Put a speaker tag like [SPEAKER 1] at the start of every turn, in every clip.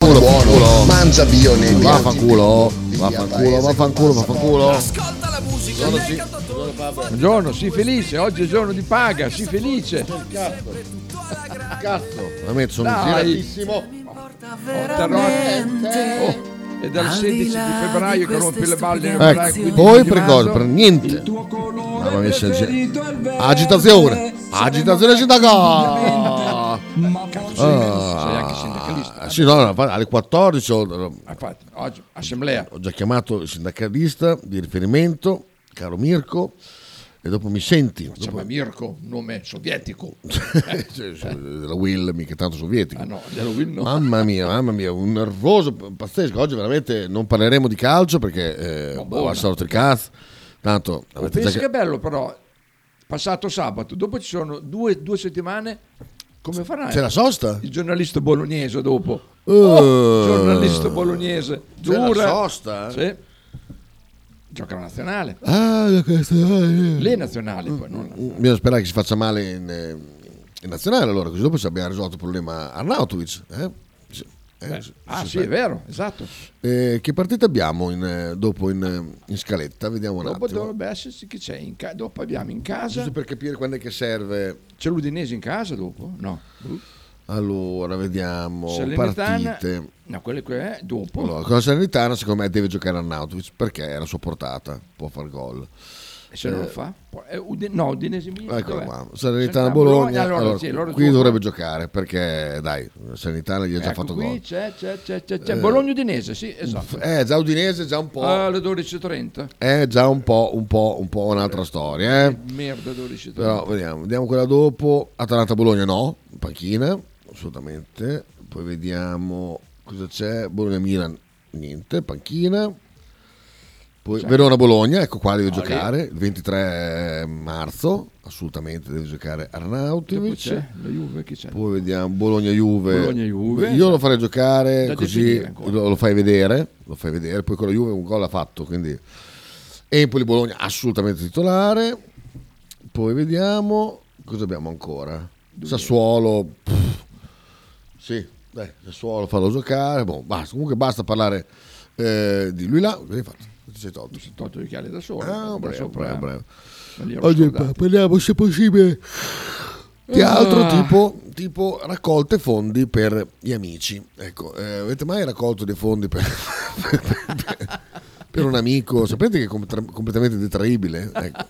[SPEAKER 1] vaffanculo, vaffanculo.
[SPEAKER 2] Mangia bio nei
[SPEAKER 1] Vaffanculo, vaffanculo, vaffanculo, vaffanculo.
[SPEAKER 3] Ascolta la musica
[SPEAKER 1] Buongiorno,
[SPEAKER 3] dei
[SPEAKER 1] sì.
[SPEAKER 3] cantatori.
[SPEAKER 4] Buongiorno, sii felice, oggi è giorno di paga, sii felice.
[SPEAKER 3] Tutto alla grande
[SPEAKER 2] Cazzo.
[SPEAKER 1] A me sono
[SPEAKER 4] Dai.
[SPEAKER 2] Giratissimo.
[SPEAKER 3] mi porta
[SPEAKER 4] Terrore.
[SPEAKER 3] veramente.
[SPEAKER 4] Oh, è dal
[SPEAKER 3] Al di
[SPEAKER 4] 16
[SPEAKER 3] là
[SPEAKER 4] di
[SPEAKER 3] di
[SPEAKER 4] febbraio che
[SPEAKER 3] queste
[SPEAKER 4] rompe le balle.
[SPEAKER 3] stupide
[SPEAKER 4] avrai
[SPEAKER 3] azioni.
[SPEAKER 4] 15
[SPEAKER 1] Ecco, poi per
[SPEAKER 4] di
[SPEAKER 1] cosa?
[SPEAKER 4] maggio.
[SPEAKER 1] Per niente. Mamma mia, c'è gente. Agitazione, agitazione sindacale.
[SPEAKER 4] Ah, sei anche sindacalista.
[SPEAKER 1] Ah, sì, no, no, alle 14 ho,
[SPEAKER 4] Ah, infatti, oggi, assemblea.
[SPEAKER 1] ho già chiamato il sindacalista di riferimento, caro Mirko, e dopo mi senti.
[SPEAKER 4] Si chiama Mirko, nome sovietico.
[SPEAKER 1] Cioè, cioè, della Will, mica tanto sovietico.
[SPEAKER 4] Ah no, di Halloween no.
[SPEAKER 1] Mamma mia, mamma mia, un nervoso p- pazzesco. Oggi veramente non parleremo di calcio perché eh,
[SPEAKER 4] Ma
[SPEAKER 1] boh,
[SPEAKER 4] buona.
[SPEAKER 1] ha salto il cazzo. Tanto avete già
[SPEAKER 4] Pensi Eh. che è bello però, passato sabato, dopo ci sono due, due settimane, come farai?
[SPEAKER 1] C'è la sosta?
[SPEAKER 4] Il giornalista bolognese dopo.
[SPEAKER 1] Oh,
[SPEAKER 4] giornalista bolognese.
[SPEAKER 1] C'è la
[SPEAKER 4] Giura.
[SPEAKER 1] sosta? eh?
[SPEAKER 4] Sì. Gioca la nazionale.
[SPEAKER 1] Ah, questo-
[SPEAKER 4] Le nazionali poi, non la-
[SPEAKER 1] Bisogna sperare che si faccia male in, eh, in nazionale allora, così dopo ci abbiamo risolto il problema Arnautovic. Eh? Sì, eh, sì,
[SPEAKER 4] Ah
[SPEAKER 1] sì,
[SPEAKER 4] sì, è vero, esatto.
[SPEAKER 1] Eh, che partita abbiamo in, eh, dopo in, eh, in scaletta? Vediamo un
[SPEAKER 4] Dopo
[SPEAKER 1] attimo.
[SPEAKER 4] dovrebbe esserci chi c'è in casa. Dopo abbiamo in casa.
[SPEAKER 1] Giusto per capire quando è che serve.
[SPEAKER 4] C'è l'Udinese in casa dopo? No.
[SPEAKER 1] Allora, vediamo.
[SPEAKER 4] Salernitana.
[SPEAKER 1] Oh, Partite.
[SPEAKER 4] No, quelle che è dopo.
[SPEAKER 1] Allora, con la Salernitana secondo me deve giocare Arnautovic perché è la sua portata, può far gol.
[SPEAKER 4] E se non lo fa? Poi- eh, Ude- no, Udinese Milan.
[SPEAKER 1] Ecco
[SPEAKER 4] dov'è?
[SPEAKER 1] qua, Salernitana Bologna, allora,
[SPEAKER 4] sì, allora
[SPEAKER 1] qui
[SPEAKER 4] due.
[SPEAKER 1] dovrebbe giocare perché dai, Salernitana gli ha già
[SPEAKER 4] Ecco,
[SPEAKER 1] fatto
[SPEAKER 4] qui
[SPEAKER 1] gol.
[SPEAKER 4] C'è, c'è, c'è, c'è, c'è. Bologna Udinese, sì, esatto. Ah,
[SPEAKER 1] Eh, già Udinese, già un po'.
[SPEAKER 4] Alle 12.30.
[SPEAKER 1] È già un po', un po', un po' un'altra storia, eh.
[SPEAKER 4] Merda 12.30.
[SPEAKER 1] Però vediamo, vediamo quella dopo. Atalanta-Bologna no, panchina, assolutamente. Poi vediamo cosa c'è. Bologna-Milan, niente, panchina.
[SPEAKER 4] Certo.
[SPEAKER 1] Poi
[SPEAKER 4] Cioè,
[SPEAKER 1] Verona-Bologna, ecco qua deve
[SPEAKER 4] No, lì-
[SPEAKER 1] giocare. Il 23 marzo, assolutamente deve giocare
[SPEAKER 4] Dopo
[SPEAKER 1] Arnautovic.
[SPEAKER 4] c'è la Juve, chi c'è?
[SPEAKER 1] Poi vediamo Bologna-Juve.
[SPEAKER 4] Bologna-Juve.
[SPEAKER 1] Io lo farei giocare
[SPEAKER 4] Da
[SPEAKER 1] così
[SPEAKER 4] definire ancora.
[SPEAKER 1] lo, lo fai vedere, lo fai vedere. Poi con la Juve un gol ha fatto, quindi Empoli-Bologna assolutamente titolare. Poi vediamo cosa abbiamo ancora. Sassuolo. pff, Sì, dai, Sassuolo farlo giocare. Boh, basta. Comunque basta parlare eh, di lui là. Cosa hai fatto? Ti sei tolto.
[SPEAKER 4] Mi sono tolto gli occhiali da solo.
[SPEAKER 1] Ah,
[SPEAKER 4] da
[SPEAKER 1] bravo,
[SPEAKER 4] sopra,
[SPEAKER 1] bravo, bravo.
[SPEAKER 4] me li ero
[SPEAKER 1] Oggi
[SPEAKER 4] scordati.
[SPEAKER 1] parliamo, se possibile, di
[SPEAKER 4] Ah.
[SPEAKER 1] altro tipo, tipo raccolte fondi per gli amici. Ecco, eh, avete mai raccolto dei fondi per, per- per- per un amico? Sapete che è com- tra- completamente detraibile? Ecco.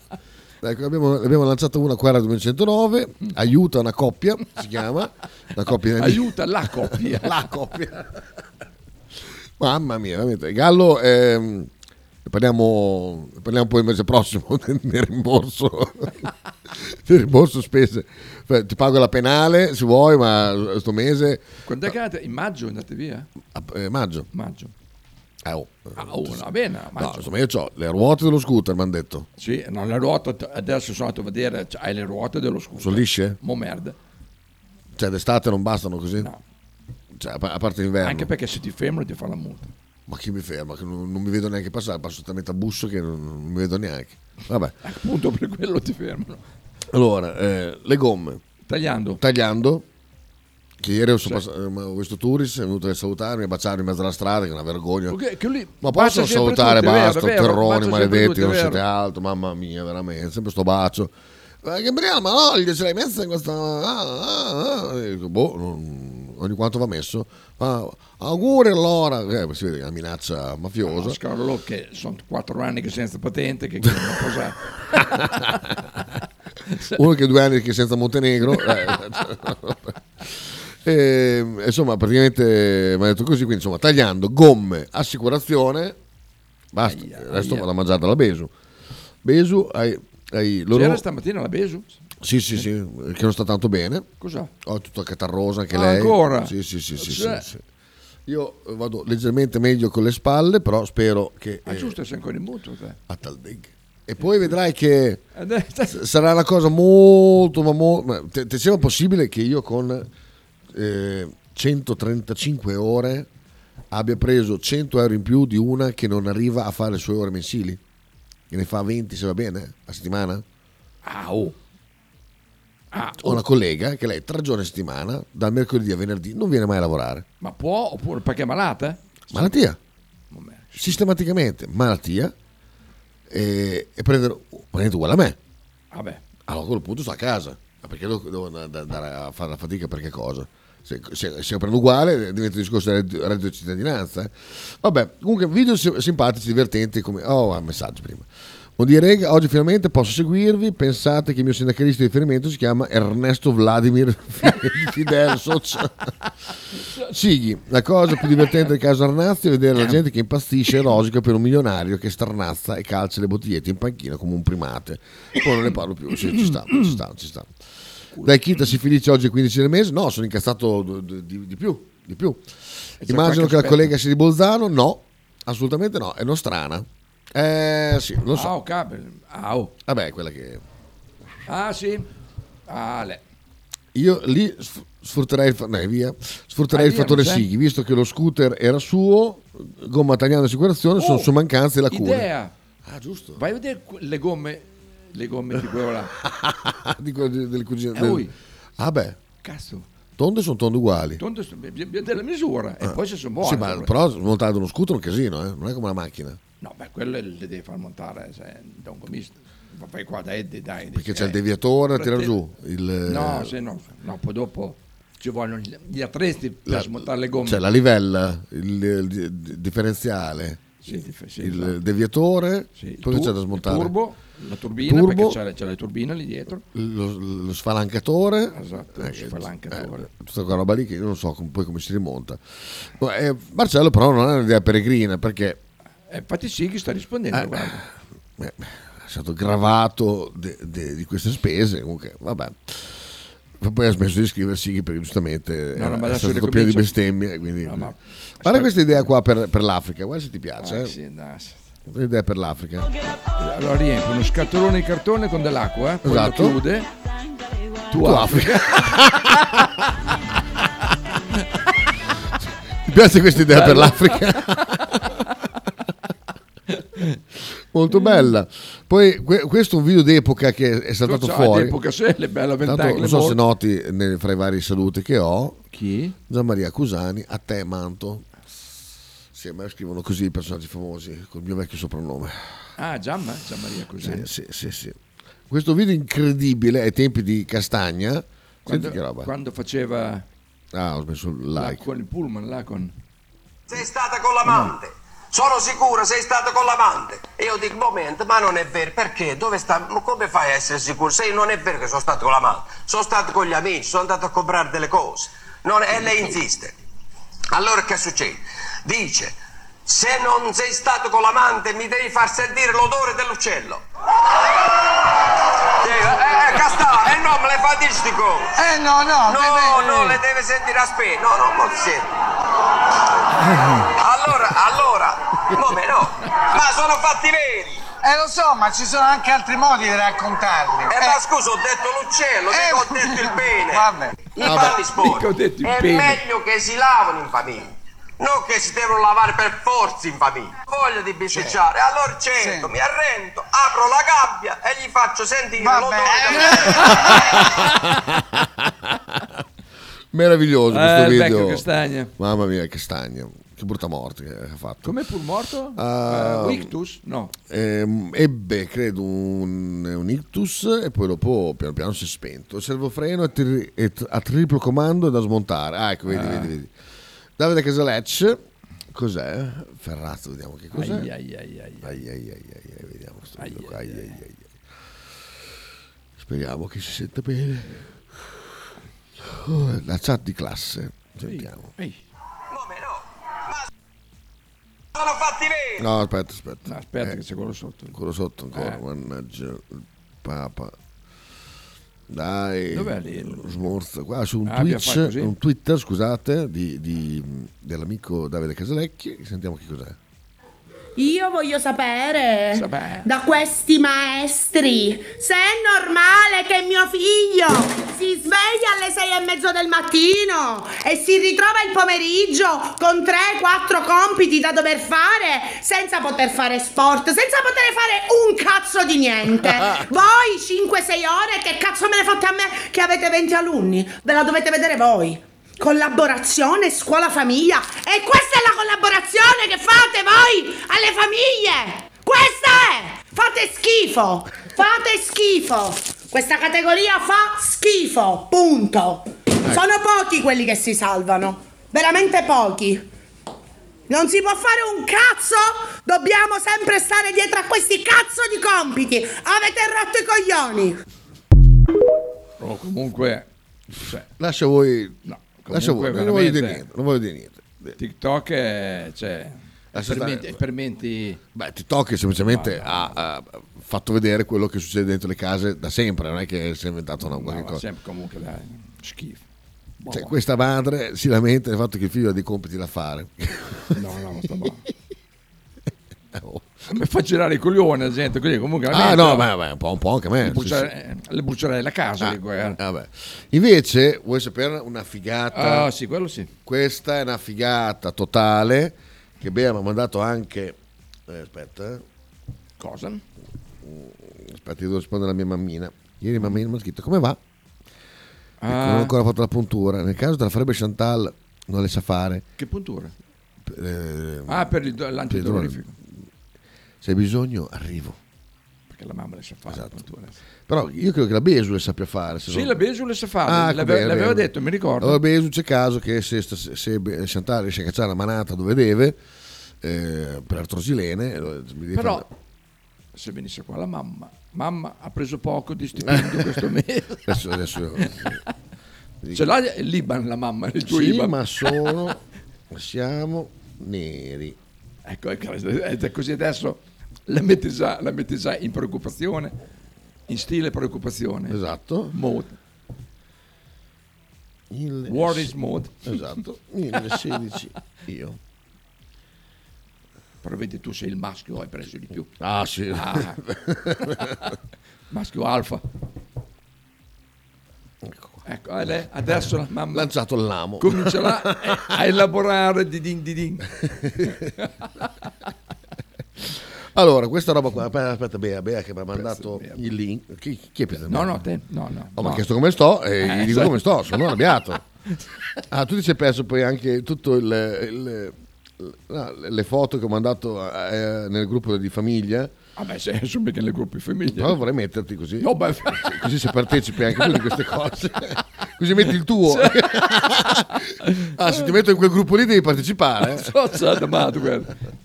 [SPEAKER 1] Ecco, abbiamo, abbiamo lanciato una qua alla 209, aiuta una coppia, si chiama, una coppia di amici.
[SPEAKER 4] Aiuta la coppia.
[SPEAKER 1] La coppia. Mamma mia, veramente. Gallo, ehm, ne parliamo, ne parliamo poi il mese prossimo del del rimborso. del rimborso spese. Cioè, ti pago la penale se vuoi, ma sto mese,
[SPEAKER 4] Quando è che andate? In maggio andate via?
[SPEAKER 1] a- eh, maggio.
[SPEAKER 4] Maggio.
[SPEAKER 1] Ah, oh.
[SPEAKER 4] Ah, oh, va bene, a
[SPEAKER 1] No,
[SPEAKER 4] maggio.
[SPEAKER 1] insomma, io ho le ruote dello scooter, mi hanno detto.
[SPEAKER 4] Sì, no, la ruota, adesso sono andato a vedere, cioè, hai le ruote dello scudo.
[SPEAKER 1] Sono lisce?
[SPEAKER 4] Mo merda.
[SPEAKER 1] Cioè, d'estate non bastano così?
[SPEAKER 4] No.
[SPEAKER 1] Cioè, a pa- a parte l'inverno.
[SPEAKER 4] Anche perché se ti fermano ti fa la multa.
[SPEAKER 1] Ma chi mi ferma? Che non, non mi vedo neanche passare, passo talmente a busso che non, non mi vedo neanche. Vabbè.
[SPEAKER 4] Appunto per quello ti fermano.
[SPEAKER 1] Allora, eh, le gomme.
[SPEAKER 4] Tagliando.
[SPEAKER 1] tagliando che ieri sono passato- eh, ma questo Turis è venuto a salutarmi a baciarmi in mezzo alla strada che è una vergogna
[SPEAKER 4] Che- che lì
[SPEAKER 1] ma
[SPEAKER 4] bacia
[SPEAKER 1] possono
[SPEAKER 4] sempre
[SPEAKER 1] salutare
[SPEAKER 4] tutti, è vero,
[SPEAKER 1] basta
[SPEAKER 4] è vero,
[SPEAKER 1] terroni
[SPEAKER 4] bacia sempre
[SPEAKER 1] maledetti
[SPEAKER 4] tutti, è
[SPEAKER 1] non
[SPEAKER 4] vero.
[SPEAKER 1] siete alto mamma mia veramente sempre sto bacio Eh, Gabriele ma no gli ce l'hai messa in questa ah, ah, ah. E dico, boh non- ogni quanto va messo ma auguri allora Eh, si vede che è una minaccia mafiosa
[SPEAKER 4] No, Scarlo, che sono quattro anni che senza patente, che chiedono una cosa.
[SPEAKER 1] uno che due anni che è senza Montenegro eh, e, Ehm, insomma praticamente mi ha detto così quindi insomma tagliando gomme assicurazione basta
[SPEAKER 4] Aia,
[SPEAKER 1] il resto
[SPEAKER 4] aia.
[SPEAKER 1] va la mangiata la Besu Besu hai, hai loro
[SPEAKER 4] C'era stamattina la Besu?
[SPEAKER 1] sì sì sì che non sta tanto bene
[SPEAKER 4] Cos'ha?
[SPEAKER 1] ho tutta catarrosa anche
[SPEAKER 4] Ah,
[SPEAKER 1] lei
[SPEAKER 4] ancora?
[SPEAKER 1] sì sì sì, sì, sì,
[SPEAKER 4] Cioè.
[SPEAKER 1] sì. io eh, vado leggermente meglio con le spalle però spero che
[SPEAKER 4] Ah,
[SPEAKER 1] eh,
[SPEAKER 4] giusto, sei ancora in mutuo te.
[SPEAKER 1] a tal deg. e poi vedrai che
[SPEAKER 4] Adesso-
[SPEAKER 1] sarà una cosa molto ma molto ma te, te sembra possibile che io con eh, 135 ore abbia preso 100 euro in più di una che non arriva a fare le sue ore mensili che ne fa 20 se va bene a settimana
[SPEAKER 4] Ah, oh. Ah,
[SPEAKER 1] Ho una collega che lei tre giorni a settimana, dal mercoledì a venerdì, non viene mai a lavorare.
[SPEAKER 4] ma può oppure perché è malata?
[SPEAKER 1] Malattia,
[SPEAKER 4] Vabbè.
[SPEAKER 1] sistematicamente malattia e, e prendere praticamente uguale a me.
[SPEAKER 4] Vabbè.
[SPEAKER 1] Allora a quel punto sto a casa, ma perché devo, devo and- andare a fare la fatica per che cosa? Se, se, se prendo uguale diventa un discorso del reddito reddito di cittadinanza. eh. Vabbè, comunque video si- simpatici, divertenti, come... Oh, ah, messaggio prima. Buon dire, rega, oggi finalmente posso seguirvi. Pensate che il mio sindacalista di riferimento si chiama Ernesto Vladimir Fidel Socia. Sighi, la cosa più divertente del caso Arnazzi è
[SPEAKER 4] Eh.
[SPEAKER 1] vedere la gente che impastisce e rosica per un milionario che starnazza e calcia le bottigliette in panchina come un primate. Poi non ne parlo più, sì, ci sta, ci sta, ci sta. Dai Kita si felice oggi 15 del mese? No, sono incazzato d- d- di, di più, di più.
[SPEAKER 4] c'è
[SPEAKER 1] Immagino
[SPEAKER 4] qualche
[SPEAKER 1] che la
[SPEAKER 4] aspetto.
[SPEAKER 1] collega sia di Bolzano? No, assolutamente no, è nostrana. Eh sì, lo so.
[SPEAKER 4] Ah, oh, cavolo. Ah, oh.
[SPEAKER 1] Vabbè, quella che...
[SPEAKER 4] ah, sì. Ah, le.
[SPEAKER 1] Io lì sf- sfrutterei il, fa- dai, via. Sfrutterei
[SPEAKER 4] Ah,
[SPEAKER 1] il
[SPEAKER 4] via,
[SPEAKER 1] fattore
[SPEAKER 4] non c'è?
[SPEAKER 1] Sighi, visto che lo scooter era suo, gomma tagliando assicurazione, sono
[SPEAKER 4] Oh,
[SPEAKER 1] su mancanza e la cura.
[SPEAKER 4] Idea.
[SPEAKER 1] Ah, giusto.
[SPEAKER 4] Vai a vedere que- le gomme, le gomme di quello là.
[SPEAKER 1] Di quello de- delle cugine.
[SPEAKER 4] Eh,
[SPEAKER 1] del-
[SPEAKER 4] ui.
[SPEAKER 1] Ah beh,
[SPEAKER 4] Cazzo.
[SPEAKER 1] tonde sono tonde uguali. Ah.
[SPEAKER 4] Tonto, sto- bi- bisogna della misura e poi se sono buone.
[SPEAKER 1] Sì, ma
[SPEAKER 4] allora.
[SPEAKER 1] però montare uno scooter è un casino, eh? non è come una macchina.
[SPEAKER 4] No, beh, quelle le devi far montare se, da un gomista. Ma Fai qua da Eddie, dai. dici,
[SPEAKER 1] Perché c'è il
[SPEAKER 4] eh.
[SPEAKER 1] deviatore a tirare
[SPEAKER 4] fratello.
[SPEAKER 1] giù. Il,
[SPEAKER 4] No,
[SPEAKER 1] eh,
[SPEAKER 4] se no, no, poi dopo ci vogliono gli gli attrezzi per smontare le gomme.
[SPEAKER 1] C'è cioè, la livella, il, il di- differenziale,
[SPEAKER 4] Sì, ti fa- sì,
[SPEAKER 1] il
[SPEAKER 4] esatto.
[SPEAKER 1] deviatore,
[SPEAKER 4] Sì, il
[SPEAKER 1] poi
[SPEAKER 4] tu-
[SPEAKER 1] c'è da smontare.
[SPEAKER 4] il turbo, la turbina,
[SPEAKER 1] Turbo.
[SPEAKER 4] perché c'è, la- c'è la turbina lì dietro.
[SPEAKER 1] lo, lo sfalancatore
[SPEAKER 4] Esatto, lo
[SPEAKER 1] che-
[SPEAKER 4] sfalancatore.
[SPEAKER 1] eh, tutta quella roba lì che io non so com- poi come si rimonta Ma, eh, Marcello però non ha un'idea peregrina perché
[SPEAKER 4] Eh, infatti sì, che sta rispondendo. Eh, guarda.
[SPEAKER 1] eh, è stato gravato de- de- di queste spese comunque vabbè Ma poi ha smesso di scriversi perché giustamente
[SPEAKER 4] No,
[SPEAKER 1] era-
[SPEAKER 4] no, ma
[SPEAKER 1] è
[SPEAKER 4] adesso
[SPEAKER 1] stato tutto pieno di
[SPEAKER 4] ricomincia.
[SPEAKER 1] bestemmie quindi-
[SPEAKER 4] No, ma-
[SPEAKER 1] guarda questa idea qua per, per l'Africa guarda se ti piace
[SPEAKER 4] Ah,
[SPEAKER 1] eh.
[SPEAKER 4] sì, no, sì.
[SPEAKER 1] Questa idea per l'Africa
[SPEAKER 4] Allora riempio uno scatolone di cartone con dell'acqua, eh, poi lo
[SPEAKER 1] Esatto.
[SPEAKER 4] chiude.
[SPEAKER 1] tu Africa ti piace questa idea per l'Africa? molto bella poi que- questo è un video d'epoca che è saltato
[SPEAKER 4] Ciao,
[SPEAKER 1] fuori
[SPEAKER 4] All'epoca sì, le belle
[SPEAKER 1] Tanto,
[SPEAKER 4] ventaglio.
[SPEAKER 1] non so se noti nel- fra i vari saluti che ho
[SPEAKER 4] Chi?
[SPEAKER 1] Gianmaria Cusani a te Manto sì, a me scrivono così i personaggi famosi col mio vecchio soprannome
[SPEAKER 4] Ah, Giamma, Giammaria così.
[SPEAKER 1] sì, sì, sì, sì. questo video incredibile ai tempi di Castagna
[SPEAKER 4] Quando,
[SPEAKER 1] senti che roba
[SPEAKER 4] quando faceva
[SPEAKER 1] ah ho messo il
[SPEAKER 4] là,
[SPEAKER 1] like
[SPEAKER 4] con il pullman là con...
[SPEAKER 2] Sei stata con l'amante. Sono sicura sei stata con l'amante. E io dico, momento, ma non è vero, perché? Dove sta? ma Come fai a essere sicuro? Se non è vero che sono stato con l'amante, sono stato con gli amici, sono andato a comprare delle cose. Non- e lei insiste. Allora che succede? Dice, se non sei stato con l'amante mi devi far sentire l'odore dell'uccello. Sì, Eh, eh, Castà, eh no, me le fa dire sti cose.
[SPEAKER 5] Eh no, no,
[SPEAKER 2] No, no, le deve sentire, aspetta, no, no, non si sente.
[SPEAKER 1] Ah.
[SPEAKER 2] Allora, allora, come no? Ma sono fatti veri!
[SPEAKER 5] eh lo so, ma ci sono anche altri modi di raccontarli. Eh.
[SPEAKER 2] E Eh, ma scusa, ho detto l'uccello, dico, ho detto il pene.
[SPEAKER 5] Vabbè.
[SPEAKER 2] I panni sporchi.
[SPEAKER 4] Mica ho detto il
[SPEAKER 2] È
[SPEAKER 4] pene.
[SPEAKER 2] meglio che si lavano in famiglia. Non che si devono lavare per forza in famiglia. Voglio di bisticciare, allora cerco,
[SPEAKER 5] Sì.
[SPEAKER 2] mi arrendo, apro la gabbia e gli faccio sentire
[SPEAKER 5] Vabbè.
[SPEAKER 2] l'odore
[SPEAKER 5] Eh,
[SPEAKER 2] dell'uccello.
[SPEAKER 1] meraviglioso
[SPEAKER 4] Eh,
[SPEAKER 1] questo
[SPEAKER 4] il
[SPEAKER 1] video
[SPEAKER 4] vecchio Castagna.
[SPEAKER 1] mamma mia Castagna che brutta morte che ha fatto
[SPEAKER 4] Com'è pur morto?
[SPEAKER 1] Ah.
[SPEAKER 4] Eh, ictus? No.
[SPEAKER 1] Ehm, ebbe credo un, un ictus e poi dopo piano piano si è spento il servofreno è, tri- è tr- a triplo comando e da smontare ah ecco vedi vedi, vedi. Davide Casalecce cos'è? Ferrazzo vediamo che cos'è
[SPEAKER 4] Ai, ai, ai, ai.
[SPEAKER 1] Ai, ai, ai,
[SPEAKER 4] eh,
[SPEAKER 1] ai, ai, vediamo sto video qua. Ai, ai, ai, ai. Speriamo che si senta bene. Oh, La chat di classe, sentiamo.
[SPEAKER 4] Ehi.
[SPEAKER 2] Come no? Ma sono fatti veri!
[SPEAKER 1] No, aspetta, aspetta.
[SPEAKER 4] No, aspetta
[SPEAKER 1] Eh,
[SPEAKER 4] che c'è quello sotto.
[SPEAKER 1] ancora sotto ancora,
[SPEAKER 4] Eh.
[SPEAKER 1] mannaggia il papa. Dai,
[SPEAKER 4] Dov'è lì?
[SPEAKER 1] lo smorza qua su un,
[SPEAKER 4] Ah, abbiamo fatto
[SPEAKER 1] Twitch,
[SPEAKER 4] così?
[SPEAKER 1] un Twitter, scusate, di, di- dell'amico Davide Casalecchi. Sentiamo che cos'è.
[SPEAKER 6] Io voglio sapere
[SPEAKER 4] Sapere.
[SPEAKER 6] da questi maestri se è normale che mio figlio si sveglia alle sei e mezzo del mattino e si ritrova il pomeriggio con 3-4 compiti da dover fare senza poter fare sport, senza poter fare un cazzo di niente. Voi 5-6 ore, che cazzo me ne fate a me che avete 20 alunni? Ve la dovete vedere voi. Collaborazione scuola-famiglia. E questa è la collaborazione che fate voi alle famiglie. Questa è. Fate schifo. Fate schifo. Questa categoria fa schifo. Punto. Sono pochi quelli che si salvano. Veramente pochi. Non si può fare un cazzo! Dobbiamo sempre stare dietro a questi cazzo di compiti! Avete rotto i coglioni!
[SPEAKER 4] O Oh, comunque, cioè,
[SPEAKER 1] Lascia voi.
[SPEAKER 4] No, comunque
[SPEAKER 1] lascia voi. Non voglio dire
[SPEAKER 4] veramente-
[SPEAKER 1] niente. Non voglio dire niente.
[SPEAKER 4] TikTok è, cioè,
[SPEAKER 1] Lascia
[SPEAKER 4] permette,
[SPEAKER 1] stare.
[SPEAKER 4] permette-
[SPEAKER 1] Beh, TikTok semplicemente ah, ha, ha fatto vedere quello che succede dentro le case da sempre, non è che si è inventato una
[SPEAKER 4] no,
[SPEAKER 1] qualche
[SPEAKER 4] ma
[SPEAKER 1] cosa.
[SPEAKER 4] sempre comunque dai, schifo.
[SPEAKER 1] Cioè, questa madre si lamenta del fatto che il figlio ha dei compiti da fare.
[SPEAKER 4] No, no, ma sta buono. Mi fa girare i coglioni la gente così, comunque la
[SPEAKER 1] ah,
[SPEAKER 4] metto,
[SPEAKER 1] no, ma, ma un, po', un po' anche a
[SPEAKER 4] le
[SPEAKER 1] me. sì, sì.
[SPEAKER 4] bruciare- le brucerei la casa.
[SPEAKER 1] Ah,
[SPEAKER 4] dico, eh.
[SPEAKER 1] vabbè. Invece, vuoi sapere una figata?
[SPEAKER 4] Ah, sì, quello sì.
[SPEAKER 1] Questa è una figata totale che Bea mi ha mandato anche... eh, aspetta, eh.
[SPEAKER 4] Cosa?
[SPEAKER 1] aspetta, io devo rispondere alla mia mammina. Ieri mammina mi ha scritto, come va? Ecco, Non ho
[SPEAKER 4] Ah,
[SPEAKER 1] ancora fatto la puntura. Nel caso te la farebbe Chantal, non le sa fare.
[SPEAKER 4] che puntura?
[SPEAKER 1] Eh,
[SPEAKER 4] Ah, per il do- l'antidolorifico.
[SPEAKER 1] Se hai bisogno, arrivo.
[SPEAKER 4] Perché la mamma le sa fare.
[SPEAKER 1] Esatto.
[SPEAKER 4] la puntura.
[SPEAKER 1] Però io credo che la Besu le sappia fare. se
[SPEAKER 4] Sì,
[SPEAKER 1] non-
[SPEAKER 4] la Besu le sa fare.
[SPEAKER 1] Ah, ecco,
[SPEAKER 4] l'ave-
[SPEAKER 1] bene,
[SPEAKER 4] l'aveva
[SPEAKER 1] bene.
[SPEAKER 4] detto, mi ricordo.
[SPEAKER 1] Allora Besu c'è caso che se, stas- se Be- Chantal riesce a cacciare la manata dove deve, eh, per Artrosilene, eh, mi devi
[SPEAKER 4] Però,
[SPEAKER 1] fare-
[SPEAKER 4] se venisse qua la mamma, mamma ha preso poco di stipendio questo mese.
[SPEAKER 1] Adesso, adesso
[SPEAKER 4] Ce l'ha l'Iban la mamma, il tuo
[SPEAKER 1] sì,
[SPEAKER 4] Iban.
[SPEAKER 1] ma sono... siamo neri.
[SPEAKER 4] Ecco, ecco, è così adesso la metti, già, la metti già in preoccupazione, in stile preoccupazione.
[SPEAKER 1] Esatto.
[SPEAKER 4] Mode.
[SPEAKER 1] Il-
[SPEAKER 4] War is mode.
[SPEAKER 1] Esatto. 1016. Io.
[SPEAKER 4] Però vedi tu sei il maschio, hai preso di più.
[SPEAKER 1] Ah sì.
[SPEAKER 4] Ah. maschio alfa.
[SPEAKER 1] Ecco.
[SPEAKER 4] Ecco, eh, lei- adesso la mamma
[SPEAKER 1] Lanciato l'amo.
[SPEAKER 4] comincerà a- a elaborare di din di din.
[SPEAKER 1] Allora, questa roba qua, aspetta, aspetta, Bea, Bea che mi ha mandato
[SPEAKER 4] Bea.
[SPEAKER 1] il link. Chi, chi è Pietro?
[SPEAKER 4] No, no, te, no, no.
[SPEAKER 1] Oh, mi
[SPEAKER 4] no.
[SPEAKER 1] ha chiesto come sto e gli dico
[SPEAKER 4] esatto.
[SPEAKER 1] come sto, sono arrabbiato. Ah, tu ti sei perso poi anche tutto il, il- il- no, le foto che ho mandato eh, nel gruppo di famiglia.
[SPEAKER 4] Vabbè, Ah, sei subito nelle gruppi famiglie.
[SPEAKER 1] Però vorrei metterti così.
[SPEAKER 4] No, beh,
[SPEAKER 1] Così se partecipi anche tu di queste cose. Così metti il tuo. ah, se ti metto in quel gruppo lì devi partecipare. eh.
[SPEAKER 4] sono stato amato, guarda.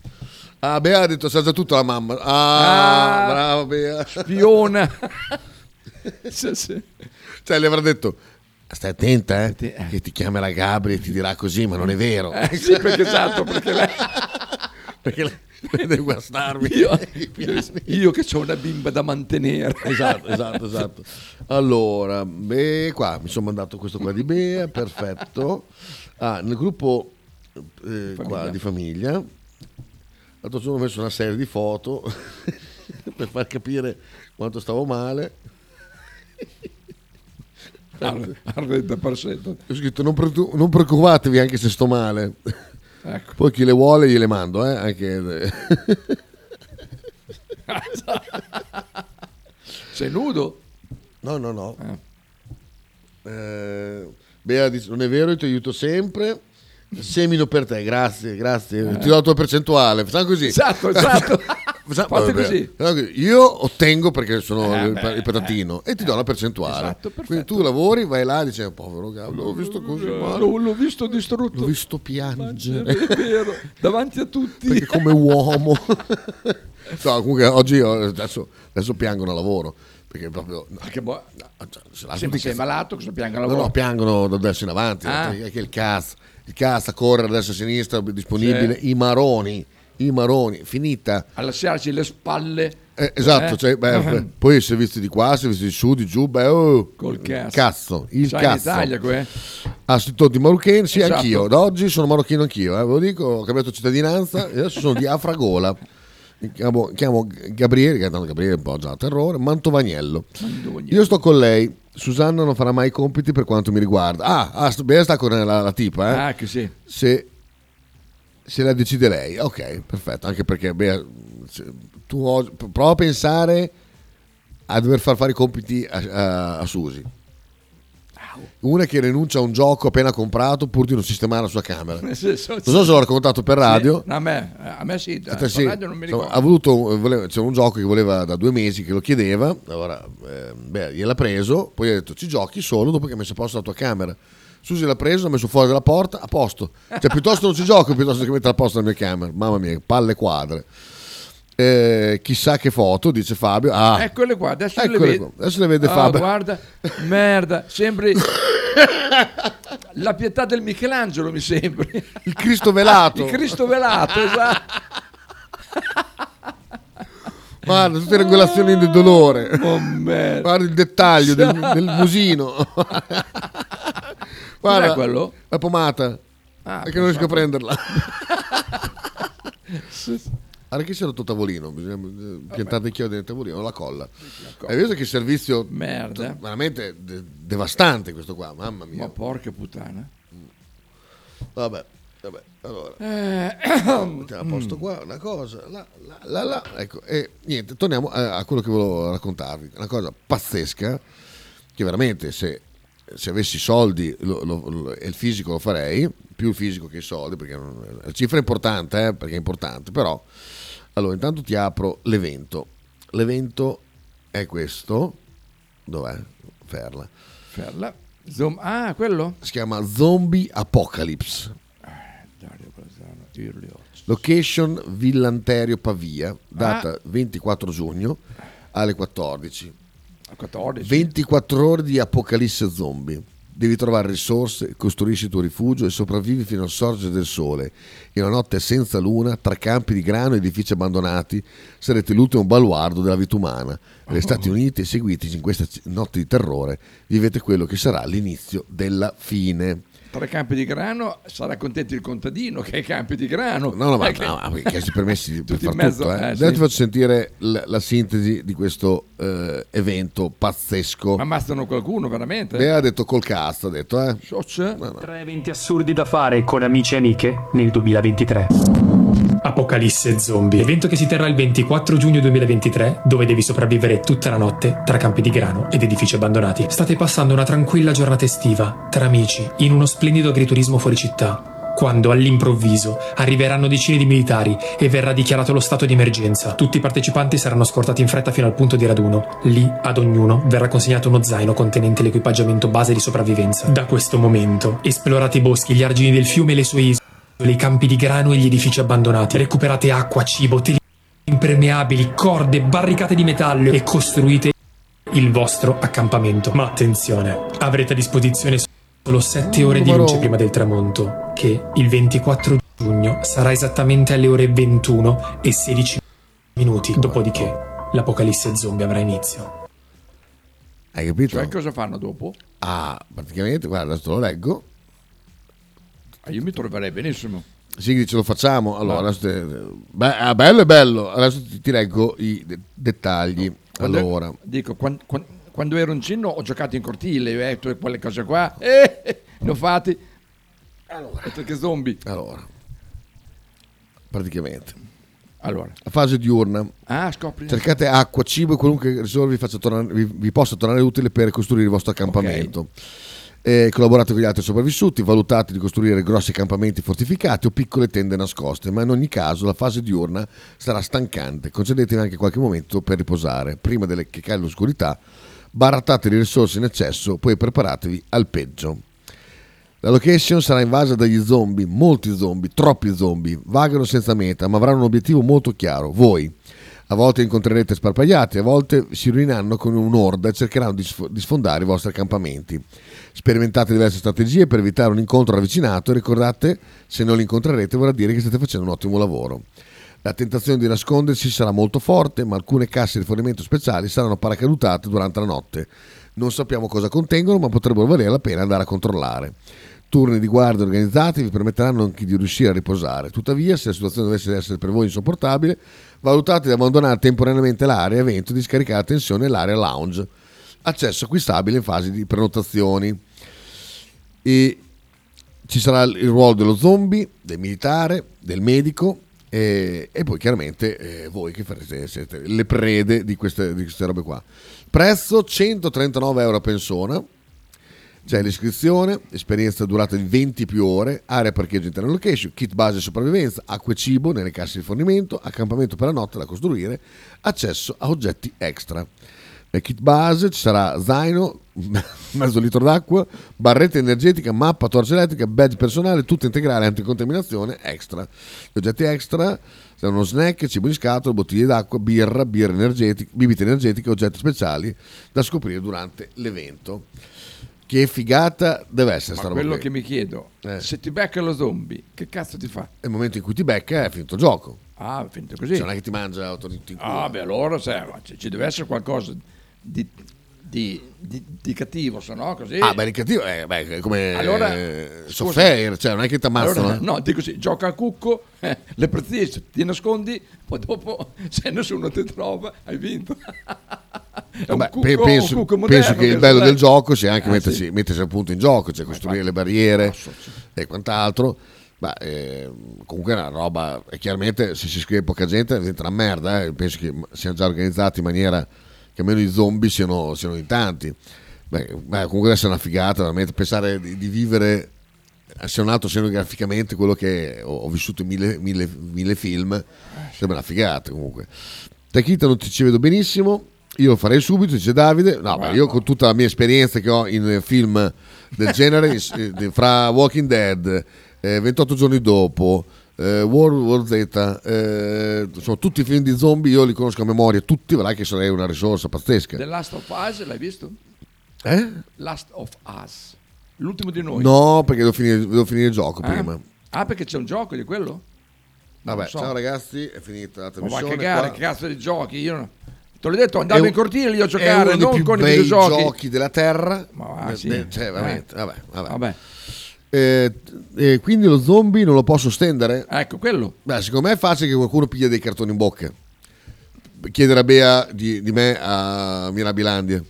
[SPEAKER 1] Ah, Bea ha detto sa già tutto la mamma. Ah,
[SPEAKER 4] Ah.
[SPEAKER 1] brava Bea.
[SPEAKER 4] Piona. Sì, sì.
[SPEAKER 1] Cioè, le avrà detto. Stai attenta, eh,
[SPEAKER 4] Ti- eh.
[SPEAKER 1] che ti chiamerà Gabri e ti dirà così, ma non è vero.
[SPEAKER 4] Eh, sì, perché esatto, perché lei-
[SPEAKER 1] Perché lei deve guastarmi.
[SPEAKER 4] io, io che ho una bimba da mantenere.
[SPEAKER 1] Esatto, esatto, esatto. Allora, beh, qua mi sono mandato questo qua di Bea, perfetto. Ah, nel gruppo eh, qua di famiglia, l'altro giorno ho messo una serie di foto per far capire quanto stavo male.
[SPEAKER 4] Arre- Arreda per sé.
[SPEAKER 1] Ho scritto non, preoccu- non preoccupatevi anche se sto male.
[SPEAKER 4] Ecco.
[SPEAKER 1] Poi chi le vuole gliele mando, eh? Anche...
[SPEAKER 4] Sei nudo?
[SPEAKER 1] No, no, no.
[SPEAKER 4] Ah.
[SPEAKER 1] Eh, Bea dice, non è vero, io ti aiuto sempre. Semino per te, grazie, grazie. Ti do la tua percentuale. Facciamo così.
[SPEAKER 4] Eh. Esatto, esatto.
[SPEAKER 1] Facciamo-
[SPEAKER 4] Fate
[SPEAKER 1] Vabbè,
[SPEAKER 4] così.
[SPEAKER 1] facciamo così. Io ottengo perché sono
[SPEAKER 4] Eh,
[SPEAKER 1] il,
[SPEAKER 4] beh,
[SPEAKER 1] pa- il patatino e ti do la percentuale.
[SPEAKER 4] Esatto, perfetto.
[SPEAKER 1] Quindi tu lavori, vai là e dici, "Eh, povero Gablo, l'ho visto così male,
[SPEAKER 4] Oh, L'ho, l'ho visto
[SPEAKER 1] l'ho
[SPEAKER 4] distrutto.
[SPEAKER 1] visto
[SPEAKER 4] È
[SPEAKER 1] piangere.
[SPEAKER 4] vero, davanti a tutti.
[SPEAKER 1] Perché come uomo... no, comunque oggi io- adesso, adesso piangono al lavoro. Perché proprio... no, cioè,
[SPEAKER 4] Perché boh,
[SPEAKER 1] se la-
[SPEAKER 4] se sei malato, cosa pianga la
[SPEAKER 1] No, no,
[SPEAKER 4] voce?
[SPEAKER 1] piangono da adesso in avanti.
[SPEAKER 4] Ah.
[SPEAKER 1] È che il cast, il cast a correre a destra e a sinistra, disponibile. I maroni, i maroni, finita.
[SPEAKER 4] A lasciarci le spalle.
[SPEAKER 1] Eh, esatto,
[SPEAKER 4] Eh.
[SPEAKER 1] cioè, beh,
[SPEAKER 4] Ehm.
[SPEAKER 1] poi i servizi di qua, i servizi di su, di giù, beh, oh,
[SPEAKER 4] Col cazzo.
[SPEAKER 1] il
[SPEAKER 4] Sai,
[SPEAKER 1] cazzo.
[SPEAKER 4] in Italia, que-
[SPEAKER 1] Ah, sono tutti marocchini, sì,
[SPEAKER 4] Esatto.
[SPEAKER 1] anch'io. Da oggi sono marocchino anch'io, eh, ve lo dico, ho cambiato cittadinanza e adesso sono di Afragola. Chiamo, chiamo Gabriele, che tanto Gabriele è un po' già a terrore, Mantovagnello. Io sto con lei, Susanna non farà mai i compiti per quanto mi riguarda. Ah, ah st- beh, sta con la, la tipa, eh?
[SPEAKER 4] Ah, che sì.
[SPEAKER 1] se, se la decide lei, ok, perfetto, anche perché Bea, se- tu o- prova a pensare a dover far fare i compiti a, a- a Susi. Una che rinuncia a un gioco appena comprato pur di non sistemare la sua camera. Non
[SPEAKER 4] Nel senso,
[SPEAKER 1] so se l'ho raccontato per radio.
[SPEAKER 4] Sì, no, a me, a me sì, da-
[SPEAKER 1] Aspetta, sì,
[SPEAKER 4] per radio non mi
[SPEAKER 1] insomma,
[SPEAKER 4] ricordo.
[SPEAKER 1] ha voluto, eh, voleva- c'era un gioco che voleva da due mesi che lo chiedeva, allora eh, beh, gliel'ha preso, poi gli ha detto ci giochi solo dopo che hai messo a posto la tua camera. Susi l'ha preso, l'ha messo fuori dalla porta, a posto. Cioè piuttosto non ci gioco, piuttosto che mettere a posto la mia camera. Mamma mia, che palle quadre. Eh, chissà che foto, dice Fabio. Ah,
[SPEAKER 4] Eccole Eh, qua, adesso le
[SPEAKER 1] Eccole
[SPEAKER 4] vedi.
[SPEAKER 1] qua, adesso le vede
[SPEAKER 4] Oh,
[SPEAKER 1] Fabio.
[SPEAKER 4] guarda, merda, sembri la pietà del Michelangelo, mi sembri.
[SPEAKER 1] il Cristo velato.
[SPEAKER 4] Il Cristo velato, esatto.
[SPEAKER 1] Guarda, tutte le regolazioni del dolore.
[SPEAKER 4] Oh, merda.
[SPEAKER 1] Guarda il dettaglio del, del musino.
[SPEAKER 4] Cos'è quello?
[SPEAKER 1] La pomata.
[SPEAKER 4] Ah,
[SPEAKER 1] perché non riesco a prenderla. Guarda che c'è il tuo tavolino, bisogna eh, piantare il chiodo nel tavolino, la colla. Hai visto che servizio
[SPEAKER 4] Merda.
[SPEAKER 1] veramente de- devastante questo qua, mamma mia.
[SPEAKER 4] Ma porca puttana.
[SPEAKER 1] Vabbè, vabbè, allora.
[SPEAKER 4] Eh,
[SPEAKER 1] Mettiamo a posto qua una cosa, là, là, là, là. Ecco, e niente, torniamo eh, a, a quello che volevo raccontarvi. Una cosa pazzesca, che veramente se, se avessi soldi lo- lo- lo- e il fisico lo farei, più il fisico che i soldi, perché non- la cifra è importante, eh, perché è importante, però... Allora, intanto ti apro l'evento. L'evento è questo. Dov'è? Ferla.
[SPEAKER 4] Ferla. Zoom. Ah, quello?
[SPEAKER 1] Si chiama Zombie Apocalypse.
[SPEAKER 4] Dario Brasano, Irlio.
[SPEAKER 1] Location Villanterio Pavia, data 24 giugno alle 14.
[SPEAKER 4] 14.
[SPEAKER 1] 24 ore di apocalisse zombie. Devi trovare risorse, costruisci il tuo rifugio e sopravvivi fino al sorgere del sole. In una notte senza luna, tra campi di grano e edifici abbandonati, sarete l'ultimo baluardo della vita umana. Negli Stati Uniti, seguitici in questa c- notte di terrore, vivete quello che sarà l'inizio della fine.
[SPEAKER 4] Tre campi di grano, sarà contento il contadino che ha i campi di grano.
[SPEAKER 1] No, no, ma,
[SPEAKER 4] Eh, che-
[SPEAKER 1] no, ma perché si permessi di
[SPEAKER 4] Tutti
[SPEAKER 1] far
[SPEAKER 4] in mezzo,
[SPEAKER 1] tutto. Eh.
[SPEAKER 4] eh,
[SPEAKER 1] Adesso
[SPEAKER 4] sì.
[SPEAKER 1] ti faccio sentire l- la sintesi di questo eh, evento pazzesco.
[SPEAKER 4] eh. Ma ammazzano qualcuno, veramente?
[SPEAKER 1] Lei ha detto col cazzo, ha detto, eh.
[SPEAKER 4] Soc-
[SPEAKER 7] Tre eventi assurdi da fare con amici e amiche nel 2023. Apocalisse Zombie, evento che si terrà il 24 giugno 2023, dove devi sopravvivere tutta la notte tra campi di grano ed edifici abbandonati. State passando una tranquilla giornata estiva, tra amici, in uno splendido agriturismo fuori città, quando all'improvviso arriveranno decine di militari e verrà dichiarato lo stato di emergenza. Tutti i partecipanti saranno scortati in fretta fino al punto di raduno. Lì, ad ognuno, verrà consegnato uno zaino contenente l'equipaggiamento base di sopravvivenza. Da questo momento, esplorate i boschi, gli argini del fiume e le sue isole, i campi di grano e gli edifici abbandonati. Recuperate acqua, cibo, teli impermeabili, corde, barricate di metallo e costruite il vostro accampamento. Ma attenzione, avrete a disposizione solo 7 ore di
[SPEAKER 1] Numero-
[SPEAKER 7] luce prima del tramonto, che il 24 giugno sarà esattamente alle ore 21 e 16 minuti. Dopodiché, l'apocalisse zombie avrà inizio.
[SPEAKER 1] Hai capito?
[SPEAKER 4] Cioè, cosa fanno dopo?
[SPEAKER 1] Ah, praticamente, guarda, adesso lo leggo.
[SPEAKER 4] Ah, io mi troverei benissimo.
[SPEAKER 1] Sigli, ce lo facciamo. Allora, adesso te- beh, ah, bello è bello. Adesso ti, ti leggo i de- dettagli.
[SPEAKER 4] Quando-
[SPEAKER 1] Allora,
[SPEAKER 4] Dico, quan- quan- quando, ero un cinno ho giocato in cortile, io, eh, tutte quelle cose qua. Eh, eh, ne ho fatti. Allora. che zombie.
[SPEAKER 1] allora. Praticamente.
[SPEAKER 4] Allora.
[SPEAKER 1] La fase diurna.
[SPEAKER 4] Ah, scopri.
[SPEAKER 1] Cercate acqua, cibo e qualunque risorsa vi, faccia tornare- vi- vi possa tornare utile per costruire il vostro accampamento. Eh, collaborate con gli altri sopravvissuti, valutate di costruire grossi accampamenti fortificati o piccole tende nascoste, ma in ogni caso la fase diurna sarà stancante. Concedetevi anche qualche momento per riposare. Prima delle che cade l'oscurità, barattate le risorse in eccesso, poi preparatevi al peggio. La location sarà invasa dagli zombie, molti zombie, troppi zombie, vagano senza meta, ma avranno un obiettivo molto chiaro, voi. A volte incontrerete sparpagliati, a volte si riuniranno con un'orda e cercheranno di sf- di sfondare i vostri accampamenti. Sperimentate diverse strategie per evitare un incontro ravvicinato e ricordate, se non li incontrerete vorrà dire che state facendo un ottimo lavoro. La tentazione di nascondersi sarà molto forte, ma alcune casse di fornimento speciali saranno paracadutate durante la notte. Non sappiamo cosa contengono, ma potrebbero valere la pena andare a controllare. Turni di guardia organizzati vi permetteranno anche di riuscire a riposare. Tuttavia, se la situazione dovesse essere per voi insopportabile, valutate di abbandonare temporaneamente l'area evento e di scaricare a tensione l'area lounge. Accesso acquistabile in fase di prenotazioni. E ci sarà il ruolo dello zombie, del militare, del medico eh, e, poi chiaramente eh, voi che farete siete le prede di queste, di queste robe qua. Prezzo 139 euro a persona, c'è l'iscrizione, esperienza durata di 20 più ore, area parcheggio interna location, kit base sopravvivenza, acqua e cibo nelle casse di fornimento, accampamento per la notte da costruire, accesso a oggetti extra. Nel kit base ci sarà zaino, mezzo litro d'acqua, barretta energetica, mappa, torcia elettrica, badge personale, tutto integrale, anticontaminazione, extra. Gli oggetti extra saranno snack, cibo in scatola, bottiglie d'acqua, birra, birra energetica, bibite energetiche, oggetti speciali da scoprire durante l'evento. Che figata deve essere
[SPEAKER 4] Ma
[SPEAKER 1] sta roba
[SPEAKER 4] quello
[SPEAKER 1] qui.
[SPEAKER 4] che mi chiedo,
[SPEAKER 1] Eh.
[SPEAKER 4] se ti becca lo zombie, che cazzo ti fa?
[SPEAKER 1] Nel momento in cui ti becca è finito il gioco.
[SPEAKER 4] Ah, finito
[SPEAKER 1] Cioè,
[SPEAKER 4] così.
[SPEAKER 1] non è che ti mangia o ti ti incula.
[SPEAKER 4] Ah, beh, allora sai, ma ci, ci deve essere qualcosa di, di- di- di cattivo, se no così.
[SPEAKER 1] Ah, beh, il cattivo eh, beh, è come
[SPEAKER 4] Allora,
[SPEAKER 1] eh,
[SPEAKER 4] scusa.
[SPEAKER 1] Soffair, cioè non è che ti ammazzano.
[SPEAKER 4] Allora,
[SPEAKER 1] eh.
[SPEAKER 4] no, dico così, gioca a cucco, eh, le prezziste, ti nascondi, poi dopo se nessuno ti trova hai vinto. È un
[SPEAKER 1] Vabbè,
[SPEAKER 4] cucco-
[SPEAKER 1] Eh, pe-
[SPEAKER 4] un
[SPEAKER 1] penso,
[SPEAKER 4] cucco moderno
[SPEAKER 1] penso che il bello
[SPEAKER 4] sarà-
[SPEAKER 1] del gioco sia anche
[SPEAKER 4] Ah,
[SPEAKER 1] mettersi,
[SPEAKER 4] sì. Eh,
[SPEAKER 1] mettersi appunto in gioco, cioè costruire le barriere
[SPEAKER 4] infatti. Sì,
[SPEAKER 1] e quant'altro. Ma ehm, comunque è una roba, e chiaramente se si scrive poca gente diventa una merda. eh. Penso che m- siano già organizzati in maniera che almeno i zombie siano, siano in tanti. Beh, beh, comunque adesso è una figata, veramente pensare di, di vivere eh, se non altro scenograficamente quello che ho, ho vissuto in mille, mille- mille film
[SPEAKER 4] Eh,
[SPEAKER 1] sembra una figata comunque Tachita non ti ci vedo benissimo io lo farei subito dice Davide no ma io con tutta la mia esperienza che ho in eh, film del genere in- eh, di- fra Walking Dead eh, 28 giorni dopo eh, World War Z eh, sono tutti i film di zombie io li conosco a memoria tutti vedrai che sarei una risorsa
[SPEAKER 4] The
[SPEAKER 1] pazzesca
[SPEAKER 4] Last of Us, l'hai visto?
[SPEAKER 1] eh?
[SPEAKER 4] Last of Us, l'ultimo di noi.
[SPEAKER 1] no perché devo finire, devo finire il gioco
[SPEAKER 4] Ah?
[SPEAKER 1] Ecco prima
[SPEAKER 4] Ah, perché c'è un gioco di quello? Non
[SPEAKER 1] Vabbè,
[SPEAKER 4] so.
[SPEAKER 1] ciao ragazzi, è finita
[SPEAKER 4] Ma va
[SPEAKER 1] la
[SPEAKER 4] a
[SPEAKER 1] trasmissione.
[SPEAKER 4] cagare,
[SPEAKER 1] qua.
[SPEAKER 4] che cazzo di giochi? Io no- Te l'ho detto, andavo
[SPEAKER 1] È un-
[SPEAKER 4] in cortile io a
[SPEAKER 1] è uno
[SPEAKER 4] giocare,
[SPEAKER 1] dei
[SPEAKER 4] non
[SPEAKER 1] più
[SPEAKER 4] con i
[SPEAKER 1] bei
[SPEAKER 4] videogiochi.
[SPEAKER 1] giochi della terra.
[SPEAKER 4] Ma va,
[SPEAKER 1] Eh,
[SPEAKER 4] Ah, sì.
[SPEAKER 1] eh, Cioè, veramente, vabbè, vabbè.
[SPEAKER 4] Vabbè,
[SPEAKER 1] Eh, eh, quindi lo zombie non lo posso stendere?
[SPEAKER 4] ecco quello.
[SPEAKER 1] Beh, secondo me è facile che qualcuno piglia dei cartoni in bocca. Chiedere a Bea di, di me a Mirabilandia.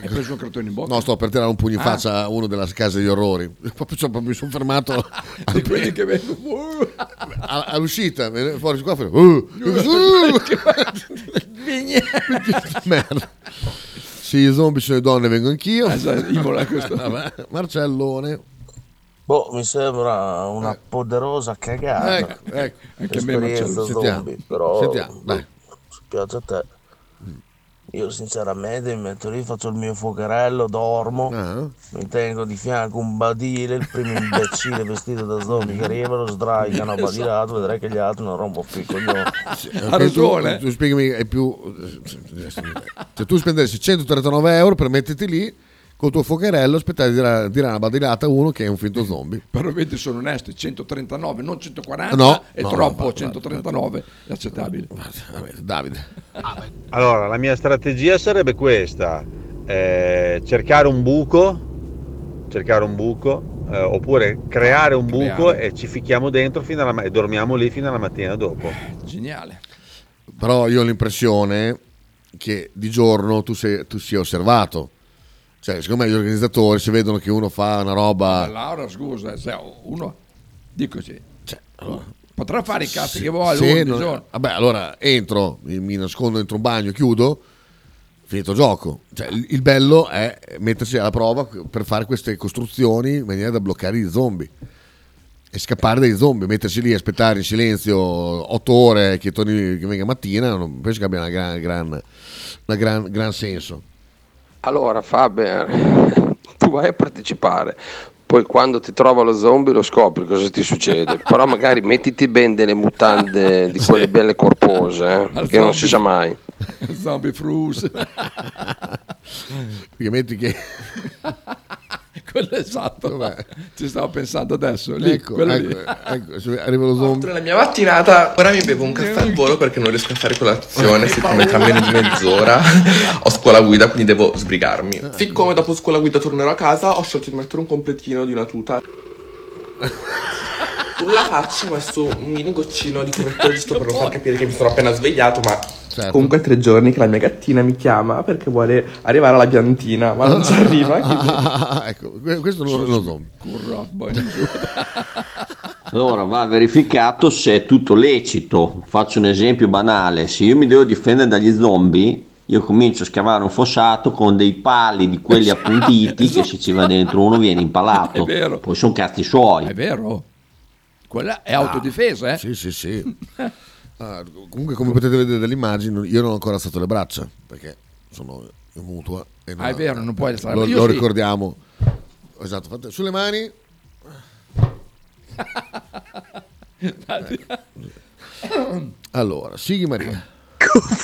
[SPEAKER 4] Hai preso un cartone in bocca?
[SPEAKER 1] No, sto per tirare un pugno in
[SPEAKER 4] Ah.
[SPEAKER 1] faccia a uno della casa degli orrori. Proprio, cioè, proprio mi sono fermato a-
[SPEAKER 4] Di quelli che vengono
[SPEAKER 1] a- all'uscita, me ne- fuori di qua. fuori. Uh, uh, merda. Sì, i zombie sono le donne, vengo anch'io.
[SPEAKER 4] Ah, Esatto, Imola questo.
[SPEAKER 1] Vabbè, Marcellone.
[SPEAKER 8] Boh, mi sembra una poderosa cagata.
[SPEAKER 1] Ecco, ecco.
[SPEAKER 4] Eh. Anche a me
[SPEAKER 8] Esperienza
[SPEAKER 4] Marcello.
[SPEAKER 1] sentiamo.
[SPEAKER 8] zombie, però
[SPEAKER 1] Sentiamo, dai.
[SPEAKER 8] spiace a te.
[SPEAKER 4] Mm.
[SPEAKER 8] Io sinceramente mi metto lì, faccio il mio fuocherello, dormo,
[SPEAKER 1] Ah.
[SPEAKER 8] mi tengo di fianco un badile, il primo imbecille vestito da zombie che arrivano, sdraiano,
[SPEAKER 4] Esatto.
[SPEAKER 8] badilato, vedrai che gli altri non rompo più il coglione.
[SPEAKER 1] Ok,
[SPEAKER 4] ragione.
[SPEAKER 1] Tu, tu spiegami, è più... Cioè, tu spendessi 139 euro per metterti lì col tuo focherello, aspettare di tirare tirare una badilata a uno che è un finto zombie.
[SPEAKER 4] Però vedi, sono onesti, 139, non 140,
[SPEAKER 1] No,
[SPEAKER 4] è
[SPEAKER 1] no,
[SPEAKER 4] troppo,
[SPEAKER 1] no,
[SPEAKER 4] 139 è accettabile.
[SPEAKER 1] Vabbè, Davide.
[SPEAKER 9] Allora, la mia strategia sarebbe questa, eh, cercare un buco, cercare un buco, eh, oppure creare un
[SPEAKER 4] Creare.
[SPEAKER 9] buco e ci ficchiamo dentro fino alla ma- e dormiamo lì fino alla mattina dopo.
[SPEAKER 4] Eh. Geniale.
[SPEAKER 1] Però io ho l'impressione che di giorno tu, sei, tu sia osservato. Cioè, secondo me gli organizzatori, se vedono che uno fa una roba...
[SPEAKER 4] Laura, scusa, se uno, dico sì,
[SPEAKER 1] Cioè, allora,
[SPEAKER 4] potrà fare i cazzi che vuole,
[SPEAKER 1] se
[SPEAKER 4] uno
[SPEAKER 1] non-
[SPEAKER 4] di giorno.
[SPEAKER 1] Vabbè, allora entro, mi, mi nascondo dentro un bagno, chiudo, finito il gioco. Cioè, il, il bello è mettersi alla prova per fare queste costruzioni in maniera da bloccare i zombie. E scappare dai zombie, mettersi lì, aspettare in silenzio otto ore che, torni, che venga mattina, non penso che abbia una gran, gran, una gran, gran senso.
[SPEAKER 10] Allora Faber, tu vai a partecipare, poi quando ti trova lo zombie lo scopri cosa ti succede, però magari mettiti ben delle mutande di quelle belle corpose, eh,
[SPEAKER 4] Al
[SPEAKER 10] che non
[SPEAKER 4] zombie.
[SPEAKER 10] si sa mai.
[SPEAKER 4] Zombie frus.
[SPEAKER 1] Perché metti che
[SPEAKER 4] quello esatto. Ci stavo pensando adesso. Lì,
[SPEAKER 1] Ecco,
[SPEAKER 4] quello lì. Ah,
[SPEAKER 1] ecco, ecco, se arriva lo zombie.
[SPEAKER 11] La mia mattinata, ora mi bevo un caffè al volo perché non riesco a fare colazione, siccome tra meno di mezz'ora ho scuola guida, quindi devo sbrigarmi. Eh. Siccome dopo scuola guida tornerò a casa, ho scelto di mettere un completino di una tuta. Sulla faccia ho messo un mini goccino di correttore giusto per non far capire che mi sono appena svegliato, ma comunque è tre giorni che la mia gattina mi chiama perché vuole arrivare alla piantina, ma non ci arriva. quindi-
[SPEAKER 1] ecco, que- questo lo, lo zombie.
[SPEAKER 4] boh,
[SPEAKER 12] Allora va verificato se è tutto lecito. Faccio un esempio banale: se io mi devo difendere dagli zombie, io comincio a scavare un fossato con dei pali di quelli appuntiti che se ci va dentro uno viene impalato.
[SPEAKER 4] È vero.
[SPEAKER 12] Poi sono cazzi suoi.
[SPEAKER 4] È vero. Quella è autodifesa, eh?
[SPEAKER 1] Ah. Sì, sì, sì. Ah, comunque, come potete vedere dall'immagine, io non ho ancora stato le braccia perché sono in mutua. E Eh,
[SPEAKER 4] Ah, è vero, non puoi alzare-
[SPEAKER 1] Lo,
[SPEAKER 4] io
[SPEAKER 1] lo
[SPEAKER 4] sì.
[SPEAKER 1] ricordiamo. Esatto, fate- sulle mani. Allora, Sighi Maria.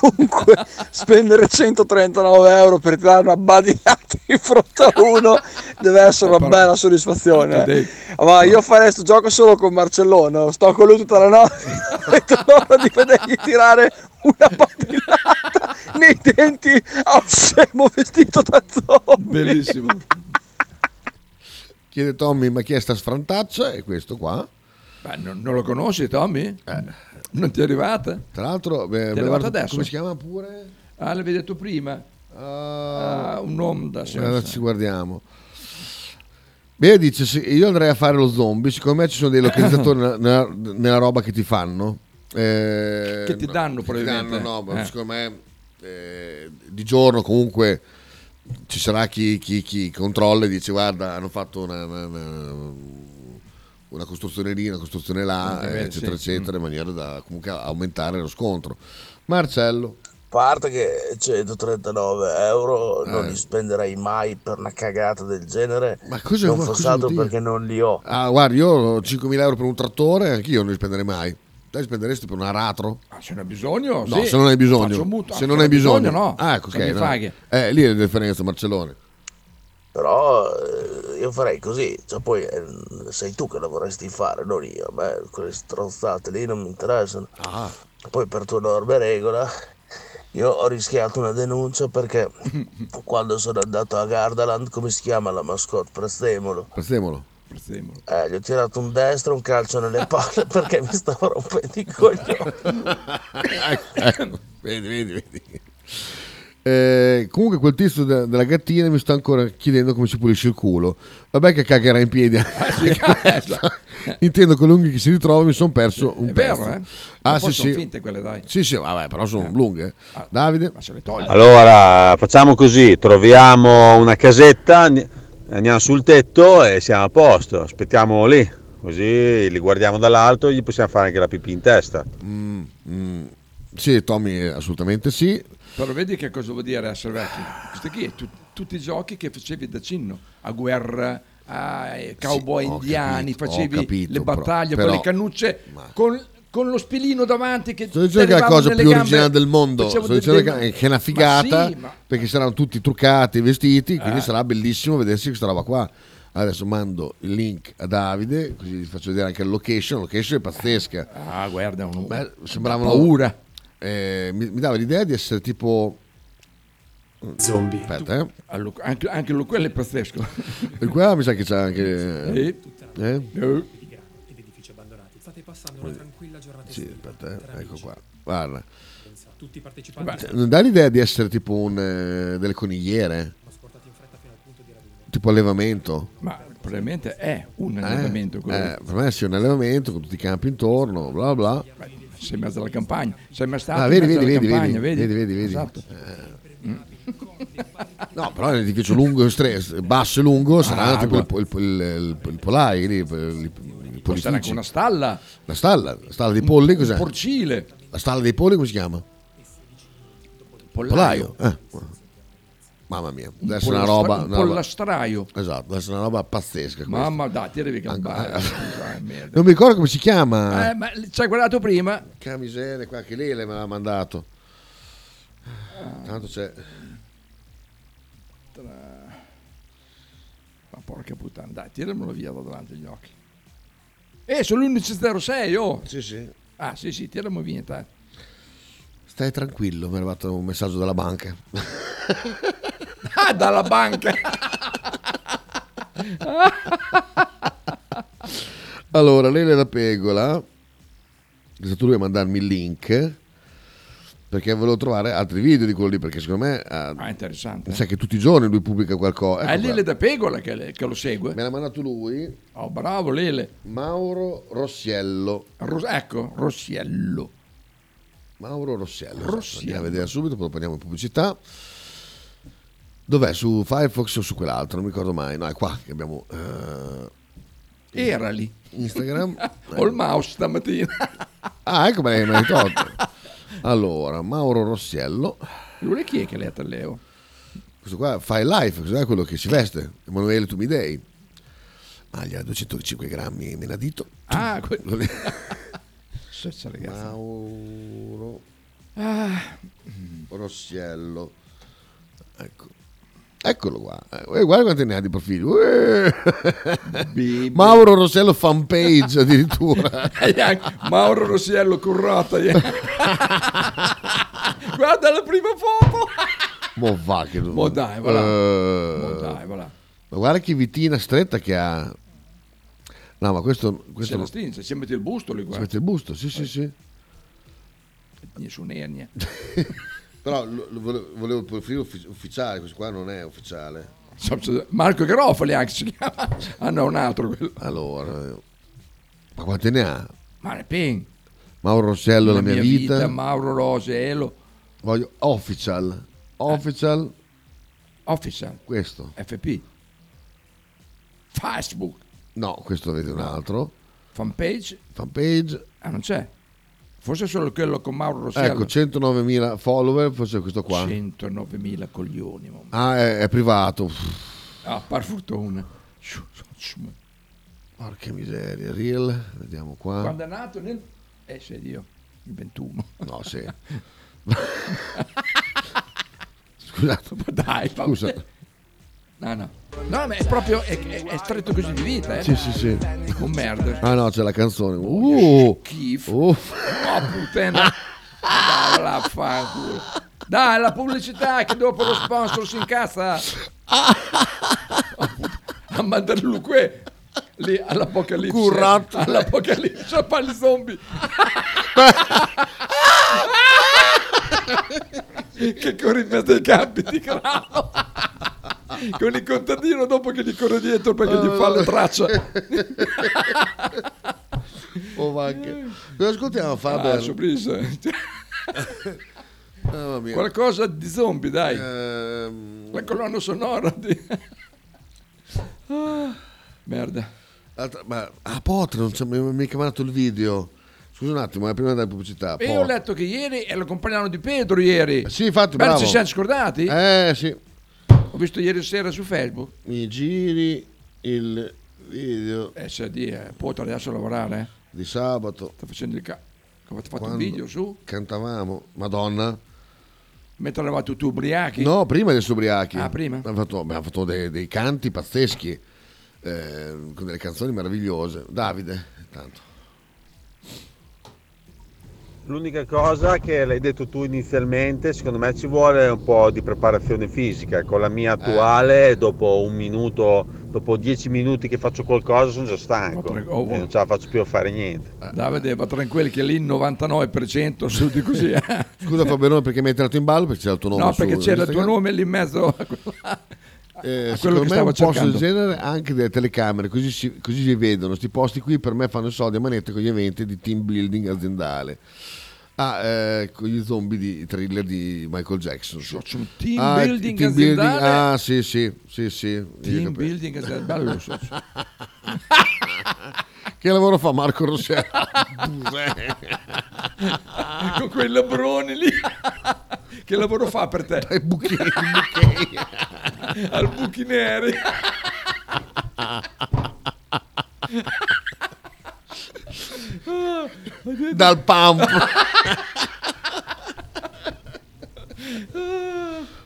[SPEAKER 13] Comunque, spendere 139 euro per tirare una badinata in fronte a uno deve essere una bella soddisfazione. eh. Ma io farei sto gioco solo con Marcellone. Sto con lui tutta la notte e torno di vedergli tirare una badinata nei denti a un scemo vestito da zombie.
[SPEAKER 4] Bellissimo.
[SPEAKER 1] Chiede Tommy, ma chi è sta sfrantaccia? E questo qua. Eh.
[SPEAKER 4] Beh, non, non lo conosci, Tommy? Non ti è arrivata?
[SPEAKER 1] Tra l'altro,
[SPEAKER 4] ti è
[SPEAKER 1] beh,
[SPEAKER 4] arrivata
[SPEAKER 1] guarda-
[SPEAKER 4] adesso.
[SPEAKER 1] come si chiama pure?
[SPEAKER 4] Ah, l'avevi detto prima. Ah, un uomo da
[SPEAKER 1] Allora ci guardiamo. Bea dice: "Sì, Io andrei a fare lo zombie. Secondo me ci sono dei localizzatori nella, nella- nella roba che ti fanno. Eh,
[SPEAKER 4] Che ti danno,
[SPEAKER 1] che ti danno,
[SPEAKER 4] probabilmente.
[SPEAKER 1] no, ma
[SPEAKER 4] Eh.
[SPEAKER 1] secondo me eh, di giorno comunque ci sarà chi, chi- chi controlla e dice: Guarda, hanno fatto una, una, una- una costruzione lì, una costruzione là,
[SPEAKER 8] Eh, beh,
[SPEAKER 1] eccetera,
[SPEAKER 8] sì.
[SPEAKER 1] eccetera, in
[SPEAKER 4] Mm.
[SPEAKER 1] maniera da comunque aumentare lo scontro. Marcello.
[SPEAKER 8] parte che 139 euro non
[SPEAKER 1] Eh.
[SPEAKER 8] li spenderei mai per una cagata del genere.
[SPEAKER 1] Ma cosa-
[SPEAKER 8] non
[SPEAKER 1] ma cosa
[SPEAKER 8] fossato
[SPEAKER 1] vuol dire?
[SPEAKER 8] perché non li ho.
[SPEAKER 1] Ah, guarda, io ho 5.000 euro per un trattore, anch'io non li spenderei mai. Te li spenderesti per un aratro?
[SPEAKER 4] Ah, se ne hai bisogno?
[SPEAKER 1] No,
[SPEAKER 4] sì.
[SPEAKER 1] se non hai bisogno.
[SPEAKER 4] Faccio un mutuo. Ah,
[SPEAKER 1] se non hai bisogno,
[SPEAKER 4] no.
[SPEAKER 1] Ah, ecco, ok.
[SPEAKER 4] Non mi
[SPEAKER 1] no.
[SPEAKER 4] paghi.
[SPEAKER 1] Eh, lì è la differenza, Marcellone.
[SPEAKER 8] Però eh, io farei così, cioè poi eh, sei tu che la vorresti fare, non io. Beh, quelle strozzate lì non mi interessano. Poi per tua norma e regola io ho rischiato una denuncia perché quando sono andato a Gardaland, come si chiama la mascotte? Prestemolo.
[SPEAKER 1] Prestemolo.
[SPEAKER 4] Prestemolo.
[SPEAKER 8] Eh, gli ho tirato un destro, un calcio nelle palle perché mi stavo rompendo i coglioni.
[SPEAKER 1] Ecco, vedi, vedi, vedi. Eh, comunque quel tizio de- della gattina mi sta ancora chiedendo come si pulisce il culo. Vabbè che cagherà in piedi.
[SPEAKER 4] Ah,
[SPEAKER 1] Intendo con lunghi che si ritrova mi sono perso un
[SPEAKER 4] È vero,
[SPEAKER 1] pezzo.
[SPEAKER 4] eh?
[SPEAKER 1] Ah,
[SPEAKER 4] Ma
[SPEAKER 1] sì,
[SPEAKER 4] poi sono
[SPEAKER 1] sì.
[SPEAKER 4] finte quelle, dai.
[SPEAKER 1] Sì, sì, vabbè, però sono lunghe. Davide. Ma
[SPEAKER 4] se le togli.
[SPEAKER 9] Allora, facciamo così, troviamo una casetta, ni- andiamo sul tetto e siamo a posto, aspettiamo lì, così li guardiamo dall'alto e gli possiamo fare anche la pipì in testa.
[SPEAKER 4] Mm.
[SPEAKER 1] Mm, Sì, Tommy, assolutamente sì.
[SPEAKER 4] Però vedi che cosa vuol dire essere vecchi. Questi qui, è tu- tutti i giochi che facevi da cinno, a guerra, a eh, cowboy
[SPEAKER 1] Sì, ho
[SPEAKER 4] indiani,
[SPEAKER 1] capito,
[SPEAKER 4] facevi
[SPEAKER 1] ho capito,
[SPEAKER 4] le battaglie
[SPEAKER 1] però-
[SPEAKER 4] con le cannucce, con, con lo spilino davanti che...
[SPEAKER 1] Sto dicendo
[SPEAKER 4] ti
[SPEAKER 1] che è la
[SPEAKER 4] arrivavano
[SPEAKER 1] cosa
[SPEAKER 4] nelle
[SPEAKER 1] più
[SPEAKER 4] gambe,
[SPEAKER 1] originale del mondo.
[SPEAKER 4] facevo
[SPEAKER 1] Sto
[SPEAKER 4] del-
[SPEAKER 1] dicendo
[SPEAKER 4] del-
[SPEAKER 1] che che è una
[SPEAKER 4] Ma sì,
[SPEAKER 1] figata
[SPEAKER 4] ma-
[SPEAKER 1] perché saranno tutti truccati, vestiti. Quindi
[SPEAKER 4] Eh.
[SPEAKER 1] sarà bellissimo vedersi questa roba qua. Adesso mando il link a Davide, così vi faccio vedere anche la location. La location è pazzesca.
[SPEAKER 4] Ah, guarda, un...
[SPEAKER 1] Beh, sembravano.
[SPEAKER 4] paura.
[SPEAKER 1] Eh, mi, mi dava l'idea di essere tipo.
[SPEAKER 7] Zombie.
[SPEAKER 1] Aspetta, eh.
[SPEAKER 4] Allo- Anche, anche lo- quello è pazzesco.
[SPEAKER 1] E qua mi sa che c'è anche. Eh?
[SPEAKER 7] ed edifici abbandonati. State passando una tranquilla giornata
[SPEAKER 1] Sì,
[SPEAKER 7] estiva.
[SPEAKER 1] aspetta, eh. ecco qua. Guarda.
[SPEAKER 7] Tutti i partecipanti
[SPEAKER 1] Cioè, Non dà l'idea di essere tipo un, eh, delle conigliere, tipo allevamento.
[SPEAKER 4] Ma probabilmente è un
[SPEAKER 1] Eh?
[SPEAKER 4] allenamento quello.
[SPEAKER 1] Eh, per me sì, un allevamento con tutti i campi intorno, bla bla.
[SPEAKER 4] Sei in mezzo alla campagna, sei mai stato
[SPEAKER 1] Ah,
[SPEAKER 4] in
[SPEAKER 1] vedi,
[SPEAKER 4] mezzo
[SPEAKER 1] vedi,
[SPEAKER 4] alla
[SPEAKER 1] vedi,
[SPEAKER 4] campagna,
[SPEAKER 1] vedi,
[SPEAKER 4] vedi?
[SPEAKER 1] vedi, Eh, vedi, vedi.
[SPEAKER 4] Esatto.
[SPEAKER 1] No, però è un edificio lungo, e stre- basso e lungo,
[SPEAKER 4] Ah,
[SPEAKER 1] sarà tipo il, il, il, il, il polai, lì, il, il, il
[SPEAKER 4] Poi sarà anche
[SPEAKER 1] polificio.
[SPEAKER 4] una stalla,
[SPEAKER 1] La stalla, la stalla dei polli, cos'è?
[SPEAKER 4] porcile,
[SPEAKER 1] La stalla dei polli come si chiama?
[SPEAKER 4] pollaio,
[SPEAKER 1] Polaio. Eh. Mamma mia, deve essere una
[SPEAKER 4] pollastra-
[SPEAKER 1] roba...
[SPEAKER 4] un
[SPEAKER 1] una roba-
[SPEAKER 4] pollastraio.
[SPEAKER 1] Esatto, deve essere una roba pazzesca. questa.
[SPEAKER 4] Mamma dai, ti devi gambare. scusa, eh, merda.
[SPEAKER 1] Non mi ricordo come si chiama.
[SPEAKER 4] Eh, ma ci hai guardato prima?
[SPEAKER 1] Ah. Che miseria, qua che lei me l'ha mandato. Tanto c'è.
[SPEAKER 4] Tra- porca puttana, dai, tiramelo via da davanti agli occhi. Eh, sono l'11.06, oh!
[SPEAKER 1] Sì, sì. Ecco
[SPEAKER 4] Ah, sì, sì, tiramelo via intanto.
[SPEAKER 1] Stai tranquillo, mi è arrivato un messaggio dalla banca.
[SPEAKER 4] Ah, dalla banca!
[SPEAKER 1] Allora, Lele la Pegola, è stato lui a mandarmi il link perché volevo trovare altri video di quello lì perché secondo me ah,
[SPEAKER 4] Ah, interessante. Ah,
[SPEAKER 1] sai che tutti i giorni lui pubblica qualcosa Ecco
[SPEAKER 4] è Lele da Pegola che, le- che lo segue. Me
[SPEAKER 1] l'ha mandato lui.
[SPEAKER 4] Oh, bravo Lele.
[SPEAKER 1] Mauro Rossiello
[SPEAKER 4] ecco Rossiello
[SPEAKER 1] Mauro Rossiello esatto. andiamo a vedere subito poi andiamo in pubblicità dov'è su Firefox o su quell'altro non mi ricordo mai no è qua che abbiamo eh,
[SPEAKER 4] Era lì.
[SPEAKER 1] Instagram.
[SPEAKER 4] Ho il mouse stamattina.
[SPEAKER 1] ah ecco me l'hai- me l'hai tolto allora Mauro Rossiello
[SPEAKER 4] Lui chi è che letta Leo?
[SPEAKER 1] questo qua fa il live, questo qua è quello che si veste, Emanuele Tumidei. Ah, Maglia 205 grammi menadito.
[SPEAKER 4] Ah, quello
[SPEAKER 1] lì.
[SPEAKER 4] Sessa, ragazzi.
[SPEAKER 1] Mauro
[SPEAKER 4] Ah,
[SPEAKER 1] Rossiello. Ecco. Eccolo qua. Eh, guarda quanti ne ha di profilo. Eh. Mauro Rossiello fanpage addirittura.
[SPEAKER 4] e anche Mauro Rossiello currata. Guarda la prima foto.
[SPEAKER 1] Mo va che Eh.
[SPEAKER 4] Mo dai, va là. Mo dai, va là.
[SPEAKER 1] Ma guarda che vitina stretta che ha. No, ma questo, questo
[SPEAKER 4] Se la
[SPEAKER 1] non-
[SPEAKER 4] stringe, si mette il busto lì
[SPEAKER 1] si
[SPEAKER 4] guarda.
[SPEAKER 1] mette il busto, sì, sì, sì.
[SPEAKER 4] Nessun ernia.
[SPEAKER 1] Però lo- lo vole- volevo il profilo uffi- ufficiale, questo qua non è ufficiale.
[SPEAKER 4] Marco Garofoli anche si chiama. Ah no, un altro quello.
[SPEAKER 1] Allora, ma quante ne ha?
[SPEAKER 4] Ma ne ping.
[SPEAKER 1] Mauro Rossello, la, mia, vita.
[SPEAKER 4] Mauro Rosello.
[SPEAKER 1] Voglio official. Official.
[SPEAKER 4] Official.
[SPEAKER 1] Questo.
[SPEAKER 4] FP. Facebook.
[SPEAKER 1] No, questo avete un altro.
[SPEAKER 4] Fanpage.
[SPEAKER 1] Fanpage.
[SPEAKER 4] Ah, non c'è. Forse solo quello con Mauro Rosello.
[SPEAKER 1] Ecco, 109.000 follower, forse questo qua.
[SPEAKER 4] 109.000 coglioni. mamma.
[SPEAKER 1] Ah, è, è privato.
[SPEAKER 4] Ah, par fortuna. Sciu, sciu, sciu.
[SPEAKER 1] Porca miseria, real. Vediamo qua.
[SPEAKER 4] Quando è nato nel... Eh, sei Dio. Il 21.
[SPEAKER 1] No, sì. Scusate.
[SPEAKER 4] Ma dai, fa-
[SPEAKER 1] Scusa.
[SPEAKER 4] No, no. No, ma è proprio... È, è- è stretto così di vita, eh.
[SPEAKER 1] Sì, sì, sì.
[SPEAKER 4] Con merda.
[SPEAKER 1] Ah no, c'è la canzone. Uh,
[SPEAKER 4] schifo.
[SPEAKER 1] Uff.
[SPEAKER 4] Oh, puttana. Dai, la fanculo. Dai, la pubblicità che dopo lo sponsor si incazza. A mandarlo qui. Lì all'apocalisse.
[SPEAKER 1] Currato.
[SPEAKER 4] All'apocalisse, a fare gli zombie. che corre in mezzo ai campi di grano. Con il contadino dopo che gli corre dietro perché gli fa le tracce.
[SPEAKER 1] Oh, va che- Cosa ascoltiamo Fabio?
[SPEAKER 4] Ah, sorpresa.
[SPEAKER 1] Ah, mamma mia.
[SPEAKER 4] Qualcosa di zombie, dai.
[SPEAKER 1] Ehm,
[SPEAKER 4] La colonna sonora di... Ah, Merda.
[SPEAKER 1] altra- ma a Potre non c'è mi- mica mandato il video. Scusa un attimo, ma prima della pubblicità.
[SPEAKER 4] E io ho
[SPEAKER 1] Potre.
[SPEAKER 4] letto che ieri è il compagno di Pedro ieri.
[SPEAKER 1] Eh, Sì, infatti,
[SPEAKER 4] Beh,
[SPEAKER 1] bravo.
[SPEAKER 4] ci siamo scordati?
[SPEAKER 1] Eh, sì.
[SPEAKER 4] Ho visto ieri sera su Facebook.
[SPEAKER 1] Mi giri il video
[SPEAKER 4] Eh, c'è di... Eh, Potro adesso a lavorare. eh.
[SPEAKER 1] di sabato.
[SPEAKER 4] Sta facendo il ca... Come ti fatto
[SPEAKER 1] quando
[SPEAKER 4] un video su?
[SPEAKER 1] Cantavamo. Madonna.
[SPEAKER 4] Mentre eravate tu ubriachi.
[SPEAKER 1] No, prima del Subriachi.
[SPEAKER 4] Ah, prima?
[SPEAKER 1] Abbiamo fatto, abbiamo fatto dei, dei canti pazzeschi, eh, con delle canzoni meravigliose. Davide, tanto.
[SPEAKER 9] L'unica cosa che l'hai detto tu inizialmente, secondo me ci vuole un po' di preparazione fisica. Con la
[SPEAKER 14] Eh.
[SPEAKER 9] mia attuale, dopo un minuto, dopo dieci minuti che faccio qualcosa, sono già stanco
[SPEAKER 4] prego, oh,
[SPEAKER 9] e non ce la faccio più a fare niente.
[SPEAKER 14] Eh.
[SPEAKER 4] Davide, va tranquillo che lì il 99% su di così. eh.
[SPEAKER 1] Scusa Faberone perché mi hai tirato in ballo perché c'era il tuo nome.
[SPEAKER 4] No,
[SPEAKER 1] su
[SPEAKER 4] perché c'era il tuo
[SPEAKER 1] Instagram.
[SPEAKER 4] nome lì in mezzo a quella-
[SPEAKER 1] Eh,
[SPEAKER 4] a quello
[SPEAKER 1] secondo
[SPEAKER 4] che
[SPEAKER 1] me
[SPEAKER 4] stavo
[SPEAKER 1] un posto del
[SPEAKER 4] cercando.
[SPEAKER 1] genere anche delle telecamere, così si, così si vedono. Questi posti qui per me fanno i soldi a manette con gli eventi di team building aziendale. Ah, eh, con gli zombie di thriller di Michael Jackson.
[SPEAKER 4] Cioè, team
[SPEAKER 1] Ah, i- i
[SPEAKER 4] building
[SPEAKER 1] team building-
[SPEAKER 4] aziendale.
[SPEAKER 1] ah, sì, sì, sì, sì. Io
[SPEAKER 4] Team
[SPEAKER 1] capisco.
[SPEAKER 4] building è bello. so- so.
[SPEAKER 1] Che lavoro fa Marco Rossella?
[SPEAKER 4] Con quei labroni lì. che lavoro fa per te?
[SPEAKER 1] Dai buchi,
[SPEAKER 4] Al buchi neri.
[SPEAKER 1] Dal pump.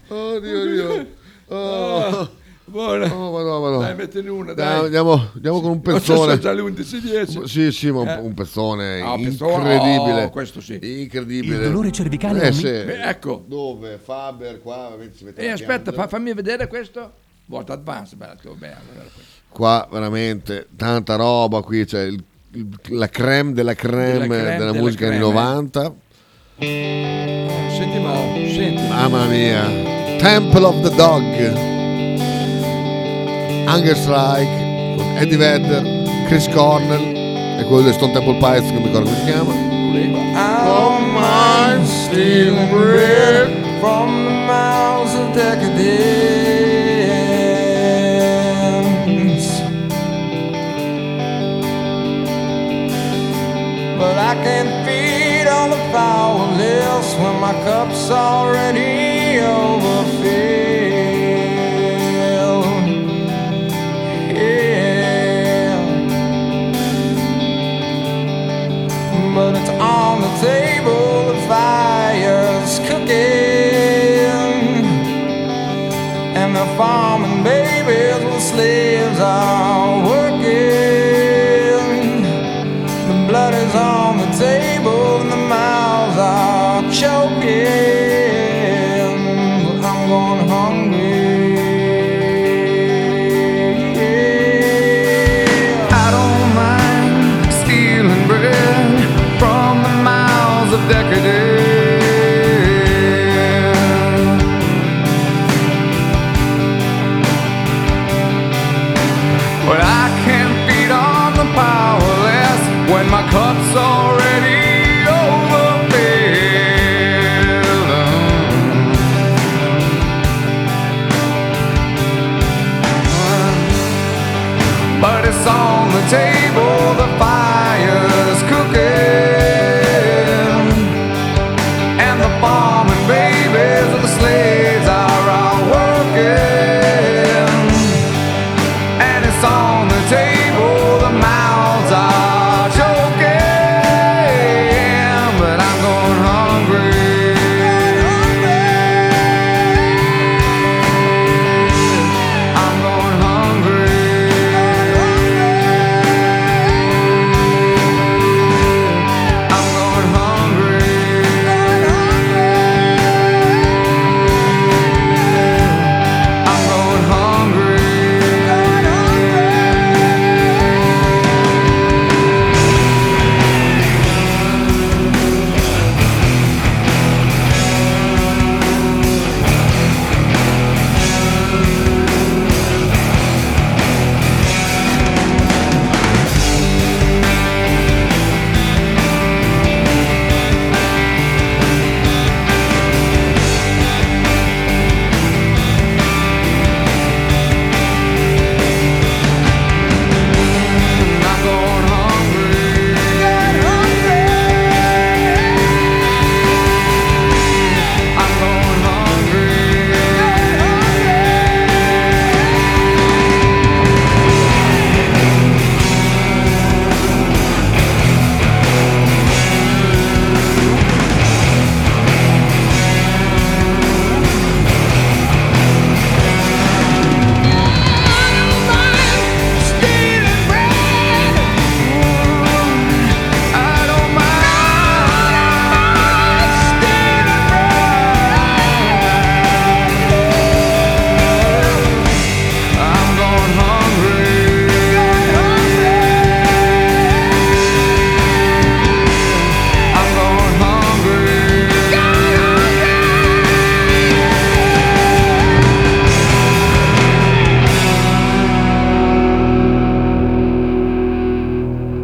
[SPEAKER 1] oh, Dio mio. Oh,
[SPEAKER 4] Buona.
[SPEAKER 1] oh madonna, madonna.
[SPEAKER 4] Dai, mettene
[SPEAKER 1] andiamo, andiamo- andiamo con un
[SPEAKER 4] Non c'è
[SPEAKER 1] pezzone.
[SPEAKER 4] già le 11.10.
[SPEAKER 1] Sì, sì, ma un,
[SPEAKER 4] Eh.
[SPEAKER 1] un pezzone
[SPEAKER 4] Ah, pezzone,
[SPEAKER 1] incredibile.
[SPEAKER 4] oh, questo sì.
[SPEAKER 1] Incredibile.
[SPEAKER 4] Il dolore cervicale
[SPEAKER 1] Eh,
[SPEAKER 4] non mi-
[SPEAKER 1] sì.
[SPEAKER 4] Beh, ecco.
[SPEAKER 1] Dove? Faber qua. Si mette
[SPEAKER 4] E
[SPEAKER 1] la
[SPEAKER 4] aspetta,
[SPEAKER 1] pianta.
[SPEAKER 4] fa- fammi vedere questo. Volta advance, bello, che bello, bello.
[SPEAKER 1] Qua veramente tanta roba qui, cioè il- il- la creme della creme
[SPEAKER 4] Della
[SPEAKER 1] della,
[SPEAKER 4] creme della
[SPEAKER 1] musica anni
[SPEAKER 4] creme.
[SPEAKER 1] 90.
[SPEAKER 4] Senti, ma senti.
[SPEAKER 1] Mamma mia. Temple of the Dog. Hunger Strike con Eddie Vedder, Chris Cornell e quello del Stone Temple Pilots che non mi ricordo come si chiama.
[SPEAKER 15] Our minds stealing bread from the mouths of decadence. But I can feed on the powerless when my cup's already overfilled. Yeah. but it's on the table. The fire's cooking, and the farming babies with slaves are working. The blood is on the table, and the mouths are choking. But I'm going hungry. I don't mind stealing bread from the mouths of decadence. But I can't feed on the powerless when my cup's already overfilled. But it's on the table, the fire's cooking. And the farming babies and the slaves are all working. And it's on the table, the mouths are choking. But I'm going hungry. I'm going hungry. I'm going hungry. I'm going hungry.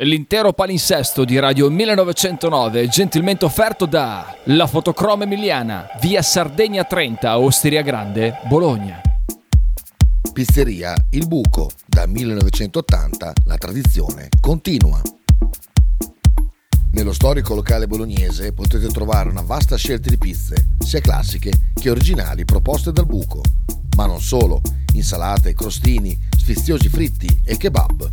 [SPEAKER 16] L'intero palinsesto di Radio 1909 è gentilmente offerto da La Fotocroma Emiliana, via Sardegna 30, Osteria Grande, Bologna.
[SPEAKER 1] Pizzeria Il Buco, da 1980 la tradizione continua. Nello storico locale bolognese potete trovare una vasta scelta di pizze, sia classiche che originali proposte dal buco. Ma non solo, insalate, crostini, sfiziosi fritti e kebab.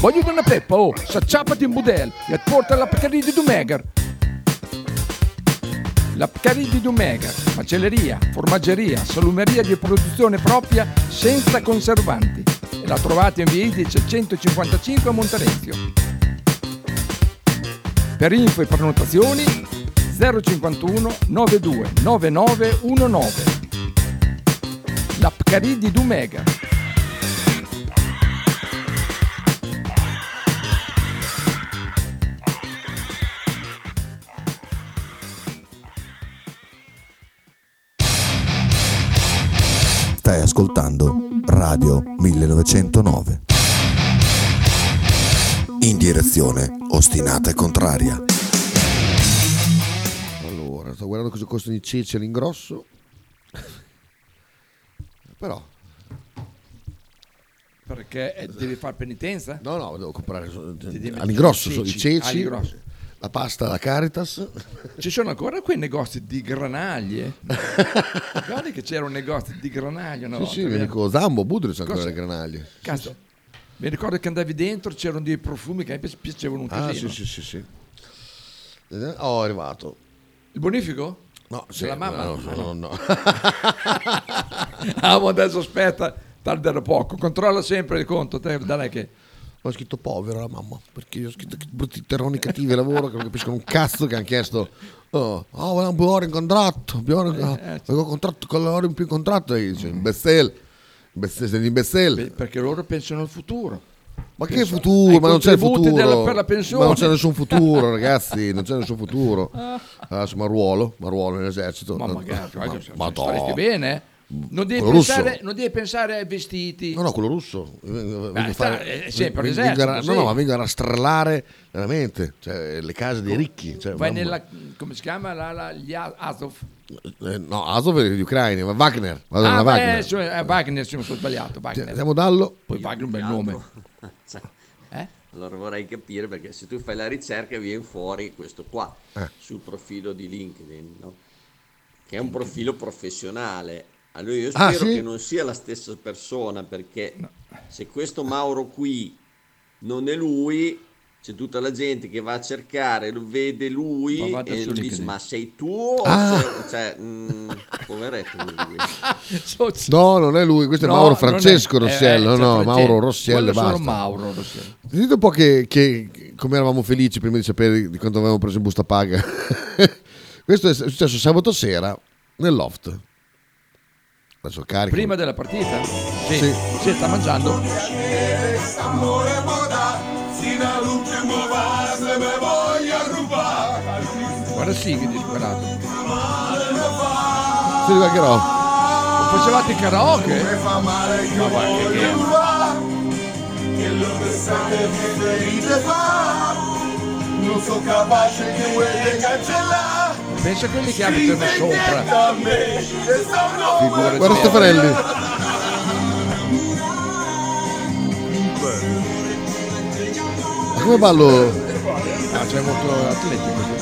[SPEAKER 4] Voglio una peppa, oh, s'acciappati in budel e porta la Pcaridi di Dumegar. La Pcaridi di Dumegar, macelleria, formaggeria, salumeria di produzione propria senza conservanti. E la trovate in via Idice 155 a Monterezio. Per info e prenotazioni 051 92 9919. La Pcaridi di Dumegar.
[SPEAKER 17] Stai ascoltando Radio 1909. In direzione ostinata e contraria.
[SPEAKER 1] Allora, sto guardando cosa costano i ceci all'ingrosso. Però
[SPEAKER 4] Perché eh, devi fare penitenza?
[SPEAKER 1] No, no, devo comprare eh,
[SPEAKER 4] grosso
[SPEAKER 1] all'ingrosso sono i ceci, la pasta alla Caritas.
[SPEAKER 4] Ci sono ancora quei negozi di granaglie? Ricordi che c'era un negozio di granaglie una
[SPEAKER 1] sì,
[SPEAKER 4] volta?
[SPEAKER 1] sì, mi
[SPEAKER 4] vero?
[SPEAKER 1] dico Zambo, Budrio c'è ancora
[SPEAKER 4] Cosa-
[SPEAKER 1] le granaglie.
[SPEAKER 4] Cazzo, mi ricordo che andavi dentro, c'erano dei profumi che a me pi- piacevano un
[SPEAKER 1] Ah,
[SPEAKER 4] casino.
[SPEAKER 1] sì, sì, sì, sì. Eh, Oh, è arrivato.
[SPEAKER 4] Il bonifico?
[SPEAKER 1] No,
[SPEAKER 4] Se
[SPEAKER 1] sì,
[SPEAKER 4] la mamma?
[SPEAKER 1] no, no,
[SPEAKER 4] Ah,
[SPEAKER 1] no, no.
[SPEAKER 4] ah, ma adesso aspetta, tarderà poco. Controlla sempre il conto, te, dai che...
[SPEAKER 1] Ho scritto povero la mamma, perché io ho scritto che brutti terroni cattivi al lavoro che non capiscono un cazzo che hanno chiesto. Oh, oh volevo un buon in contratto, un
[SPEAKER 4] Eh,
[SPEAKER 1] buon avevo contratto con loro in più contratto e dice in bestel, sei in bestel.
[SPEAKER 4] Perché loro pensano al futuro.
[SPEAKER 1] Ma che
[SPEAKER 4] Pensano
[SPEAKER 1] futuro?
[SPEAKER 4] ai
[SPEAKER 1] Ma non c'è il
[SPEAKER 4] contributi
[SPEAKER 1] futuro.
[SPEAKER 4] della- per la pensione.
[SPEAKER 1] Ma non c'è nessun futuro, ragazzi, non c'è nessun futuro. Ah, Adesso Maruolo, Maruolo nell'esercito.
[SPEAKER 4] Ma magari,
[SPEAKER 1] Ma-
[SPEAKER 4] guarda,
[SPEAKER 1] ma no.
[SPEAKER 4] faresti bene? Non devi,
[SPEAKER 1] Oh. Quello russo. Eh,
[SPEAKER 4] pensare, non devi pensare ai vestiti.
[SPEAKER 1] No, no, quello russo. Vengo a
[SPEAKER 4] sta-
[SPEAKER 1] fare-
[SPEAKER 4] è sempre
[SPEAKER 1] vengo-
[SPEAKER 4] l'esercito,
[SPEAKER 1] vengo a- No,
[SPEAKER 4] eh, sì.
[SPEAKER 1] no, ma vengo a rastrellare veramente cioè, le case dei ricchi. Cioè,
[SPEAKER 4] Vai
[SPEAKER 1] mamma-
[SPEAKER 4] nella, come si chiama? La, la, gli A- Azov.
[SPEAKER 1] Eh, no, Azov è gli ucraini, ma Wagner. Vado
[SPEAKER 4] ah,
[SPEAKER 1] da
[SPEAKER 4] beh,
[SPEAKER 1] Wagner.
[SPEAKER 4] cioè, eh, Wagner, sì, mi sono sbagliato. Wagner.
[SPEAKER 1] Andiamo dallo.
[SPEAKER 4] Poi Wagner è un bel nome.
[SPEAKER 18] Allora vorrei capire perché se tu fai la ricerca viene fuori questo qua
[SPEAKER 1] Eh.
[SPEAKER 18] sul profilo di LinkedIn, no? che è un profilo professionale. Allora io spero
[SPEAKER 1] Ah, sì?
[SPEAKER 18] che non sia la stessa persona perché se questo Mauro qui non è lui, c'è tutta la gente che va a cercare, lo vede lui
[SPEAKER 4] Ma vada
[SPEAKER 18] e
[SPEAKER 4] su
[SPEAKER 18] dice
[SPEAKER 4] LinkedIn.
[SPEAKER 18] ma sei tu? o
[SPEAKER 1] Ah.
[SPEAKER 18] sei-" Cioè, mm, poveretto lui.
[SPEAKER 1] No, non è lui, questo è
[SPEAKER 18] No,
[SPEAKER 1] Mauro
[SPEAKER 18] non è-
[SPEAKER 1] Francesco
[SPEAKER 18] eh,
[SPEAKER 1] Rossiello.
[SPEAKER 18] eh,
[SPEAKER 1] no,
[SPEAKER 18] certo,
[SPEAKER 1] Mauro
[SPEAKER 18] certo.
[SPEAKER 1] Rossiello e
[SPEAKER 4] Cioè, Quello sono
[SPEAKER 1] basta.
[SPEAKER 4] Mauro Rossiello.
[SPEAKER 1] Dite un po' che, che- come eravamo felici prima di sapere di quanto avevamo preso in busta paga. Questo è successo sabato sera nel loft. Adesso carico.
[SPEAKER 4] Prima della partita? Sì. Sì, sta mangiando. Guarda sì che disperato.
[SPEAKER 1] Sì, guarda che roba.
[SPEAKER 4] Facevate i karaoke? Ma guarda che-
[SPEAKER 15] Non sono capace di quelle cancellare
[SPEAKER 4] Pensa a quelli che abitano sopra.
[SPEAKER 15] sopra.
[SPEAKER 1] Guarda Stefanelli. Come ballo?
[SPEAKER 4] Ah, c'è molto atletico.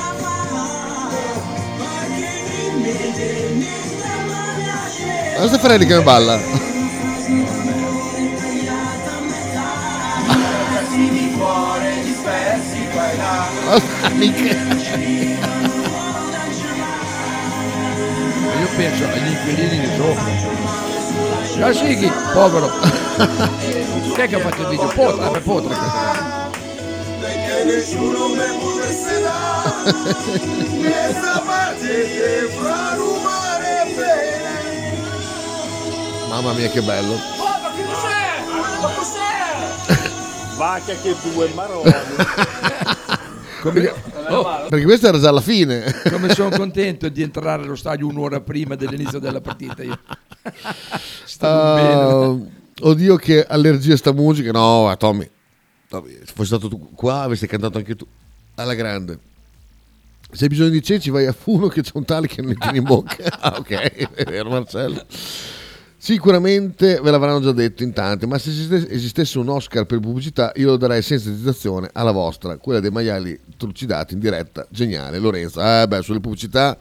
[SPEAKER 1] Guarda Freni che balla.
[SPEAKER 3] Guarda,
[SPEAKER 4] Ma Io penso agli inquilini di sopra. La Sighi, povero. Chi è che ha fatto il video? Potra, per potra.
[SPEAKER 1] Mamma mia che bello.
[SPEAKER 19] Vacca che due maroni.
[SPEAKER 1] Perché, oh, perché questa era già la fine.
[SPEAKER 4] Come sono contento di entrare allo stadio un'ora prima dell'inizio della partita. Io. Stavo
[SPEAKER 1] Ah, oddio che allergia sta musica. No, eh, Tommy. Tommy, se fossi stato tu qua avresti cantato anche tu. Alla grande. Se hai bisogno di ceci vai a Funo che c'è un tale che non ne tiene in bocca. ah, ok, è vero certo. Marcello. Sicuramente ve l'avranno già detto in tanti, ma se esiste- esistesse un Oscar per pubblicità io lo darei senza esitazione alla vostra, quella dei maiali trucidati in diretta. Geniale, Lorenzo. Eh beh, sulle pubblicità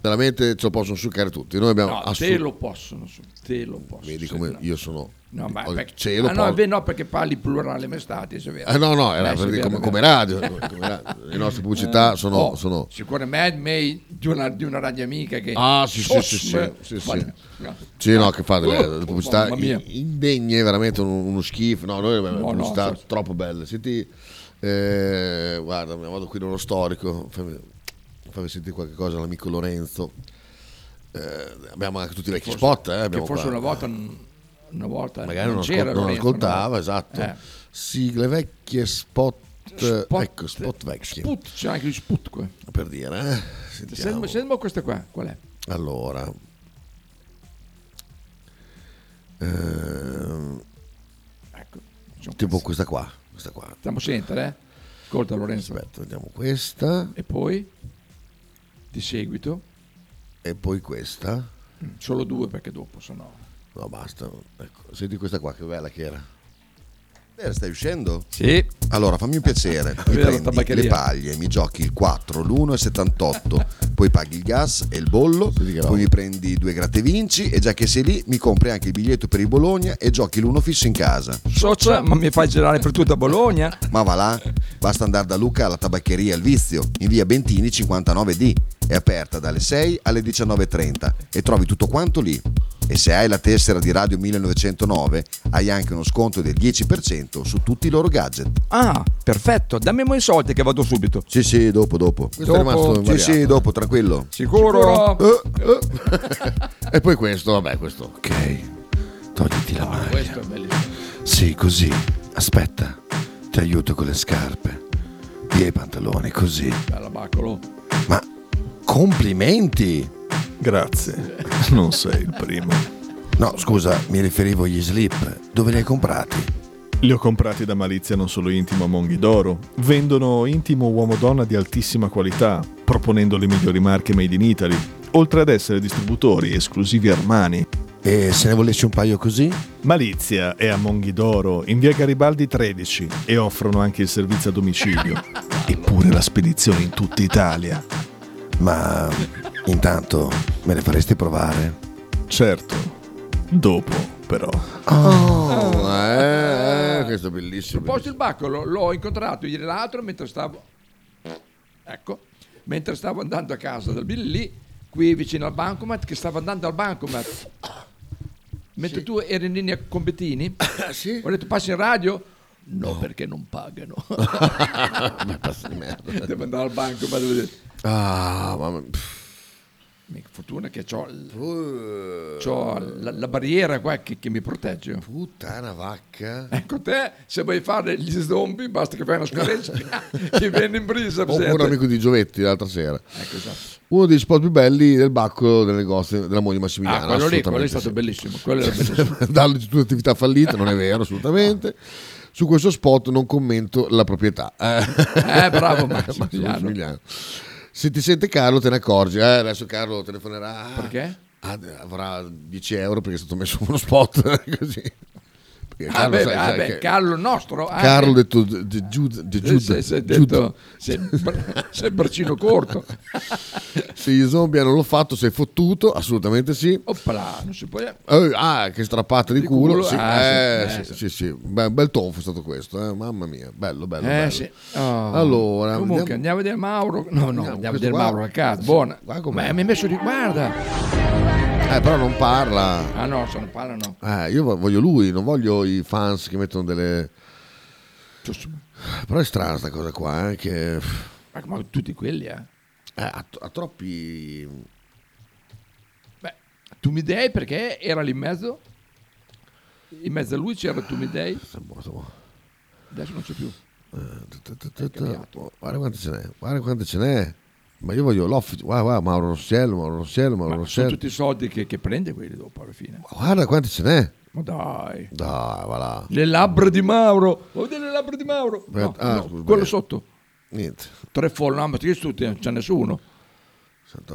[SPEAKER 1] veramente ce lo possono succare tutti. Noi abbiamo
[SPEAKER 4] bene. No, te
[SPEAKER 1] assolut-
[SPEAKER 4] lo possono, su, te lo possono.
[SPEAKER 1] Vedi come io sono.
[SPEAKER 4] No, ma
[SPEAKER 1] ho il
[SPEAKER 4] perché,
[SPEAKER 1] cielo.
[SPEAKER 4] ah,
[SPEAKER 1] poi-
[SPEAKER 4] no, beh, no, perché parli plurale maestati, se è vero.
[SPEAKER 1] Eh, no, no, era
[SPEAKER 4] Eh, se
[SPEAKER 1] per
[SPEAKER 4] è vero,
[SPEAKER 1] dire come,
[SPEAKER 4] è
[SPEAKER 1] come
[SPEAKER 4] vero.
[SPEAKER 1] radio, come- come radio. Le nostre pubblicità sono-
[SPEAKER 4] Eh, oh,
[SPEAKER 1] sono-
[SPEAKER 4] Sicuramente me di una, di una radio amica che...
[SPEAKER 1] Ah, sì, sì, sì, sì,
[SPEAKER 4] Sosse-
[SPEAKER 1] sì, sì.
[SPEAKER 4] Guarda, no.
[SPEAKER 1] Sì, no, che fa delle,
[SPEAKER 4] Uh,
[SPEAKER 1] delle pubblicità
[SPEAKER 4] mamma mia.
[SPEAKER 1] in- indegne, veramente uno, uno schifo. No, noi abbiamo
[SPEAKER 4] No, no,
[SPEAKER 1] pubblicità
[SPEAKER 4] so-
[SPEAKER 1] troppo belle. Senti, eh, guarda, vado qui nello storico, fammi, fammi sentire qualche cosa all'amico Lorenzo. Eh, abbiamo anche tutti i vecchi
[SPEAKER 4] Forse-
[SPEAKER 1] spot, eh, abbiamo
[SPEAKER 4] che forse
[SPEAKER 1] qua.
[SPEAKER 4] una volta... Una volta
[SPEAKER 1] magari non,
[SPEAKER 4] non
[SPEAKER 1] ascol-
[SPEAKER 4] c'era
[SPEAKER 1] non
[SPEAKER 4] Lorenzo,
[SPEAKER 1] ascoltava,
[SPEAKER 4] no?
[SPEAKER 1] esatto.
[SPEAKER 4] Eh.
[SPEAKER 1] Sigle vecchie, spot, ecco, spot vecchi.
[SPEAKER 4] Sput, c'è anche il sput qua.
[SPEAKER 1] Per dire, eh, sentiamo.
[SPEAKER 4] Sentiamo, sentiamo questa qua, qual è?
[SPEAKER 1] Allora, ehm,
[SPEAKER 4] Ecco,
[SPEAKER 1] tipo questa qua, questa qua.
[SPEAKER 4] Stiamo sentendo, eh? Ascolta Lorenzo.
[SPEAKER 1] Aspetta, vediamo questa.
[SPEAKER 4] E poi? Di seguito?
[SPEAKER 1] E poi questa.
[SPEAKER 4] Solo due perché dopo, sennò...
[SPEAKER 1] No, basta. Ecco, senti questa qua, che bella che era.
[SPEAKER 20] Eh, Stai uscendo?
[SPEAKER 4] Sì.
[SPEAKER 20] Allora fammi un piacere, mi
[SPEAKER 4] Vero,
[SPEAKER 20] prendi
[SPEAKER 4] tabaccheria.
[SPEAKER 20] le paglie, mi giochi il 4, l'1 e 78, poi paghi il gas e il bollo, poi mi prendi due gratte vinci e già che sei lì mi compri anche il biglietto per il Bologna e giochi l'uno fisso in casa.
[SPEAKER 4] Socia, ma mi fai girare per tutta Bologna?
[SPEAKER 20] Ma va là, basta andare da Luca alla tabaccheria Il Vizio, in via Bentini 59D, è aperta dalle 6 alle 19.30 e trovi tutto quanto lì. E se hai la tessera di Radio 1909 hai anche uno sconto del 10% su tutti i loro gadget.
[SPEAKER 4] Ah, perfetto, dammi i miei soldi che vado subito.
[SPEAKER 20] Sì, sì, dopo, dopo.
[SPEAKER 1] Questo è rimasto
[SPEAKER 20] Sì,
[SPEAKER 1] invariato. Eh,
[SPEAKER 20] sì, dopo, tranquillo.
[SPEAKER 4] Sicuro?
[SPEAKER 1] e poi questo, vabbè, questo.
[SPEAKER 17] Ok, togliti la maglia.
[SPEAKER 4] Questo è bellissimo.
[SPEAKER 17] Sì, così. Aspetta, ti aiuto con le scarpe. Via i pantaloni, così.
[SPEAKER 4] Bella Bacolo.
[SPEAKER 17] Ma complimenti!
[SPEAKER 21] Grazie, non sei il primo.
[SPEAKER 17] No, scusa, mi riferivo agli slip. Dove li hai comprati?
[SPEAKER 21] Li ho comprati da Malizia non solo intimo a Monghidoro. Vendono intimo uomo-donna di altissima qualità, proponendo le migliori marche made in Italy, oltre ad essere distributori esclusivi Armani.
[SPEAKER 17] E se ne volessi un paio così?
[SPEAKER 21] Malizia è a Monghidoro, in via Garibaldi 13, e offrono anche il servizio a domicilio, eppure la spedizione in tutta Italia.
[SPEAKER 17] Ma intanto me le faresti provare?
[SPEAKER 21] Certo, dopo però.
[SPEAKER 1] Oh,
[SPEAKER 4] Ah.
[SPEAKER 1] eh, eh, questo è bellissimo.
[SPEAKER 4] Posto il Baccolo, l'ho incontrato ieri l'altro mentre stavo... Ecco, mentre stavo andando a casa dal Billy lì, qui vicino al bancomat, che stavo andando al bancomat. Mentre tu eri in linea con Bettini, ho detto passi in radio? No, perché non pagano.
[SPEAKER 1] Ma passa di merda.
[SPEAKER 4] Devo andare al banco, ma devo dire...
[SPEAKER 1] Ah, mamma
[SPEAKER 4] Mica Fortuna che ho, la, la barriera qua che, che mi protegge.
[SPEAKER 1] Puttana vacca.
[SPEAKER 4] Ecco te, se vuoi fare gli zombie, basta che fai una scoreggia che viene in brisa.
[SPEAKER 1] Oppure un
[SPEAKER 4] presente.
[SPEAKER 1] amico di Giovetti l'altra sera.
[SPEAKER 4] Ecco, esatto.
[SPEAKER 1] Uno degli spot più belli del baccolo del negozio della moglie Massimiliano.
[SPEAKER 4] Ah, quello lì, quello lì è
[SPEAKER 1] assolutamente
[SPEAKER 4] stato bellissimo.
[SPEAKER 1] sì.
[SPEAKER 4] Quello era bellissimo.
[SPEAKER 1] Dalle tutte attività fallite, non è vero, assolutamente. Su questo spot non commento la proprietà.
[SPEAKER 4] Eh, bravo Massimiliano.
[SPEAKER 1] Massimiliano. Se ti sente Carlo te ne accorgi, eh, adesso Carlo telefonerà.
[SPEAKER 4] Perché?
[SPEAKER 1] Ah, avrà 10 euro perché è stato messo uno spot così. Perché
[SPEAKER 4] Ah, beh,
[SPEAKER 1] sai-
[SPEAKER 4] ah,
[SPEAKER 1] sai
[SPEAKER 4] beh,
[SPEAKER 1] che-
[SPEAKER 4] Carlo nostro. ah, anche.
[SPEAKER 1] Carlo ha detto De Giuda. De
[SPEAKER 4] Eh,
[SPEAKER 1] Giuda-
[SPEAKER 4] se- se-
[SPEAKER 1] Giuda.
[SPEAKER 4] detto- se- br- se il braccino corto.
[SPEAKER 1] Se gli zombie hanno l'ho fatto, sei fottuto, assolutamente sì.
[SPEAKER 4] Oppala, non si può-
[SPEAKER 1] Eh, ah, che strappata di,
[SPEAKER 4] Di
[SPEAKER 1] culo.
[SPEAKER 4] culo,
[SPEAKER 1] sì,
[SPEAKER 4] ah,
[SPEAKER 1] eh,
[SPEAKER 4] sì, eh,
[SPEAKER 1] sì, sì, sì. Beh, bel tonfo è stato questo, eh, mamma mia, bello, bello.
[SPEAKER 4] Eh,
[SPEAKER 1] bello.
[SPEAKER 4] sì. Oh.
[SPEAKER 1] Allora,
[SPEAKER 4] Comunque, andiamo a
[SPEAKER 1] andiamo-
[SPEAKER 4] vedere Mauro. No, no, andiamo a
[SPEAKER 1] questo
[SPEAKER 4] vedere
[SPEAKER 1] qua-
[SPEAKER 4] Mauro a casa. Buona.
[SPEAKER 1] Guarda com'è.
[SPEAKER 4] Ma mi ha messo di guarda.
[SPEAKER 1] eh, però non parla.
[SPEAKER 4] Ah no, se non parla no.
[SPEAKER 1] Eh, io vo- voglio lui, non voglio i fans che mettono delle. Però è strana sta cosa qua, eh, che
[SPEAKER 4] Ma, ma tutti quelli, eh.
[SPEAKER 1] eh, ha, ha troppi. mm.
[SPEAKER 4] Tu mi dei perché era lì in mezzo? In mezzo a lui c'era tu mi dei?
[SPEAKER 1] Ah,
[SPEAKER 4] Adesso non c'è più.
[SPEAKER 1] Eh, boh, Guarda quante ce n'è, guarda quante ce n'è. Ma io voglio l'office, guarda, guarda Mauro Rossiello, Mauro Rossiello, Mauro
[SPEAKER 4] Sono
[SPEAKER 1] Rossiello.
[SPEAKER 4] tutti i soldi che, che prende quelli dopo alla fine.
[SPEAKER 1] Oh, Guarda quante ce n'è.
[SPEAKER 4] Ma dai.
[SPEAKER 1] Dai, va là.
[SPEAKER 4] Le labbra di Mauro. Vuoi vedere le labbra di Mauro?
[SPEAKER 1] Eh,
[SPEAKER 4] No,
[SPEAKER 1] ah,
[SPEAKER 4] no,
[SPEAKER 1] scusa,
[SPEAKER 4] quello
[SPEAKER 1] beh.
[SPEAKER 4] sotto.
[SPEAKER 1] Niente.
[SPEAKER 4] Tre follower, no, ma che tutti, non c'è nessuno.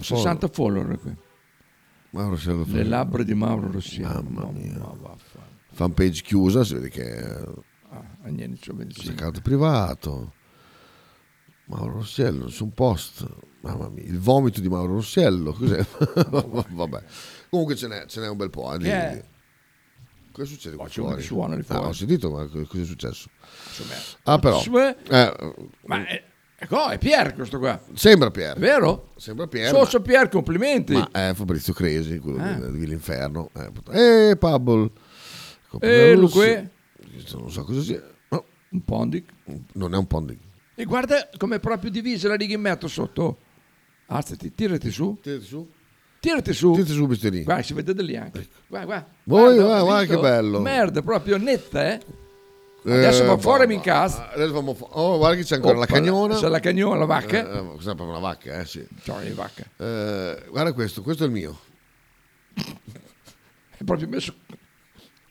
[SPEAKER 4] 60 follower qui.
[SPEAKER 1] Mauro Rossiello.
[SPEAKER 4] Le labbra di Mauro Rossiello. Mamma mia.
[SPEAKER 1] Fanpage chiusa, si vede che è
[SPEAKER 4] Ah, niente, c'ho 25.
[SPEAKER 1] account privato. Mauro Rossiello, nessun post. Mamma mia, il vomito di Mauro Rossiello. Cos'è? Vabbè. Comunque ce n'è, ce n'è un bel po'. eh, di-
[SPEAKER 4] Che è?
[SPEAKER 1] Cosa succede qua
[SPEAKER 4] c'è uno
[SPEAKER 1] fuori?
[SPEAKER 4] che suona lì fuori.
[SPEAKER 1] Ah, ho sentito, ma co- cosa è successo?
[SPEAKER 4] Insomma,
[SPEAKER 1] Ah, però.
[SPEAKER 4] Cioè,
[SPEAKER 1] eh,
[SPEAKER 4] Ma è, ecco, è Pier questo qua.
[SPEAKER 1] sembra Pier.
[SPEAKER 4] È vero?
[SPEAKER 1] Sembra Pier.
[SPEAKER 4] Socio Pier, complimenti.
[SPEAKER 1] Ma è Fabrizio Cresi, quello
[SPEAKER 4] Ah.
[SPEAKER 1] di Villa Inferno. Eh, pot- eh Pablo.
[SPEAKER 4] Eh,
[SPEAKER 1] Russo.
[SPEAKER 4] Luque.
[SPEAKER 1] Ecco, Non so cosa sia.
[SPEAKER 4] Un Pondic.
[SPEAKER 1] Non è un Pondic.
[SPEAKER 4] E guarda come è proprio divisa la riga in mezzo sotto. Alzati, tirati su.
[SPEAKER 1] Tirati su.
[SPEAKER 4] Tirati su.
[SPEAKER 1] Tirati su, Bisterino.
[SPEAKER 4] Guarda, si vede da lì anche. Guarda, guarda. Guarda,
[SPEAKER 1] Voi, Ah, guarda,
[SPEAKER 4] Eh, ho
[SPEAKER 1] guarda
[SPEAKER 4] visto?
[SPEAKER 1] che bello.
[SPEAKER 4] Merda, proprio netta, eh. Adesso va fuori, mi incazzo.
[SPEAKER 1] Adesso va fuori. Oh, guarda che c'è ancora la
[SPEAKER 4] Oppa,
[SPEAKER 1] cagnona.
[SPEAKER 4] c'è la cagnona, la vacca.
[SPEAKER 1] Eh, eh, questa è proprio una vacca, eh, sì.
[SPEAKER 4] Ciao, le vacche.
[SPEAKER 1] Eh, guarda questo, questo è il mio.
[SPEAKER 4] È proprio messo.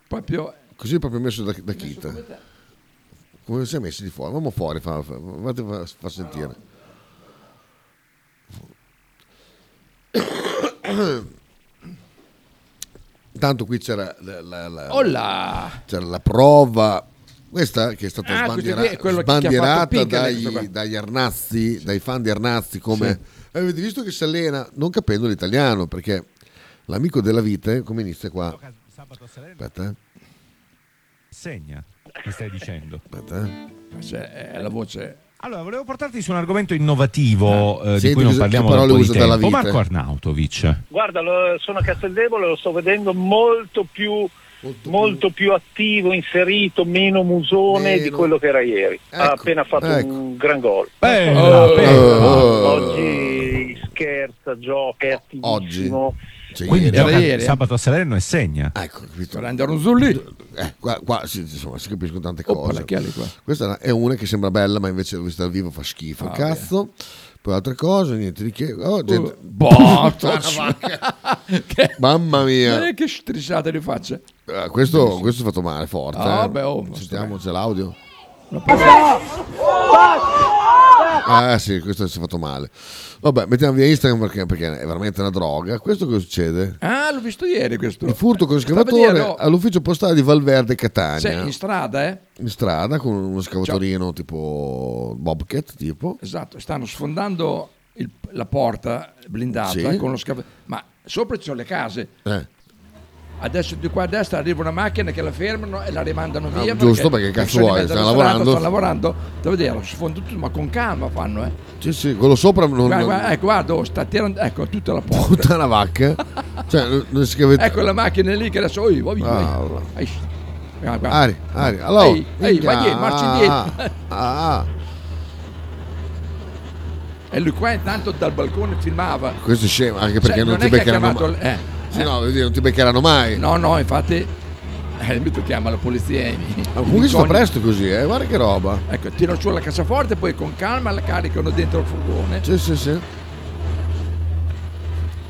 [SPEAKER 4] Proprio.
[SPEAKER 1] Così è proprio messo da, da Kita.
[SPEAKER 4] come te.
[SPEAKER 1] Come si è messi di fuori? Andiamo fuori, fa, fa, fate fa, fa sentire. Tanto qui c'era la, la- la-
[SPEAKER 4] Olla!
[SPEAKER 1] c'era la prova, questa che è stata
[SPEAKER 4] Ah,
[SPEAKER 1] sbandiera-
[SPEAKER 4] questo qui è quello che ti ha fatto
[SPEAKER 1] sbandierata
[SPEAKER 4] picca, questo qua.
[SPEAKER 1] dagli, dagli Arnazzi, dai fan di Arnazzi, come "Eh, avete visto che si allena, non capendo l'italiano, perché l'amico della vite, come inizia qua? Aspetta, eh,
[SPEAKER 5] Segna, mi stai dicendo.
[SPEAKER 1] aspetta. eh.
[SPEAKER 4] Cioè, è la voce.
[SPEAKER 5] Allora, volevo portarti su un argomento innovativo eh, di
[SPEAKER 1] Ah, Senti
[SPEAKER 5] cui non
[SPEAKER 1] cosa- che
[SPEAKER 5] parliamo da un
[SPEAKER 1] parole
[SPEAKER 5] po' di
[SPEAKER 1] usa dalla
[SPEAKER 5] tempo.
[SPEAKER 1] vita.
[SPEAKER 5] Marco Arnautovic.
[SPEAKER 14] Guarda, lo- sono a Casteldebole, lo sto vedendo molto più, molto più attivo, inserito, meno Ecco, musone di quello che era ieri. ha appena fatto un gran gol. Ecco. eh.
[SPEAKER 1] Bella,
[SPEAKER 9] Oh.
[SPEAKER 1] bella. Oh, eh.
[SPEAKER 14] Oggi scherza, gioca, è attivissimo.
[SPEAKER 5] Quindi
[SPEAKER 1] ieri.
[SPEAKER 5] gioca
[SPEAKER 1] Era ieri, eh?
[SPEAKER 5] sabato a Salerno e segna.
[SPEAKER 1] Ecco, capito.
[SPEAKER 4] Andare un zulli.
[SPEAKER 1] Eh, qua, qua si, insomma, si capiscono tante
[SPEAKER 4] Oppa,
[SPEAKER 1] cose.
[SPEAKER 4] la chiave qua.
[SPEAKER 1] Questa è una- è una che sembra bella, ma invece l'ho vista dal vivo fa schifo.
[SPEAKER 4] Ah,
[SPEAKER 1] il cazzo. Poi altre cose, niente di che. Oh, gente-
[SPEAKER 4] Botta!
[SPEAKER 1] Mamma mia.
[SPEAKER 4] Eh, cioè, che strisciata di faccia.
[SPEAKER 1] Eh, Questo, questo è fatto male, forte.
[SPEAKER 4] Ah,
[SPEAKER 1] eh.
[SPEAKER 4] beh, oh,
[SPEAKER 1] Sentiamo, c'è l'audio.
[SPEAKER 3] Basta!
[SPEAKER 1] Ah sì, questo si è fatto male. Vabbè, mettiamo via Instagram perché, perché è veramente una droga. Questo cosa succede?
[SPEAKER 4] Ah, l'ho visto ieri questo.
[SPEAKER 1] Il furto con
[SPEAKER 4] Stavo
[SPEAKER 1] scavatore
[SPEAKER 4] dietro.
[SPEAKER 1] all'ufficio postale di Valverde
[SPEAKER 4] Sì,
[SPEAKER 1] Catania.
[SPEAKER 4] in strada, eh.
[SPEAKER 1] in strada con uno scavatorino tipo Bobcat, tipo.
[SPEAKER 4] Esatto, stanno sfondando il- la porta blindata
[SPEAKER 1] Sì.
[SPEAKER 4] con lo scavo. Ma sopra ci sono le case.
[SPEAKER 1] Eh.
[SPEAKER 4] Adesso di qua a destra arriva una macchina che la fermano e la rimandano
[SPEAKER 1] Ah,
[SPEAKER 4] via.
[SPEAKER 1] giusto, perché cazzo
[SPEAKER 4] sono in
[SPEAKER 1] vuoi,
[SPEAKER 4] mezzo alla
[SPEAKER 1] stanno
[SPEAKER 4] strada,
[SPEAKER 1] lavorando.
[SPEAKER 4] Stanno lavorando. Devo dire, sfondano tutto, ma con calma fanno, eh.
[SPEAKER 1] Sì, sì, quello sopra non...
[SPEAKER 4] Guarda,
[SPEAKER 1] non-
[SPEAKER 4] guarda, ecco, guarda, oh, sta tirando, ecco, tutta la porta.
[SPEAKER 1] puttana vacca. cioè, non si scava...
[SPEAKER 4] Ecco la macchina lì che adesso, oi, vai, vai.
[SPEAKER 1] Ah, va.
[SPEAKER 4] Ai, guarda, guarda.
[SPEAKER 1] Ari, Ari, Ah, allora...
[SPEAKER 4] Ehi, ehi,
[SPEAKER 1] minchia,
[SPEAKER 4] vai dietro, marci
[SPEAKER 1] ah,
[SPEAKER 4] indietro.
[SPEAKER 1] ah, ah.
[SPEAKER 4] E lui qua intanto dal balcone filmava.
[SPEAKER 1] Questo è scemo, anche perché
[SPEAKER 4] Cioè, non
[SPEAKER 1] non, ti
[SPEAKER 4] è che ha
[SPEAKER 1] beccheranno
[SPEAKER 4] chiamato
[SPEAKER 1] mai.
[SPEAKER 4] l- eh,
[SPEAKER 1] Sì, no, voglio dire, non ti beccheranno mai.
[SPEAKER 4] No, no, infatti... Eh, mi chiama la polizia. eh,
[SPEAKER 1] Comunque si fa
[SPEAKER 4] presto
[SPEAKER 1] presto così, eh, guarda che roba.
[SPEAKER 4] Ecco, tirano su la cassaforte, poi con calma la caricano dentro il furgone.
[SPEAKER 1] Sì, sì, sì.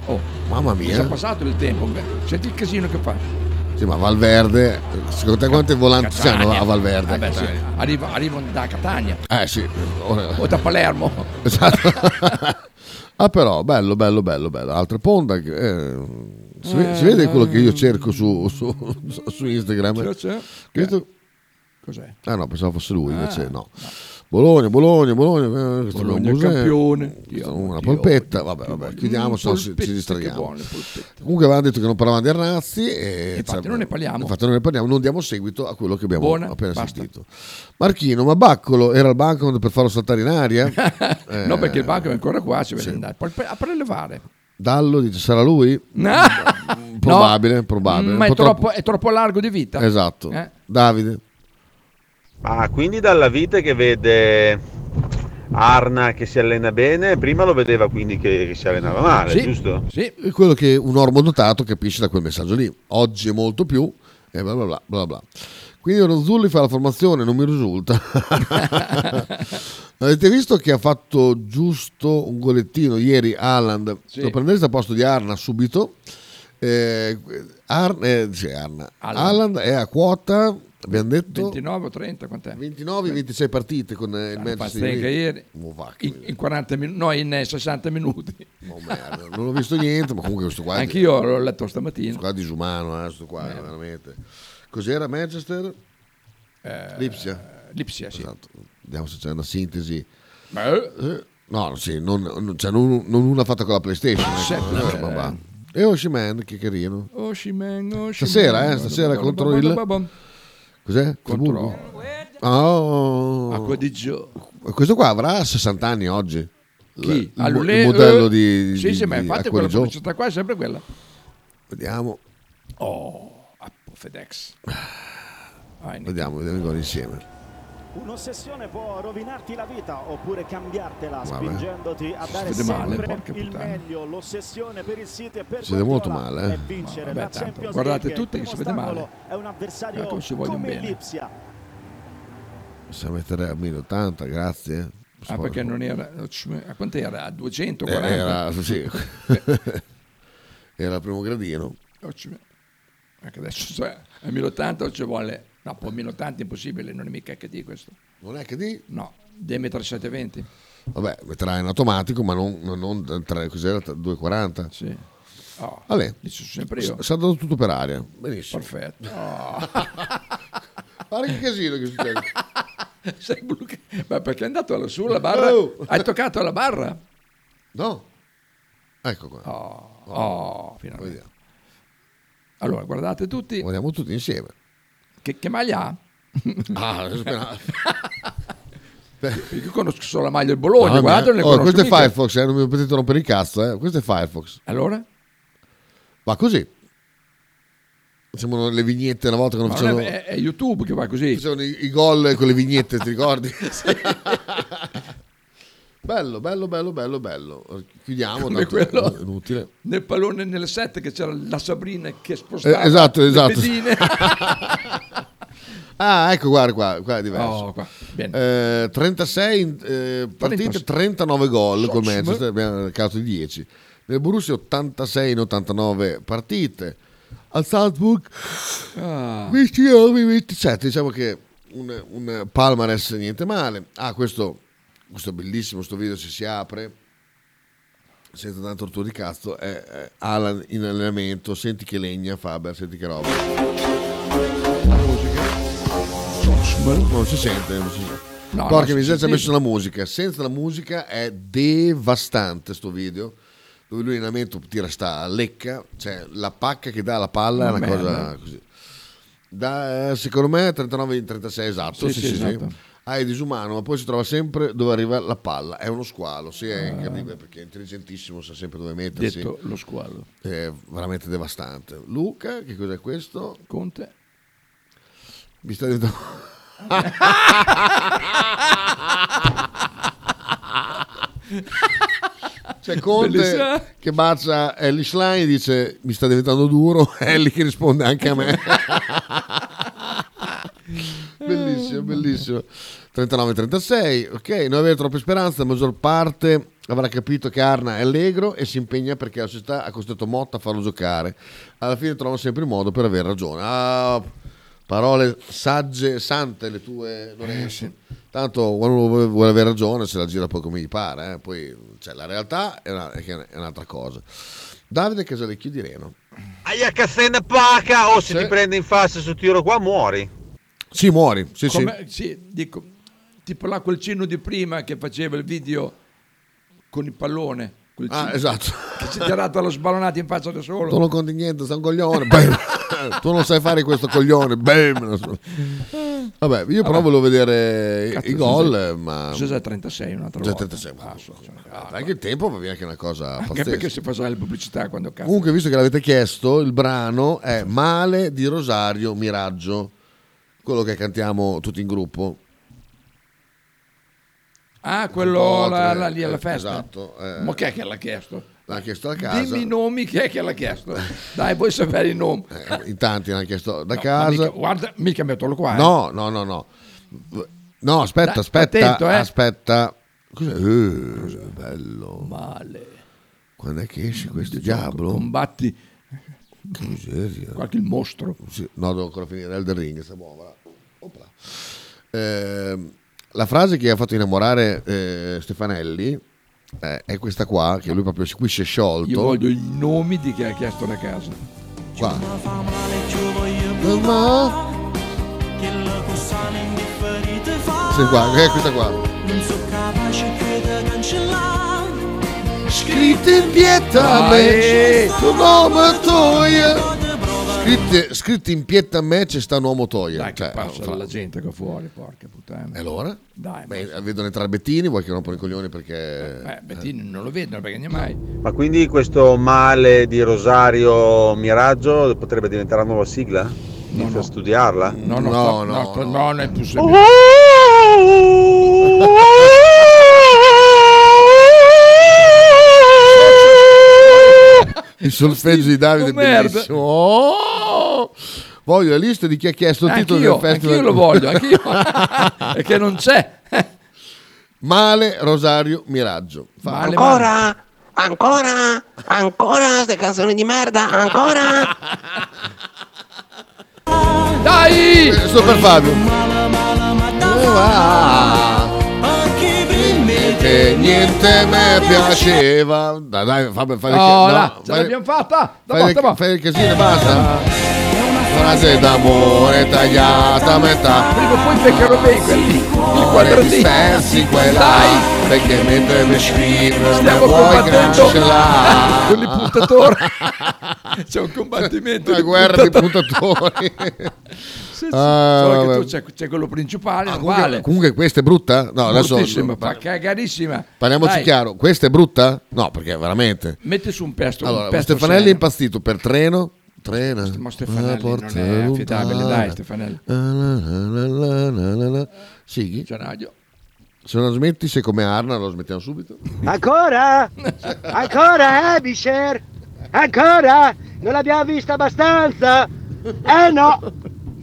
[SPEAKER 4] Oh,
[SPEAKER 1] Mamma
[SPEAKER 4] è già
[SPEAKER 1] mia.
[SPEAKER 4] passato il tempo. beh, Senti il casino che fa.
[SPEAKER 1] Sì, ma Valverde, secondo te quante volanti
[SPEAKER 4] Catania.
[SPEAKER 1] c'hanno a Valverde?
[SPEAKER 4] Eh beh, sì,
[SPEAKER 1] Catania.
[SPEAKER 4] arriva- arrivano da Catania
[SPEAKER 1] Eh sì, ora-
[SPEAKER 4] o da Palermo.
[SPEAKER 1] Esatto. ah però, bello, bello, bello, bello. Altre ponda. che, eh, Si, ve- si vede quello che io cerco su, su, su Instagram?
[SPEAKER 4] C'è, c'è.
[SPEAKER 1] Questo-
[SPEAKER 4] Cos'è?
[SPEAKER 1] Ah no, pensavo fosse lui, invece
[SPEAKER 4] Ah.
[SPEAKER 1] no. Bologna, Bologna, Bologna, eh, questo
[SPEAKER 4] Bologna
[SPEAKER 1] è un museo,
[SPEAKER 4] campione.
[SPEAKER 1] questo
[SPEAKER 4] Ti
[SPEAKER 1] è
[SPEAKER 4] amo,
[SPEAKER 1] una
[SPEAKER 4] ti
[SPEAKER 1] polpetta,
[SPEAKER 4] amo,
[SPEAKER 1] vabbè,
[SPEAKER 4] ti
[SPEAKER 1] vabbè,
[SPEAKER 4] voglio.
[SPEAKER 1] chiudiamo, se no ci-
[SPEAKER 4] Polpette,
[SPEAKER 1] ci
[SPEAKER 4] che
[SPEAKER 1] distraiamo.
[SPEAKER 4] buone, polpette.
[SPEAKER 1] Comunque avevamo detto che non parlavamo di Arnazzi e
[SPEAKER 4] Infatti non ne parliamo.
[SPEAKER 1] Infatti non ne parliamo, non diamo seguito a quello che abbiamo
[SPEAKER 4] Buona,
[SPEAKER 1] appena
[SPEAKER 4] basta.
[SPEAKER 1] sentito. Marchino, ma Baccolo era al banco per farlo saltare in aria? Eh,
[SPEAKER 4] No, perché il banco è ancora qua, ci
[SPEAKER 1] sì.
[SPEAKER 4] vede andare. Poi pre- a prelevare.
[SPEAKER 1] Dallo dice sarà lui?
[SPEAKER 4] No.
[SPEAKER 1] Mm, Probabile, probabile.
[SPEAKER 4] Mm, Ma
[SPEAKER 1] Un
[SPEAKER 4] è
[SPEAKER 1] po'
[SPEAKER 4] troppo, è troppo largo di vita.
[SPEAKER 1] Esatto.
[SPEAKER 4] Eh?
[SPEAKER 1] Davide.
[SPEAKER 9] Ah, quindi dalla vite che vede Arna che si allena bene, prima lo vedeva quindi che, che si allenava male,
[SPEAKER 1] Sì,
[SPEAKER 9] giusto?
[SPEAKER 4] Sì.
[SPEAKER 1] È quello che un ormo dotato capisce da quel messaggio lì. Oggi è molto più e bla bla bla bla bla. Quindi Ronzulli fa la formazione, non mi risulta. Avete visto che ha fatto giusto un golettino ieri Haaland?
[SPEAKER 17] Sì.
[SPEAKER 1] Lo prendete a posto di Arna subito. Eh, Ar- eh, sì, Arna.
[SPEAKER 4] Haaland.
[SPEAKER 1] Haaland è a quota, abbiamo detto,
[SPEAKER 4] 29 o 30, quant'è?
[SPEAKER 1] 29-26 partite con eh, il Manchester
[SPEAKER 4] Pazzesca
[SPEAKER 1] United.
[SPEAKER 4] ieri. In, in 40 minu- no, in eh, 60 minuti.
[SPEAKER 1] non ho visto niente, ma comunque questo qua... è-
[SPEAKER 4] Anch'io l'ho letto stamattina.
[SPEAKER 1] Questo qua è disumano, eh, questo qua, veramente. Cos'era Manchester? Lipsia.
[SPEAKER 4] Eh, Lipsia, sì.
[SPEAKER 1] Esatto. Vediamo se c'è una sintesi.
[SPEAKER 4] Beh.
[SPEAKER 1] Eh, No, sì, non, non- cioè, non- non una fatta con la PlayStation. ecco.
[SPEAKER 4] Certo,
[SPEAKER 1] Eh,
[SPEAKER 4] cioè,
[SPEAKER 1] ma va. E Oshiman, che carino.
[SPEAKER 4] Oshimen, Oshimen.
[SPEAKER 1] Stasera, eh, stasera contro il... Cos'è?
[SPEAKER 4] Contro-
[SPEAKER 1] Oh.
[SPEAKER 4] Acqua di Gio.
[SPEAKER 1] Questo qua avrà 60 anni oggi.
[SPEAKER 4] Chi?
[SPEAKER 1] Il- Il, mo- il
[SPEAKER 4] Allulè,
[SPEAKER 1] modello
[SPEAKER 4] eh.
[SPEAKER 1] di...
[SPEAKER 4] Sì,
[SPEAKER 1] di-
[SPEAKER 4] sì, ma
[SPEAKER 1] di
[SPEAKER 4] infatti
[SPEAKER 1] Acqua
[SPEAKER 4] quella
[SPEAKER 1] di Gio.
[SPEAKER 4] pubblicità qua è sempre quella.
[SPEAKER 1] Vediamo. Ah,
[SPEAKER 4] Oh, Appo FedEx. Vai, Nick.
[SPEAKER 1] Vediamo, vediamo i gol insieme.
[SPEAKER 2] Un'ossessione può rovinarti la vita oppure cambiartela
[SPEAKER 1] Vabbè.
[SPEAKER 2] spingendoti a dare
[SPEAKER 1] vede male,
[SPEAKER 2] sempre
[SPEAKER 1] porca
[SPEAKER 2] il
[SPEAKER 1] puttana.
[SPEAKER 2] meglio. L'ossessione per il City e per
[SPEAKER 1] Si vede molto
[SPEAKER 2] Guardiola
[SPEAKER 1] male, eh.
[SPEAKER 2] è vincere
[SPEAKER 1] Ma vabbè,
[SPEAKER 2] la
[SPEAKER 1] tanto,
[SPEAKER 2] Champions
[SPEAKER 1] guardate
[SPEAKER 2] League.
[SPEAKER 1] tutte che
[SPEAKER 2] Il
[SPEAKER 1] si vede
[SPEAKER 2] primo
[SPEAKER 1] male.
[SPEAKER 2] ostacolo È un avversario
[SPEAKER 4] Ecco, ci vogliono
[SPEAKER 2] come il
[SPEAKER 4] bene.
[SPEAKER 2] Lipsia.
[SPEAKER 1] Possiamo mettere a 1080, grazie.
[SPEAKER 4] Ah, perché non era... A quant'era? A 240?
[SPEAKER 1] Eh, era, sì. Era il primo gradino.
[SPEAKER 4] Occhio- Anche adesso cioè, a 1080 o ci vuole... No, poi 1080 è impossibile, non è mica HD questo.
[SPEAKER 1] Non è HD?
[SPEAKER 4] No, Demeter 720.
[SPEAKER 1] Vabbè, metterà in automatico, ma non, non- non tre- cos'era? 240?
[SPEAKER 4] Sì. Oh,
[SPEAKER 1] Vabbè,
[SPEAKER 4] lì ci sono sempre io.
[SPEAKER 1] S- Sta andando tutto per aria. Benissimo.
[SPEAKER 4] Perfetto.
[SPEAKER 1] Guarda che casino che succede.
[SPEAKER 4] Sei blocca- Ma perché è andato alla- su la barra?
[SPEAKER 1] Oh.
[SPEAKER 4] Hai toccato la barra?
[SPEAKER 1] No. Ecco qua.
[SPEAKER 4] Oh, oh, finalmente.
[SPEAKER 1] Vediamo.
[SPEAKER 4] Allora, guardate tutti.
[SPEAKER 1] Guardiamo tutti insieme.
[SPEAKER 4] Che, che maglia ha?
[SPEAKER 1] Ah, adesso speravo.
[SPEAKER 4] Io conosco solo la maglia del Bologna,
[SPEAKER 1] Mamma
[SPEAKER 4] guarda,
[SPEAKER 1] mia.
[SPEAKER 4] ne
[SPEAKER 1] Oh,
[SPEAKER 4] conosco
[SPEAKER 1] questo è
[SPEAKER 4] mica.
[SPEAKER 1] Firefox, eh, non mi potete rompere il cazzo. eh. Questo è Firefox.
[SPEAKER 4] Allora?
[SPEAKER 1] Va così. Sembrano le vignette una volta che non
[SPEAKER 4] Ma non
[SPEAKER 1] facevano...
[SPEAKER 4] è- è- è YouTube che va così.
[SPEAKER 1] Facevano i, i gol con le vignette, ti ricordi? bello, bello, bello, bello, bello. Chiudiamo,
[SPEAKER 4] Come
[SPEAKER 1] tanto è
[SPEAKER 4] quello.
[SPEAKER 1] inutile.
[SPEAKER 4] Nel pallone nelle sette che c'era la Sabrina che spostava
[SPEAKER 1] Eh, esatto,
[SPEAKER 4] le
[SPEAKER 1] esatto.
[SPEAKER 4] pedine.
[SPEAKER 1] Ah, ecco, guarda qua, qua è diverso.
[SPEAKER 4] Oh, qua.
[SPEAKER 1] Eh, 36 in- eh, partite, 39 gol col Manchester, abbiamo recato i 10. Nel Borussia 86 in 89 partite. Al Salzburg
[SPEAKER 4] Ah.
[SPEAKER 1] 29 27, diciamo che un, un palmarès niente male. Ah, questo, questo è bellissimo, sto video se si apre senza tanto tortura di cazzo, è, è Alan in allenamento, senti che legna Faber, senti che roba. Non si sente, non si sente.
[SPEAKER 17] No, no,
[SPEAKER 1] Porca
[SPEAKER 17] si
[SPEAKER 1] miseria, ci ha
[SPEAKER 17] sente.
[SPEAKER 1] messo la musica. Senza la musica è devastante sto video. Dove lui in allenamento tira sta lecca, cioè la pacca che dà alla palla è una
[SPEAKER 17] Merda.
[SPEAKER 1] cosa così. Da, eh, secondo me 39 in 36 esatto,
[SPEAKER 17] Sì,
[SPEAKER 1] sì,
[SPEAKER 17] sì,
[SPEAKER 1] sì, sì.
[SPEAKER 17] esatto.
[SPEAKER 1] Ah, è disumano, ma poi si trova sempre dove arriva la palla. È uno squalo, sì,
[SPEAKER 17] Eh.
[SPEAKER 1] è incredibile perché è intelligentissimo, sa sempre dove mettersi.
[SPEAKER 4] Detto lo squalo.
[SPEAKER 1] È veramente devastante. Luca, che cos'è questo?
[SPEAKER 4] Conte.
[SPEAKER 1] Mi sta diventando... C'è
[SPEAKER 17] Bellissimo.
[SPEAKER 1] Conte che bacia Ellie Schlein e dice mi sta diventando duro, Ellie che risponde anche a me. Eh. bellissimo, bellissimo. 39-36, ok, non avere troppe speranze, la maggior parte avrà capito che Arna è allegro e si impegna perché la società ha costretto Motta a farlo giocare. Alla fine trova sempre il modo per aver ragione. Ah, parole sagge, sante le tue, Lorenzo. Tanto quando uno vuole avere ragione se la gira poi come gli pare, eh. poi cioè, la realtà è, una- è che è un'altra cosa. Davide Casalecchio di Reno.
[SPEAKER 9] Aia Cassena Paca, o se ti prende in faccia su tiro qua muori.
[SPEAKER 1] Sì, muori. Sì, sì.
[SPEAKER 4] Come- sì, dico, tipo là quel cino di prima che faceva il video con il pallone. Quel
[SPEAKER 1] Ah,
[SPEAKER 4] cino
[SPEAKER 1] esatto.
[SPEAKER 4] Che si è tirato allo sballonato in faccia da solo.
[SPEAKER 1] Tu non conti niente, sei un coglione. bam. tu non sai fare questo coglione. bam. Vabbè, io però volevo vedere i-
[SPEAKER 4] Cazzo,
[SPEAKER 1] i gol,
[SPEAKER 4] Giuseppe-
[SPEAKER 1] ma...
[SPEAKER 4] Giuseppe 36 un'altra
[SPEAKER 1] Giuseppe
[SPEAKER 4] volta.
[SPEAKER 1] 36, ma- Ah, anche il tempo va via che è una cosa
[SPEAKER 4] Anche perché
[SPEAKER 1] pazzesca.
[SPEAKER 4] si faceva le pubblicità quando cazzo.
[SPEAKER 1] Comunque, visto che l'avete chiesto, il brano è Male di Rosario Miraggio, quello che cantiamo tutti in gruppo.
[SPEAKER 4] Ah, quello
[SPEAKER 1] Un po'
[SPEAKER 4] là-
[SPEAKER 1] tre,
[SPEAKER 4] là lì alla
[SPEAKER 1] eh,
[SPEAKER 4] festa.
[SPEAKER 1] esatto, eh.
[SPEAKER 4] Ma chi è che l'ha chiesto?
[SPEAKER 1] L'ha chiesto a casa.
[SPEAKER 4] Dimmi i nomi, chi è che l'ha chiesto? Dai, vuoi sapere i nomi?
[SPEAKER 1] Eh, in tanti l'hanno chiesto
[SPEAKER 4] No,
[SPEAKER 1] da
[SPEAKER 4] ma
[SPEAKER 1] casa.
[SPEAKER 4] mica- guarda, mica metterlo qua. eh.
[SPEAKER 1] No, no, no, no. No, aspetta,
[SPEAKER 4] Dai,
[SPEAKER 1] aspetta,
[SPEAKER 4] attento, eh.
[SPEAKER 1] aspetta. Cos'è? Eh, bello.
[SPEAKER 4] Male.
[SPEAKER 1] Quando è che esce questo diavolo?
[SPEAKER 4] Combatti.
[SPEAKER 1] Miseria.
[SPEAKER 4] Qualche il mostro.
[SPEAKER 1] Sì, No, devo ancora finire Elden Ring, sta buona. Opla. Ehm, la frase che ha fatto innamorare eh, Stefanelli eh, è questa qua, che lui proprio si- qui si è sciolto.
[SPEAKER 4] Io voglio i nomi di chi ha chiesto da casa.
[SPEAKER 1] Qua. Sì, qua, è questa qua. Scritte in pietà me, tu nome toia. Scritte, scritte in pietà me c'è sta un uomo toia.
[SPEAKER 4] Dai, che
[SPEAKER 1] Cioè,
[SPEAKER 4] passa
[SPEAKER 1] fra-
[SPEAKER 4] la gente qua fuori, porca puttana.
[SPEAKER 1] E allora?
[SPEAKER 4] Dai,
[SPEAKER 1] Beh, vedono entrare Bettini, vuoi che rompono i coglioni perché...
[SPEAKER 4] eh, Bettini non lo vedono perché ne mai.
[SPEAKER 9] Ma quindi questo male di Rosario Miraggio potrebbe diventare una nuova sigla? Inizio a studiarla?
[SPEAKER 4] No, no, sto- no, sto- no, non è possibile.
[SPEAKER 1] Il solfeggio di Davide è
[SPEAKER 4] Oh, merda.
[SPEAKER 1] bellissimo. Oh! Voglio la lista di chi ha chiesto il titolo
[SPEAKER 4] Eh, Anch'io,
[SPEAKER 1] del festival.
[SPEAKER 4] anch'io lo voglio, anch'io. Perché non c'è.
[SPEAKER 1] Male Rosario Miraggio. Fa-
[SPEAKER 6] Ancora? Ancora? Ancora? Queste canzoni di merda? Ancora?
[SPEAKER 4] Dai!
[SPEAKER 1] Sto per Fabio.
[SPEAKER 10] Oh,
[SPEAKER 1] Niente, niente me piaceva. Dai, dai, Fabio, fai il
[SPEAKER 4] Oh,
[SPEAKER 1] ca-
[SPEAKER 4] là,
[SPEAKER 1] no,
[SPEAKER 4] ce
[SPEAKER 1] fai-
[SPEAKER 4] l'abbiamo fatta! Da
[SPEAKER 1] Fai,
[SPEAKER 4] fatta,
[SPEAKER 1] il-
[SPEAKER 4] va.
[SPEAKER 1] fai il casino e basta. Frase d'amore tagliata a metà.
[SPEAKER 4] Prima o poi beccherò me quelli. Il
[SPEAKER 1] Cuore
[SPEAKER 4] quadratino.
[SPEAKER 1] dispersi quella là, Perché mentre mi scrivo mi
[SPEAKER 4] Stiamo
[SPEAKER 1] vuoi
[SPEAKER 4] combattendo
[SPEAKER 1] cancellare
[SPEAKER 4] con il puntatore. C'è un combattimento.
[SPEAKER 1] Una
[SPEAKER 4] di
[SPEAKER 1] guerra di
[SPEAKER 4] puntatori.
[SPEAKER 1] puntatori
[SPEAKER 4] Sì, sì.
[SPEAKER 1] Ah,
[SPEAKER 4] Solo che
[SPEAKER 1] vabbè. Ah,
[SPEAKER 4] tu c'è, c'è quello principale, non
[SPEAKER 1] comunque,
[SPEAKER 4] vale.
[SPEAKER 1] comunque questa è brutta? No, adesso
[SPEAKER 4] Bruttissima, fa cagarissima.
[SPEAKER 1] parliamoci
[SPEAKER 4] Dai,
[SPEAKER 1] chiaro Questa è brutta? No, perché veramente
[SPEAKER 4] Metti su un pesto.
[SPEAKER 1] Allora,
[SPEAKER 4] un pesto
[SPEAKER 1] Stefanelli è
[SPEAKER 4] serio.
[SPEAKER 1] impastito per treno Trena
[SPEAKER 4] Ma Stefanelli
[SPEAKER 1] Ah,
[SPEAKER 4] non
[SPEAKER 1] porta
[SPEAKER 4] è affidabile,
[SPEAKER 1] lontana.
[SPEAKER 4] dai, Stefanelli.
[SPEAKER 1] Ah, la, la, la, la, la, la. Sighi? Se non smetti, sei come Arna, lo smettiamo subito.
[SPEAKER 10] Ancora? Ancora, eh, Bisher? Ancora? Non l'abbiamo vista abbastanza? Eh no!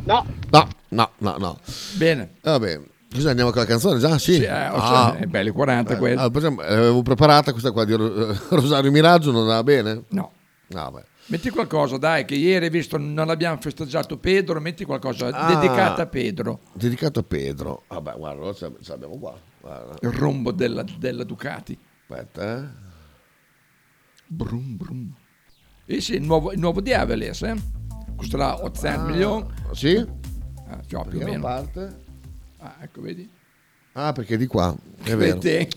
[SPEAKER 10] No,
[SPEAKER 1] No, no, no, no.
[SPEAKER 4] Bene.
[SPEAKER 1] Va bene. Così andiamo con la canzone già? Sì.
[SPEAKER 4] Sì, eh,
[SPEAKER 1] Ah.
[SPEAKER 4] cioè, è belli 40
[SPEAKER 1] Eh,
[SPEAKER 4] quelli.
[SPEAKER 1] ah, per esempio, L'avevo preparata questa qua di Ro- eh, Rosario Miraggio, non andava bene?
[SPEAKER 4] No.
[SPEAKER 1] No, beh.
[SPEAKER 4] Metti qualcosa, dai, che ieri hai visto non abbiamo festeggiato Pedro, metti qualcosa
[SPEAKER 1] Ah.
[SPEAKER 4] dedicata a Pedro.
[SPEAKER 1] Dedicato a Pedro. Vabbè, guarda, lo ce ce l'abbiamo qua. Guarda.
[SPEAKER 4] Il rombo della, della Ducati.
[SPEAKER 1] Aspetta, eh.
[SPEAKER 4] Brum brum. Eh sì, il nuovo, il nuovo Diaveles, eh? Costerà 800
[SPEAKER 1] Ah,
[SPEAKER 4] milioni.
[SPEAKER 1] Sì?
[SPEAKER 4] Ah, cioè, più
[SPEAKER 1] Perché
[SPEAKER 4] o
[SPEAKER 1] non
[SPEAKER 4] meno.
[SPEAKER 1] parte?
[SPEAKER 4] Ah, ecco, vedi?
[SPEAKER 1] Ah, perché di qua. È
[SPEAKER 4] Che
[SPEAKER 1] vero.
[SPEAKER 4] te-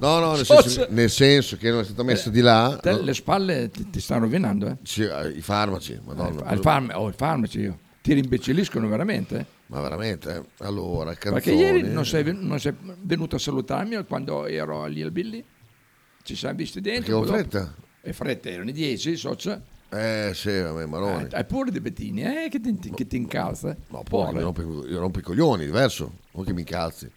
[SPEAKER 1] No, no, nel
[SPEAKER 4] So
[SPEAKER 1] senso,
[SPEAKER 4] se-
[SPEAKER 1] nel senso che non è stato messo di là.
[SPEAKER 4] Te
[SPEAKER 1] no.
[SPEAKER 4] Le spalle ti, ti stanno rovinando, eh?
[SPEAKER 1] Sì, eh, I farmaci, madonna.
[SPEAKER 4] Al farm- oh, il farmaci, io. ti rimbecilliscono veramente. eh?
[SPEAKER 1] Ma veramente? eh? Allora, canzoni.
[SPEAKER 4] Perché ieri non sei, ven- non sei venuto a salutarmi quando ero lì al Billy? Ci siamo visti
[SPEAKER 1] Perché
[SPEAKER 4] dentro.
[SPEAKER 1] ho
[SPEAKER 4] poi dopo-
[SPEAKER 1] fretta.
[SPEAKER 4] E fretta, erano i 10, socia.
[SPEAKER 1] Eh sì, vabbè, Maroni.
[SPEAKER 4] Hai pure dei bettini, eh, che ti, che ti incalza.
[SPEAKER 1] No, poi
[SPEAKER 4] eh.
[SPEAKER 1] io rompo, io rompo i coglioni, diverso, non che mi incalzi.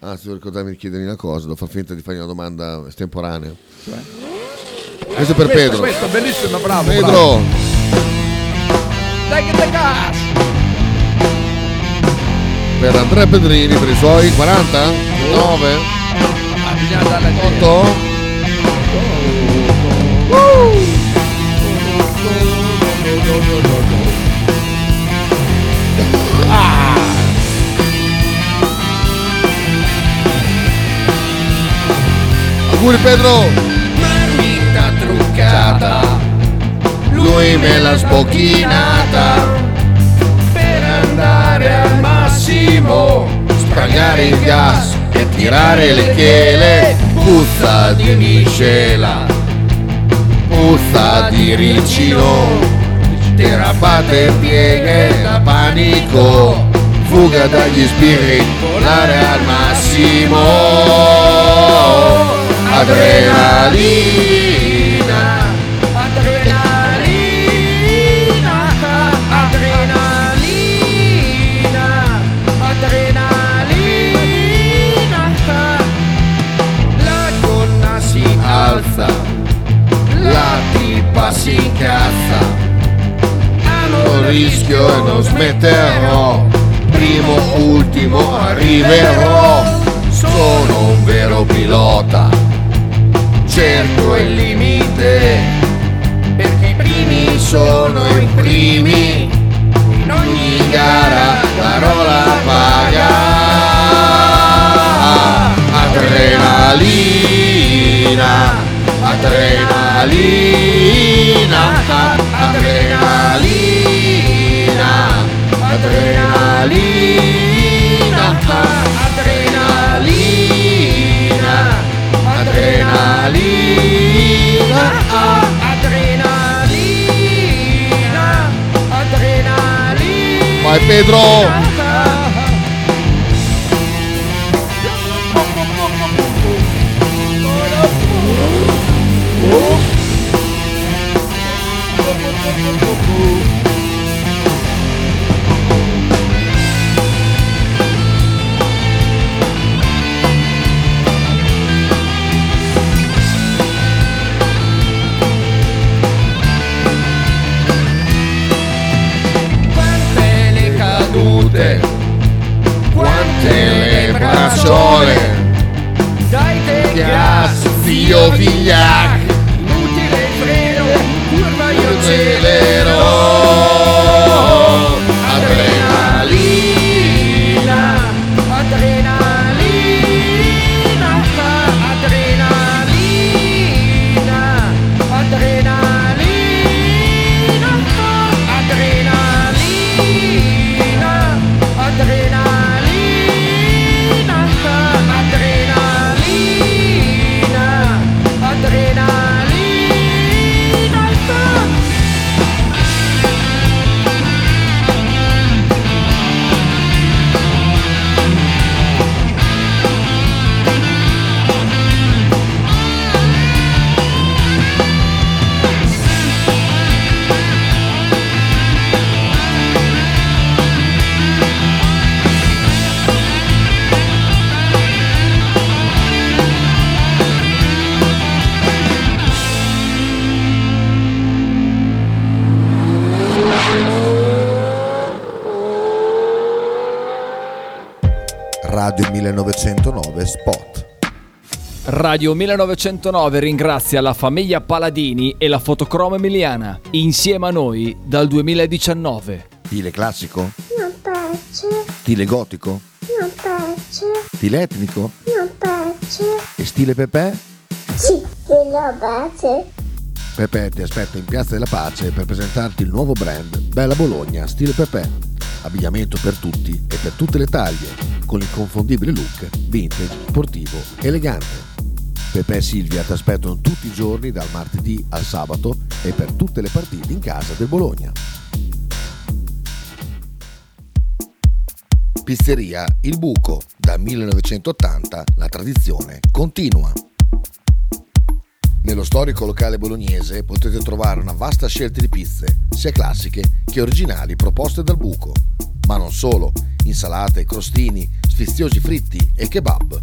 [SPEAKER 1] Anzi, devo ricordarmi di chiedermi una cosa, devo far finta di fargli una domanda estemporanea.
[SPEAKER 4] Cioè?
[SPEAKER 1] Questo è
[SPEAKER 4] Questa,
[SPEAKER 1] per Pedro.
[SPEAKER 4] questa, bellissima, bravo,
[SPEAKER 1] Pedro,
[SPEAKER 4] bravo. Dai che te cazzo!
[SPEAKER 1] per Andrea Pedrini, per i suoi 40, 9,
[SPEAKER 4] Ah,
[SPEAKER 1] 8. Auguri Pedro!
[SPEAKER 4] Ah!
[SPEAKER 15] Marmita truccata, lui
[SPEAKER 1] lui me l'ha sbocchinata per andare al massimo, spagare il gas e tirare le chele, puzza di miscela, puzza di ricino, derapate pieghe da panico, fuga dagli sbirri, volare al massimo, adrenalina.
[SPEAKER 13] Adrenalina, adrenalina, adrenalina. La donna si
[SPEAKER 1] alza, la tipa si incazza, non rischio e non smetterò, primo, ultimo arriverò, sono un vero pilota, cerco il limite, perché i primi sono i primi, in ogni gara darò la paga, adrenalina, adrenalina, adrenalina, adrenalina, adrenalina, adrenalina,
[SPEAKER 13] adrenalina, adrenalina.
[SPEAKER 1] Vai Pedro!
[SPEAKER 13] Quante le cadute, quante le bracciole, dai te gas,
[SPEAKER 1] zio vigliac,
[SPEAKER 13] inutile il freno, curva io
[SPEAKER 1] accelerò.
[SPEAKER 13] Adrenalina, adrenalina, adrenalina, adrenalina, adrenalina, adrenalina, adrenalina, adrenalina.
[SPEAKER 20] Radio 1909 Spot.
[SPEAKER 16] Radio 1909 ringrazia la famiglia Paladini e la fotocroma emiliana, insieme a noi dal 2019.
[SPEAKER 20] Stile classico?
[SPEAKER 22] non piace,
[SPEAKER 20] Stile gotico?
[SPEAKER 22] non piace,
[SPEAKER 20] Stile etnico?
[SPEAKER 22] non piace.
[SPEAKER 20] E stile Pepe?
[SPEAKER 22] Sì, la base.
[SPEAKER 23] Pepe ti aspetta in Piazza della Pace per presentarti il nuovo brand Bella Bologna stile Pepe. Abbigliamento per tutti e per tutte le taglie, con l'inconfondibile look vintage, sportivo, elegante.
[SPEAKER 20] Pepe e Silvia ti aspettano tutti i giorni dal martedì al sabato e per tutte le partite in casa del Bologna.
[SPEAKER 1] Pizzeria Il Buco, dal 1980 la tradizione continua. Nello storico locale bolognese potete trovare una vasta scelta di pizze, sia classiche che originali proposte dal buco, ma non solo, insalate, crostini, sfiziosi fritti e kebab.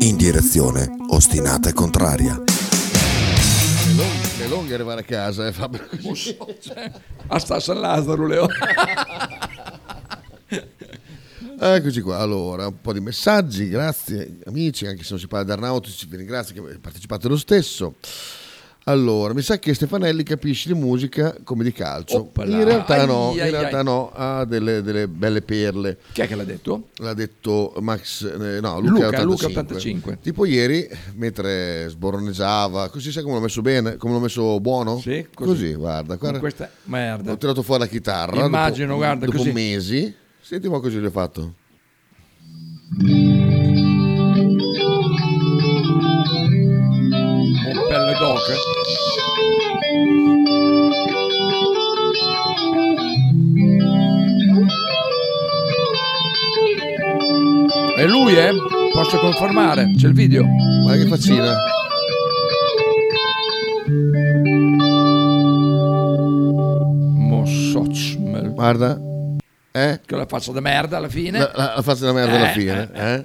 [SPEAKER 20] In direzione ostinata e contraria.
[SPEAKER 1] È lungo arrivare a casa, eh, Fabio. Così.
[SPEAKER 4] A sta San Lazzaro, Leo.
[SPEAKER 1] Eccoci qua, allora un po' di messaggi, grazie amici, anche se non si parla di Arnautis, vi ringrazio che partecipate lo stesso. Allora, mi sa che Stefanelli capisce di musica come di calcio.
[SPEAKER 4] Oppala.
[SPEAKER 1] In realtà no,
[SPEAKER 4] Ai,
[SPEAKER 1] in
[SPEAKER 4] ai,
[SPEAKER 1] realtà
[SPEAKER 4] ai.
[SPEAKER 1] no, ha delle, delle belle perle.
[SPEAKER 4] Chi è che l'ha detto?
[SPEAKER 1] L'ha detto Max, eh, no,
[SPEAKER 4] Luca, Luca
[SPEAKER 1] Luca, 85.
[SPEAKER 4] 85.
[SPEAKER 1] Tipo ieri, mentre sborroneggiava, così sai come l'ho messo bene, come l'ho messo buono? Sì, così. guarda, guarda.
[SPEAKER 4] Con questa merda.
[SPEAKER 1] Ho tirato fuori la chitarra.
[SPEAKER 4] Immagino,
[SPEAKER 1] dopo,
[SPEAKER 4] guarda,
[SPEAKER 1] dopo
[SPEAKER 4] così.
[SPEAKER 1] mesi. Senti un po' così l'ho fatto.
[SPEAKER 4] Con pelle d'oca. E lui, eh? Posso confermare, c'è il video.
[SPEAKER 1] Guarda che faccina.
[SPEAKER 4] Mossocmel.
[SPEAKER 1] Guarda. Eh?
[SPEAKER 4] Con la faccia da merda alla fine.
[SPEAKER 1] La, la, la faccia della merda alla
[SPEAKER 4] Eh,
[SPEAKER 1] fine.
[SPEAKER 4] eh,
[SPEAKER 1] eh?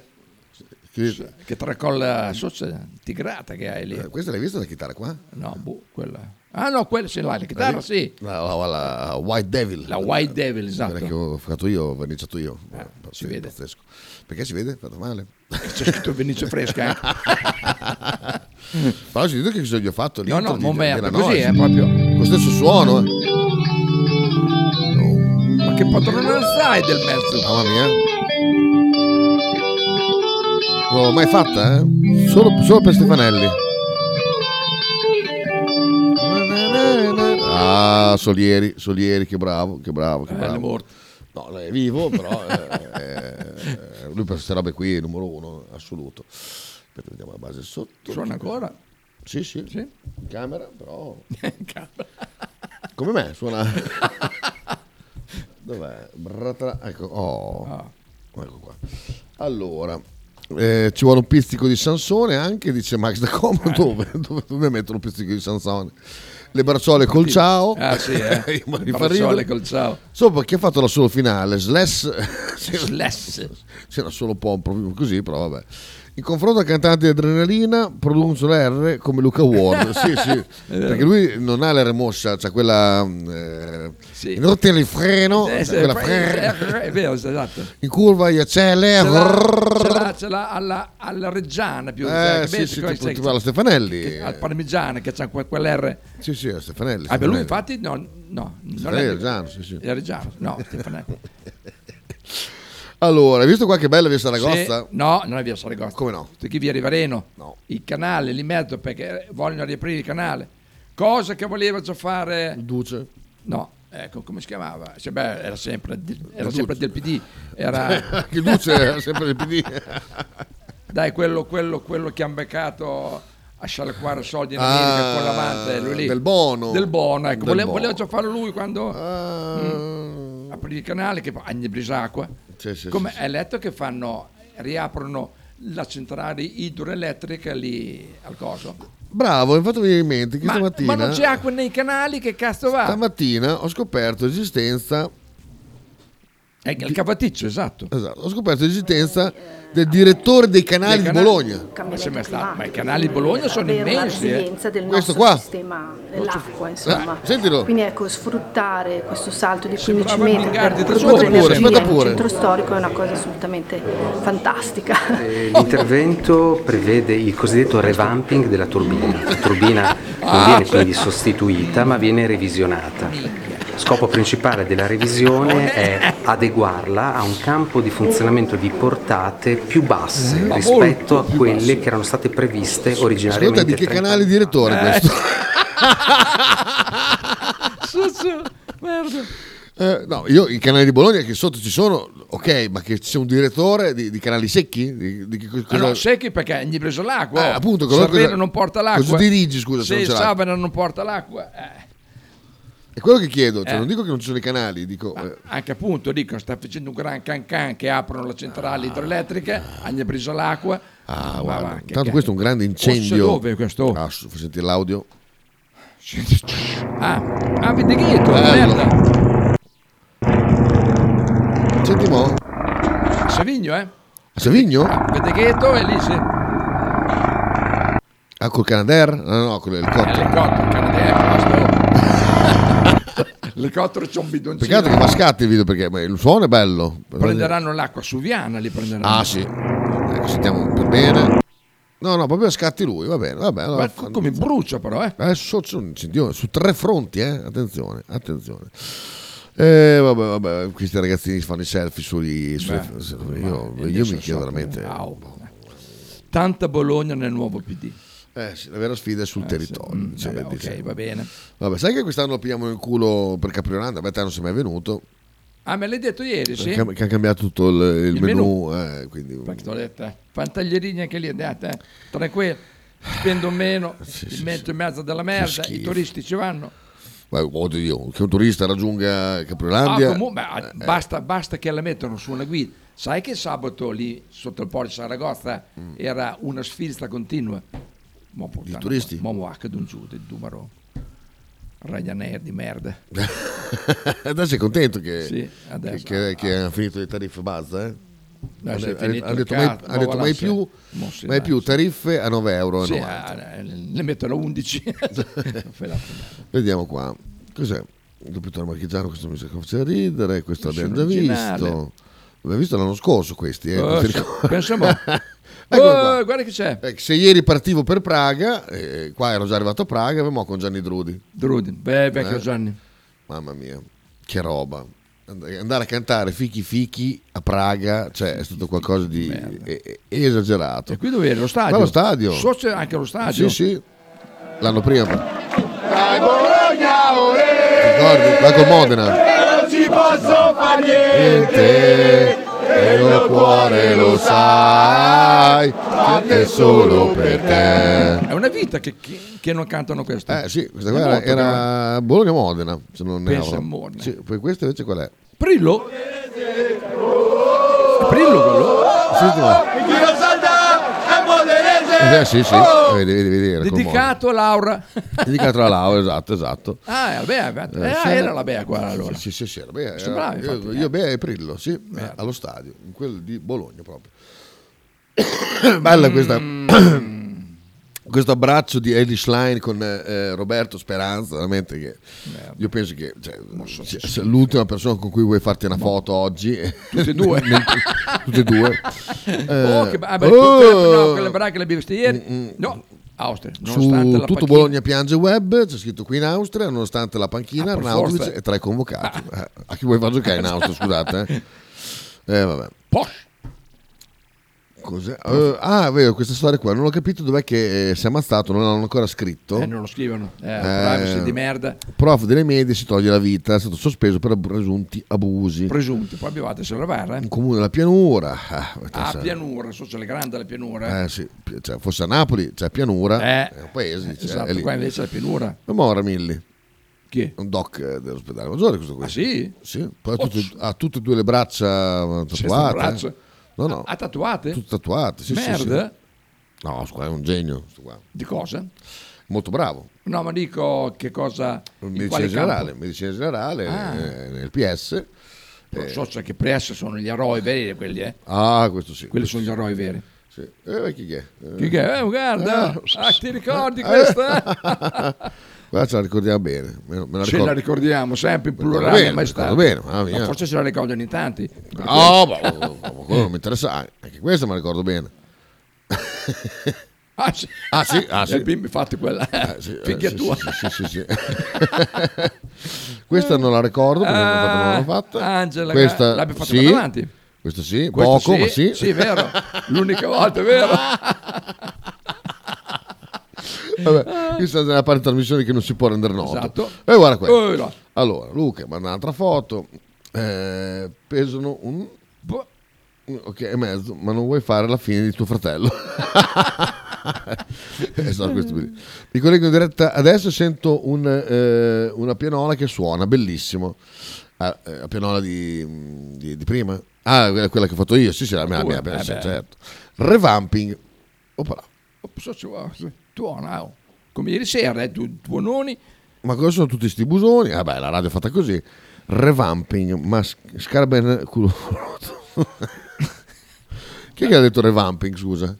[SPEAKER 1] Che-
[SPEAKER 4] Che tracolla socia tigrata che hai lì.
[SPEAKER 1] Eh, Questa l'hai vista la chitarra qua?
[SPEAKER 4] No, boh, quella. Ah no, quella sì, là, la chitarra sì.
[SPEAKER 1] Eh, La, la- la White Devil.
[SPEAKER 4] La White Devil, esatto. Eh,
[SPEAKER 1] Quella che ho fatto io, ho verniciato io. si vede. Perché si vede? Fatto male.
[SPEAKER 4] C'è scritto vernice fresca eh. anche.
[SPEAKER 1] Però ho sentito che cosa gli ho fatto lì.
[SPEAKER 4] No, no,
[SPEAKER 1] di-
[SPEAKER 4] mo
[SPEAKER 1] di-
[SPEAKER 4] merda,
[SPEAKER 1] della
[SPEAKER 4] così
[SPEAKER 1] noise.
[SPEAKER 4] è proprio.
[SPEAKER 1] Con lo stesso suono. eh.
[SPEAKER 4] Ma che padronanza hai del mezzo?
[SPEAKER 1] Mamma mia. Non l'ho mai fatta, eh? Solo, solo per Stefanelli. Ah, Solieri, Solieri, che bravo, che bravo, che
[SPEAKER 4] Eh,
[SPEAKER 1] bravo.
[SPEAKER 4] è morto.
[SPEAKER 1] No, lei è vivo, però eh, eh, lui per queste robe qui è il numero uno, assoluto. Aspetta, vediamo la base sotto.
[SPEAKER 4] Suona ancora?
[SPEAKER 1] Sì, sì. In camera, però... Come me, suona... Dov'è? Bratra- Ecco, oh.
[SPEAKER 4] Ah.
[SPEAKER 1] Ecco qua. Allora, eh, ci vuole un pizzico di Sansone anche, dice Max da
[SPEAKER 4] Eh.
[SPEAKER 1] Como, dove, dove, dove mettono un pizzico di Sansone? Le bracciole col ciao.
[SPEAKER 4] Ah sì, eh.
[SPEAKER 1] Mi fa
[SPEAKER 4] Le
[SPEAKER 1] ridere.
[SPEAKER 4] bracciole col ciao.
[SPEAKER 1] Insomma, chi ha fatto la solo finale? Slash.
[SPEAKER 4] Slash.
[SPEAKER 1] C'era solo Pom, proprio così, però vabbè. In confronto al cantante di Adrenalina, pronuncio la R come Luca Ward. sì, sì.
[SPEAKER 4] vero.
[SPEAKER 1] Perché lui non ha la R mossa, cioè quella... Eh, rotta il freno,
[SPEAKER 4] Eh, sì,
[SPEAKER 1] quella
[SPEAKER 4] eh, eh,
[SPEAKER 1] frena.
[SPEAKER 4] è vero, esatto.
[SPEAKER 1] In curva gli
[SPEAKER 4] Ce
[SPEAKER 1] accelera.
[SPEAKER 4] l'ha, ce l'ha- ce l'ha alla, alla reggiana più
[SPEAKER 1] Eh,
[SPEAKER 4] che
[SPEAKER 1] sì,
[SPEAKER 4] vedi,
[SPEAKER 1] sì,
[SPEAKER 4] che-
[SPEAKER 1] tipo-
[SPEAKER 4] che-
[SPEAKER 1] tipo alla Stefanelli.
[SPEAKER 4] che- al parmigiana che c'ha que- quell'R
[SPEAKER 1] Sì, sì, a Stefanelli.
[SPEAKER 4] ah beh lui
[SPEAKER 1] Stefanelli.
[SPEAKER 4] infatti no, no non
[SPEAKER 1] Stefanelli è reggiano, sì, sì.
[SPEAKER 4] è reggiano no Stefanelli
[SPEAKER 1] Allora, hai visto qua che bella via Saragossa?
[SPEAKER 4] Sì, no non è via Saragossa
[SPEAKER 1] come no?
[SPEAKER 4] tutti chi via Rivareno no. il canale lì in mezzo perché vogliono riaprire il canale cosa che voleva già fare
[SPEAKER 1] Duce
[SPEAKER 4] no ecco come si chiamava Cioè, beh, era sempre di- era sempre del PD era
[SPEAKER 1] Che Duce era sempre del PD.
[SPEAKER 4] Dai, quello, quello, quello che hanno beccato a scialacquare soldi in
[SPEAKER 1] Ah,
[SPEAKER 4] America con l'amante, lui lì.
[SPEAKER 1] del Bono.
[SPEAKER 4] Del Bono, ecco.
[SPEAKER 1] Del
[SPEAKER 4] voleva,
[SPEAKER 1] Bono. Ah.
[SPEAKER 4] voleva già farlo lui quando mm, aprì il canale, che fa Agni Brisacqua.
[SPEAKER 1] Sì, sì,
[SPEAKER 4] Come
[SPEAKER 1] sì,
[SPEAKER 4] hai letto che fanno, riaprono la centrale idroelettrica lì al coso.
[SPEAKER 1] Bravo, infatti mi viene in mente che
[SPEAKER 4] Ma,
[SPEAKER 1] stamattina,
[SPEAKER 4] ma non c'è Ah. acqua nei canali, che cazzo va?
[SPEAKER 1] stamattina ho scoperto l'esistenza
[SPEAKER 4] È il cavaticcio, esatto.
[SPEAKER 1] Esatto. Ho scoperto l'esistenza del direttore dei
[SPEAKER 4] Dei
[SPEAKER 1] canali di
[SPEAKER 4] canali-
[SPEAKER 1] Bologna.
[SPEAKER 4] Ma, c'è mai stato- ma i canali di Bologna sono
[SPEAKER 11] per la
[SPEAKER 4] immensi. eh.
[SPEAKER 11] resilienza del
[SPEAKER 1] Questo
[SPEAKER 11] nostro
[SPEAKER 1] qua.
[SPEAKER 11] sistema dell'acqua, insomma.
[SPEAKER 1] Eh, sentilo.
[SPEAKER 11] Quindi ecco, sottovalutare questo salto di 15
[SPEAKER 1] Sembrava
[SPEAKER 11] metri per
[SPEAKER 1] Mingardi da
[SPEAKER 11] produrre
[SPEAKER 1] solo. Aspetta pure,
[SPEAKER 11] energia
[SPEAKER 1] aspetta
[SPEAKER 11] in un
[SPEAKER 1] pure.
[SPEAKER 11] centro storico è una cosa assolutamente fantastica.
[SPEAKER 12] Eh, L'intervento prevede il cosiddetto revamping della turbina. La turbina non viene quindi sostituita ma viene revisionata. Scopo principale della revisione è adeguarla a un campo di funzionamento di portate più basse
[SPEAKER 1] Ma
[SPEAKER 12] rispetto a
[SPEAKER 1] Mm-hmm. molto più
[SPEAKER 12] quelle che erano state previste
[SPEAKER 1] Ascolta,
[SPEAKER 12] originariamente.
[SPEAKER 1] di che
[SPEAKER 12] 30
[SPEAKER 1] canale
[SPEAKER 4] Eh.
[SPEAKER 1] direttore questo?
[SPEAKER 4] Su, su, merda.
[SPEAKER 1] Eh, no, io i canali di Bologna che sotto ci sono, ok, ma che c'è un direttore di, di canali secchi? Di, di che co- cosa-
[SPEAKER 4] Allora, secchi perché gli ha preso l'acqua.
[SPEAKER 1] Ah, appunto, cosa-
[SPEAKER 4] Sorreno
[SPEAKER 1] cosa-
[SPEAKER 4] non porta l'acqua.
[SPEAKER 1] cosa dirigi, scusa, se
[SPEAKER 4] se
[SPEAKER 1] non ce l'ha?
[SPEAKER 4] Sabana non porta l'acqua. eh,
[SPEAKER 1] È quello che chiedo, cioè,
[SPEAKER 4] Eh.
[SPEAKER 1] non dico che non ci sono i canali, dico... eh,
[SPEAKER 4] anche appunto, dicono, sta facendo un gran cancan che aprono la centrale idroelettrica, gli ha preso l'acqua.
[SPEAKER 1] Ah,
[SPEAKER 4] Ma
[SPEAKER 1] guarda,
[SPEAKER 4] va, che
[SPEAKER 1] tanto
[SPEAKER 4] cazzo.
[SPEAKER 1] questo è un grande incendio.
[SPEAKER 4] Ossa dove questo?
[SPEAKER 1] Ah, su- fa sentire l'audio.
[SPEAKER 4] Ah, ah, vedi che dietro,
[SPEAKER 1] Bello.
[SPEAKER 4] merda.
[SPEAKER 1] Senti mo,
[SPEAKER 4] Savigno, eh.
[SPEAKER 1] a Savigno?
[SPEAKER 4] Vedeghetto e lì si... Eh,
[SPEAKER 1] Ah, col Canadair? No, no, con l'elicottero.
[SPEAKER 4] Ah, L'elicottero, canadese, questo. L'elicottero c'è un bidoncino.
[SPEAKER 1] Peccato che mascate il video perché ma il suono è bello.
[SPEAKER 4] Prenderanno l'acqua su Viana, li prenderanno.
[SPEAKER 1] Ah, sì. Ecco, sentiamo per bene. No, no, proprio scatti lui, va bene, va bene.
[SPEAKER 4] Ma co- come brucia però, eh.
[SPEAKER 1] Adesso c'è un incendio su tre fronti, eh. Attenzione, attenzione. Eh, vabbè, vabbè, questi ragazzini fanno i selfie sui... sulle-
[SPEAKER 4] Beh,
[SPEAKER 1] io
[SPEAKER 4] ma
[SPEAKER 1] io
[SPEAKER 4] adesso
[SPEAKER 1] mi chiedo
[SPEAKER 4] so come-
[SPEAKER 1] veramente...
[SPEAKER 4] Au. Tanta Bologna nel nuovo PD.
[SPEAKER 1] Eh sì, la vera sfida è sul territorio.
[SPEAKER 4] Mm,
[SPEAKER 1] cioè,
[SPEAKER 4] vabbè, ok,
[SPEAKER 1] diciamo.
[SPEAKER 4] va bene.
[SPEAKER 1] Vabbè, sai che quest'anno lo pigliamo in culo per Capriolanda? Beh, te non sei mai venuto.
[SPEAKER 4] Ah, me l'hai detto ieri, sì?
[SPEAKER 1] Che ha che ha cambiato tutto il, il
[SPEAKER 4] Il
[SPEAKER 1] menù. eh, quindi...
[SPEAKER 4] Perché t'ho detto, eh. Fantaglierini anche lì, andate, eh. Tranquillo, spendo meno, il metto in mezzo della merda, i
[SPEAKER 1] schifo.
[SPEAKER 4] turisti ci vanno.
[SPEAKER 1] Beh, oddio, che un turista raggiunga
[SPEAKER 4] Ah,
[SPEAKER 1] Capriolandia.
[SPEAKER 4] comunque, ah,
[SPEAKER 1] eh.
[SPEAKER 4] basta, basta che la mettano su una guida. Sai che sabato lì sotto il porto di Saragozza
[SPEAKER 1] Mm.
[SPEAKER 4] era una sfilza continua. Mo, puttana,
[SPEAKER 1] turisti?
[SPEAKER 4] Mo, mo, anche d'un giù, del numero. Ryanair di merda.
[SPEAKER 1] Adesso eh, sei contento che,
[SPEAKER 4] Sì, adesso. ah.
[SPEAKER 1] che, che- che hanno finito le tariffe bassa? Eh?
[SPEAKER 4] Dai, se è
[SPEAKER 1] Ha- ha-
[SPEAKER 4] finito
[SPEAKER 1] ha
[SPEAKER 4] il
[SPEAKER 1] detto
[SPEAKER 4] cazzo,
[SPEAKER 1] mai, ha
[SPEAKER 4] ma
[SPEAKER 1] detto
[SPEAKER 4] voilà,
[SPEAKER 1] mai
[SPEAKER 4] sì.
[SPEAKER 1] più,
[SPEAKER 4] Mo sì,
[SPEAKER 1] mai
[SPEAKER 4] dai,
[SPEAKER 1] più
[SPEAKER 4] sì.
[SPEAKER 1] tariffe a 9 euro.
[SPEAKER 4] Sì, ah, ne mettono 11.
[SPEAKER 1] Ecco
[SPEAKER 4] Fai la-
[SPEAKER 1] Vediamo qua. Cos'è? Il doppio marchigiano, questo mi sa che faceva ridere,
[SPEAKER 4] Questo
[SPEAKER 1] questo l'abbiamo già
[SPEAKER 4] originale.
[SPEAKER 1] visto. L'abbiamo visto l'anno scorso questi, eh.
[SPEAKER 4] Oh,
[SPEAKER 1] non ti
[SPEAKER 4] sì.
[SPEAKER 1] ricordo.
[SPEAKER 4] Pensa un po'.
[SPEAKER 1] Eccolo
[SPEAKER 4] Oh,
[SPEAKER 1] qua.
[SPEAKER 4] guarda che c'è.
[SPEAKER 1] Eh, Se ieri partivo per Praga, eh, qua ero già arrivato a Praga, avevamo con Gianni Drudi. Eh?
[SPEAKER 4] Drudi, beh, vecchio Gianni.
[SPEAKER 1] Mamma mia, che roba. And- eh, Andare a cantare fichi fichi a Praga, cioè è stato qualcosa di e- e- esagerato. E
[SPEAKER 4] qui dove era? Lo stadio?
[SPEAKER 1] Lo stadio.
[SPEAKER 4] So c'è anche lo stadio.
[SPEAKER 1] Sì, sì. L'anno prima.
[SPEAKER 19] Dai Bologna, ore,
[SPEAKER 1] Ricordi? Vai con Modena.
[SPEAKER 19] non ci posso fare
[SPEAKER 1] Niente, e il mio cuore lo sai, canta solo per te.
[SPEAKER 4] È una vita che, che- che non cantano questo.
[SPEAKER 1] Eh sì, questa
[SPEAKER 4] È
[SPEAKER 1] qua era,
[SPEAKER 4] molto, però.
[SPEAKER 1] era Bologna-Modena, se non ne
[SPEAKER 4] Pensa
[SPEAKER 1] erro.
[SPEAKER 4] a Modena.
[SPEAKER 1] Sì, poi questa invece qual è?
[SPEAKER 4] Prillo. Prillo quello?
[SPEAKER 1] Senti, ma-
[SPEAKER 19] Il tiro salta è modenese.
[SPEAKER 1] Eh, sì, sì,
[SPEAKER 19] Oh!
[SPEAKER 1] vedi, vedi, vedi, era col Modena.
[SPEAKER 4] Dedicato a Laura.
[SPEAKER 1] Dedicato alla Laura, esatto, esatto.
[SPEAKER 4] Ah, la Bea, Bea. Eh,
[SPEAKER 1] Eh, sì.
[SPEAKER 4] era la Bea qua allora.
[SPEAKER 1] Sì, sì, sì, era Bea.
[SPEAKER 4] Sono
[SPEAKER 1] era-
[SPEAKER 4] bravi,
[SPEAKER 1] io,
[SPEAKER 4] infatti,
[SPEAKER 1] io
[SPEAKER 4] eh.
[SPEAKER 1] Bea e Prillo, sì, eh, allo stadio, in quello di Bologna proprio. Bella questa...
[SPEAKER 4] Mm.
[SPEAKER 1] Questo abbraccio di Eddie Schlein con eh, Roberto Speranza, veramente che io penso che cioè, sia- sia l'ultima persona con cui vuoi farti una foto oggi. Tutte
[SPEAKER 4] e due.
[SPEAKER 1] Tutte e due.
[SPEAKER 4] oh,
[SPEAKER 1] Eh,
[SPEAKER 4] che ba- beh,
[SPEAKER 1] oh! Mm,
[SPEAKER 4] quelle, no, quelle brache le abbiamo viste ieri. No, Austria.
[SPEAKER 1] Su
[SPEAKER 4] nonostante la
[SPEAKER 1] tutto
[SPEAKER 4] panchina.
[SPEAKER 1] Bologna piange web, c'è scritto qui in Austria, nonostante la panchina,
[SPEAKER 4] Ah, per
[SPEAKER 1] Arnautovic
[SPEAKER 4] forza.
[SPEAKER 1] è tra i convocati. Eh, A chi vuoi far giocare in Austria, scusate. eh? Eh, vabbè. Cos'è? Eh, ah, è vero, questa storia qua, non ho capito dov'è che eh, si è ammazzato, non l'hanno ancora scritto.
[SPEAKER 4] Eh, non lo scrivono. Eh,
[SPEAKER 1] Eh,
[SPEAKER 4] privacy di merda.
[SPEAKER 1] Prof delle medie si toglie la vita, è stato sospeso per presunti abusi.
[SPEAKER 4] Presunti. Poi abbiamo fatto Serravarra.
[SPEAKER 1] In
[SPEAKER 4] Eh.
[SPEAKER 1] comune della pianura. Ah,
[SPEAKER 4] Ah,
[SPEAKER 1] sa-
[SPEAKER 4] pianura. So c'è la grande la pianura.
[SPEAKER 1] eh, sì, pi- cioè, fosse a Napoli c'è pianura,
[SPEAKER 4] Eh,
[SPEAKER 1] è un paese. Cioè,
[SPEAKER 4] esatto,
[SPEAKER 1] è lì.
[SPEAKER 4] qua invece è la pianura.
[SPEAKER 1] Ma Mora Milli.
[SPEAKER 4] Chi è?
[SPEAKER 1] Un doc eh, dell'ospedale maggiore questo qui. Ah
[SPEAKER 4] sì?
[SPEAKER 1] Poi ha, tutte- ha tutte e due le braccia eh,
[SPEAKER 4] C'è
[SPEAKER 1] tatuate.
[SPEAKER 4] sto
[SPEAKER 1] eh.
[SPEAKER 4] braccio.
[SPEAKER 1] No, no.
[SPEAKER 4] Ha Ah, tatuate?
[SPEAKER 1] Tutte tatuate. Sì, sì,
[SPEAKER 4] Merda.
[SPEAKER 1] sì. No, sto qua è un genio. sto qua.
[SPEAKER 4] Di cosa?
[SPEAKER 1] Molto bravo.
[SPEAKER 4] No, ma dico che cosa... in
[SPEAKER 1] Medicina
[SPEAKER 4] quale Ah.
[SPEAKER 1] generale, eh,
[SPEAKER 4] campo?
[SPEAKER 1] medicina generale
[SPEAKER 4] Ah.
[SPEAKER 1] eh, nel PS.
[SPEAKER 4] Però so c'è che presso sono gli eroi veri quelli, eh.
[SPEAKER 1] Ah, questo sì.
[SPEAKER 4] Quelli sono gli eroi veri.
[SPEAKER 1] Sì. Eh, chi è?
[SPEAKER 4] Chi che è? Eh, guarda,
[SPEAKER 1] Eh.
[SPEAKER 4] ah, ti ricordi questa?
[SPEAKER 1] Guarda, ce la ricordiamo bene. Me, me la
[SPEAKER 4] Ce
[SPEAKER 1] ricordo.
[SPEAKER 4] la ricordiamo sempre in
[SPEAKER 1] Me la ricordo
[SPEAKER 4] plurale, mai
[SPEAKER 1] bene, me la
[SPEAKER 4] stato.
[SPEAKER 1] ricordo bene, mamma mia.
[SPEAKER 4] Ma forse ce la ricordano in tanti.
[SPEAKER 1] Oh, ma, ma- ma- ma quello non mi interessa. Ah, Anche questo me la ricordo bene.
[SPEAKER 4] Ah sì,
[SPEAKER 1] Ah sì, ah
[SPEAKER 4] E
[SPEAKER 1] sì.
[SPEAKER 4] bimbi fatti quella.
[SPEAKER 1] Ah, sì, eh,
[SPEAKER 4] Figlia
[SPEAKER 1] sì,
[SPEAKER 4] tua.
[SPEAKER 1] sì, sì, sì, sì. Questa non la ricordo perché non l'ho fatta, non l'ho fatta.
[SPEAKER 4] Ah, Angela,
[SPEAKER 1] Questa
[SPEAKER 4] l'abbiamo fatta
[SPEAKER 1] sì.
[SPEAKER 4] davanti.
[SPEAKER 1] Questo sì,
[SPEAKER 4] Questo
[SPEAKER 1] poco, ma sì.
[SPEAKER 4] Sì, è vero. L'unica volta, è vero.
[SPEAKER 1] Vabbè, questa è una parte di trasmissione che non si può rendere noto.
[SPEAKER 4] Eh. Esatto.
[SPEAKER 1] E guarda
[SPEAKER 4] Oh,
[SPEAKER 1] qua.
[SPEAKER 4] no.
[SPEAKER 1] Allora, Luca manda un'altra foto. Eh, pesano un... un- Ok, e mezzo, ma non vuoi fare la fine di tuo fratello. Eh, so, questo mi- Mi collego in diretta adesso e sento un, eh, una pianola che suona, bellissimo. Ah, eh, la pianola di, di- di prima? Ah, quella- quella che ho fatto io, sì, sì, la mia, la mia,
[SPEAKER 4] Tua,
[SPEAKER 1] la mia,
[SPEAKER 4] eh,
[SPEAKER 1] sì,
[SPEAKER 4] beh.
[SPEAKER 1] certo. Revamping. Opala.
[SPEAKER 4] So, ci vuole- Tuona, oh. Come ieri sera, eh, tu, tuononi.
[SPEAKER 1] Ma cosa sono tutti sti busoni? Vabbè, la radio è fatta così. Revamping, ma sc- scarben culo. Chi è che ha detto revamping, scusa?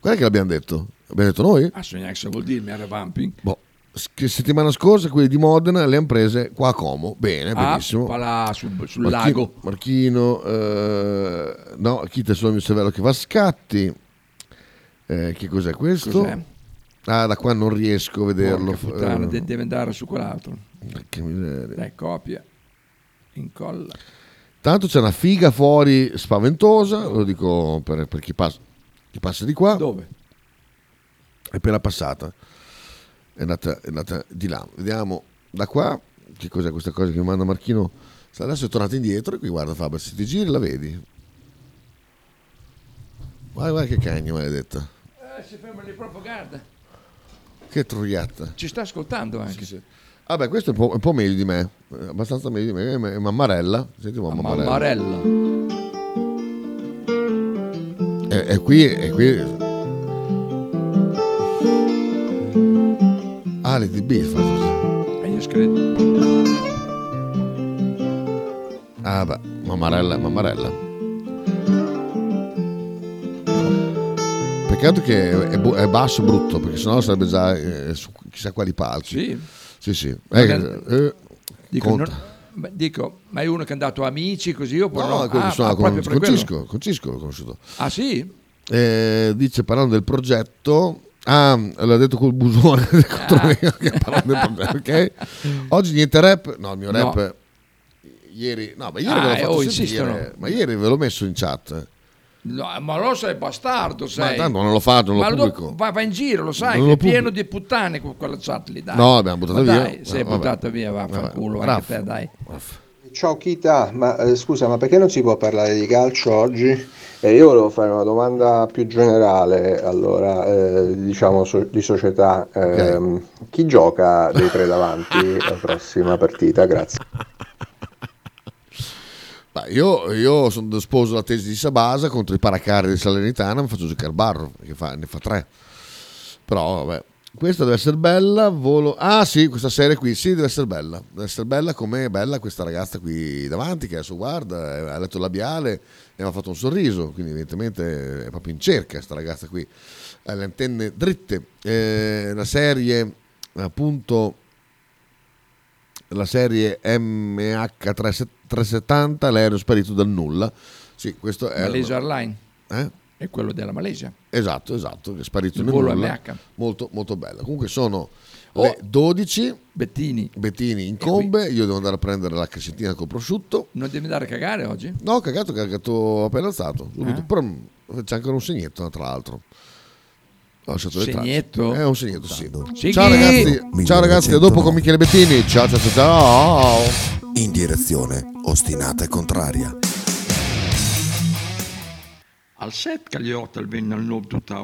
[SPEAKER 1] Qual è che l'abbiamo detto? L'abbiamo detto noi?
[SPEAKER 4] Ah, so neanche se vuol dirmi, era vamping.
[SPEAKER 1] Boh, s- che settimana scorsa quelli di Modena le hanno prese qua a Como. Bene,
[SPEAKER 4] Ah,
[SPEAKER 1] Eh, benissimo.
[SPEAKER 4] qua là, sul, sul
[SPEAKER 1] Marchi-
[SPEAKER 4] lago.
[SPEAKER 1] Marchino, eh, no, chi te sono il mio cervello che va a scatti. Eh, che cos'è questo?
[SPEAKER 4] Cos'è?
[SPEAKER 1] Ah, da qua non riesco a vederlo.
[SPEAKER 4] Porca puttana,
[SPEAKER 1] Eh,
[SPEAKER 4] de- deve andare su quell'altro.
[SPEAKER 1] che miseria.
[SPEAKER 4] Dai, copia. Incolla.
[SPEAKER 1] Tanto c'è una figa fuori spaventosa, lo dico per, per chi, passa, chi passa di qua.
[SPEAKER 4] Dove?
[SPEAKER 1] È appena passata, è andata, è andata di là. Vediamo da qua, che cos'è questa cosa che mi manda Marchino? Sta- Adesso è tornata indietro e qui guarda Fabio, se ti giri la vedi. Guarda, guarda che cagna maledetta,
[SPEAKER 4] Eh, si ferma lì proprio, guarda.
[SPEAKER 1] che troiatta.
[SPEAKER 4] Ci sta ascoltando eh. anche.
[SPEAKER 1] Vabbè, questo è un po', un po' meglio di me, eh, abbastanza meglio di me, è- è Mammarella. Senti, Mammarella.
[SPEAKER 4] Mammarella.
[SPEAKER 1] E, e qui, e qui... Ah, le DB fa
[SPEAKER 4] E gli scrive.
[SPEAKER 1] Ah, beh, mammarella, mammarella. Peccato che è, bu- è basso brutto, perché sennò sarebbe già eh, su chissà quali palchi.
[SPEAKER 4] Sì.
[SPEAKER 1] Sì, sì. Eh,
[SPEAKER 4] Magari-
[SPEAKER 1] eh,
[SPEAKER 4] Dico,
[SPEAKER 1] conta.
[SPEAKER 4] non- ma, dico, ma è uno che è andato a amici così oppure
[SPEAKER 1] No,
[SPEAKER 4] no?
[SPEAKER 1] quello
[SPEAKER 4] Ah,
[SPEAKER 1] che suona
[SPEAKER 4] ah,
[SPEAKER 1] con,
[SPEAKER 4] proprio per
[SPEAKER 1] con
[SPEAKER 4] quello.
[SPEAKER 1] Cisco, con Cisco l'ho conosciuto.
[SPEAKER 4] Ah sì?
[SPEAKER 1] Eh, dice parlando del progetto. Ah, l'ha detto col busone contro
[SPEAKER 4] Ah.
[SPEAKER 1] me, che parlando del progetto, ok? Oggi niente rap. No, il mio
[SPEAKER 4] No.
[SPEAKER 1] rap. Ieri. No, ma ieri
[SPEAKER 4] Ah,
[SPEAKER 1] ve l'ho
[SPEAKER 4] eh,
[SPEAKER 1] fatto
[SPEAKER 4] oh,
[SPEAKER 1] sentire,
[SPEAKER 4] insistono.
[SPEAKER 1] Ma ieri ve l'ho messo in chat.
[SPEAKER 4] No, ma lo sei bastardo,
[SPEAKER 1] Ma
[SPEAKER 4] sei.
[SPEAKER 1] tanto non lo faccio, non
[SPEAKER 4] Ma
[SPEAKER 1] lo
[SPEAKER 4] dopo
[SPEAKER 1] pubblico.
[SPEAKER 4] va, va in giro, lo sai,
[SPEAKER 1] Non
[SPEAKER 4] che
[SPEAKER 1] lo
[SPEAKER 4] è pieno di puttane con quella chat lì, dai.
[SPEAKER 1] No, l'abbiamo buttata
[SPEAKER 4] Ma
[SPEAKER 1] via.
[SPEAKER 4] Dai, sei
[SPEAKER 1] Eh, vabbè.
[SPEAKER 4] buttata via, vaffanculo,
[SPEAKER 1] Vabbè,
[SPEAKER 4] anche
[SPEAKER 1] Raff.
[SPEAKER 4] te, dai.
[SPEAKER 8] Ciao Kita, ma eh, scusa, ma perché non si può parlare di calcio oggi? Eh, io volevo fare una domanda più generale, allora, eh, diciamo so- di società. Ehm, Chi gioca dei tre davanti la prossima partita? Grazie.
[SPEAKER 1] Ma io, io sono sposo la tesi di Sabasa contro i paracarri di Salernitana, mi faccio giocare Barro, che fa- ne fa tre. Però vabbè, questa deve essere bella, volo... Ah sì, questa serie qui, sì, deve essere bella. Deve essere bella com'è bella questa ragazza qui davanti che adesso guarda, eh, ha letto il labiale e mi ha fatto un sorriso, quindi evidentemente è proprio in cerca questa ragazza qui. Ha le antenne dritte. Eh, la serie, appunto, la serie MH370, l'aereo sparito dal nulla. Sì, questo è...
[SPEAKER 4] Malaysia Airlines.
[SPEAKER 1] Eh?
[SPEAKER 4] È quello della Malesia.
[SPEAKER 1] Esatto, esatto, che è sparito
[SPEAKER 4] Il
[SPEAKER 1] nel
[SPEAKER 4] volo
[SPEAKER 1] nulla.
[SPEAKER 4] MH.
[SPEAKER 1] Molto, molto bello. Comunque sono
[SPEAKER 4] Oh,
[SPEAKER 1] le 12.
[SPEAKER 4] Bettini.
[SPEAKER 1] Bettini in combe, io devo andare a prendere la crescentina col prosciutto.
[SPEAKER 4] Non devi andare a cagare oggi?
[SPEAKER 1] No, ho cagato, ho cagato appena alzato. subito.
[SPEAKER 4] Ah.
[SPEAKER 1] Prum. c'è anche un segnetto, tra l'altro. Ho lasciato le tracce.
[SPEAKER 4] Segnetto?
[SPEAKER 1] È un segnetto, sì.
[SPEAKER 4] Sì.
[SPEAKER 1] Ciao ragazzi, ciao ragazzi, a dopo con Michele Bettini. Ciao ciao ciao ciao.
[SPEAKER 20] In direzione ostinata e contraria.
[SPEAKER 13] Al set cagliotta il venne al nord tutta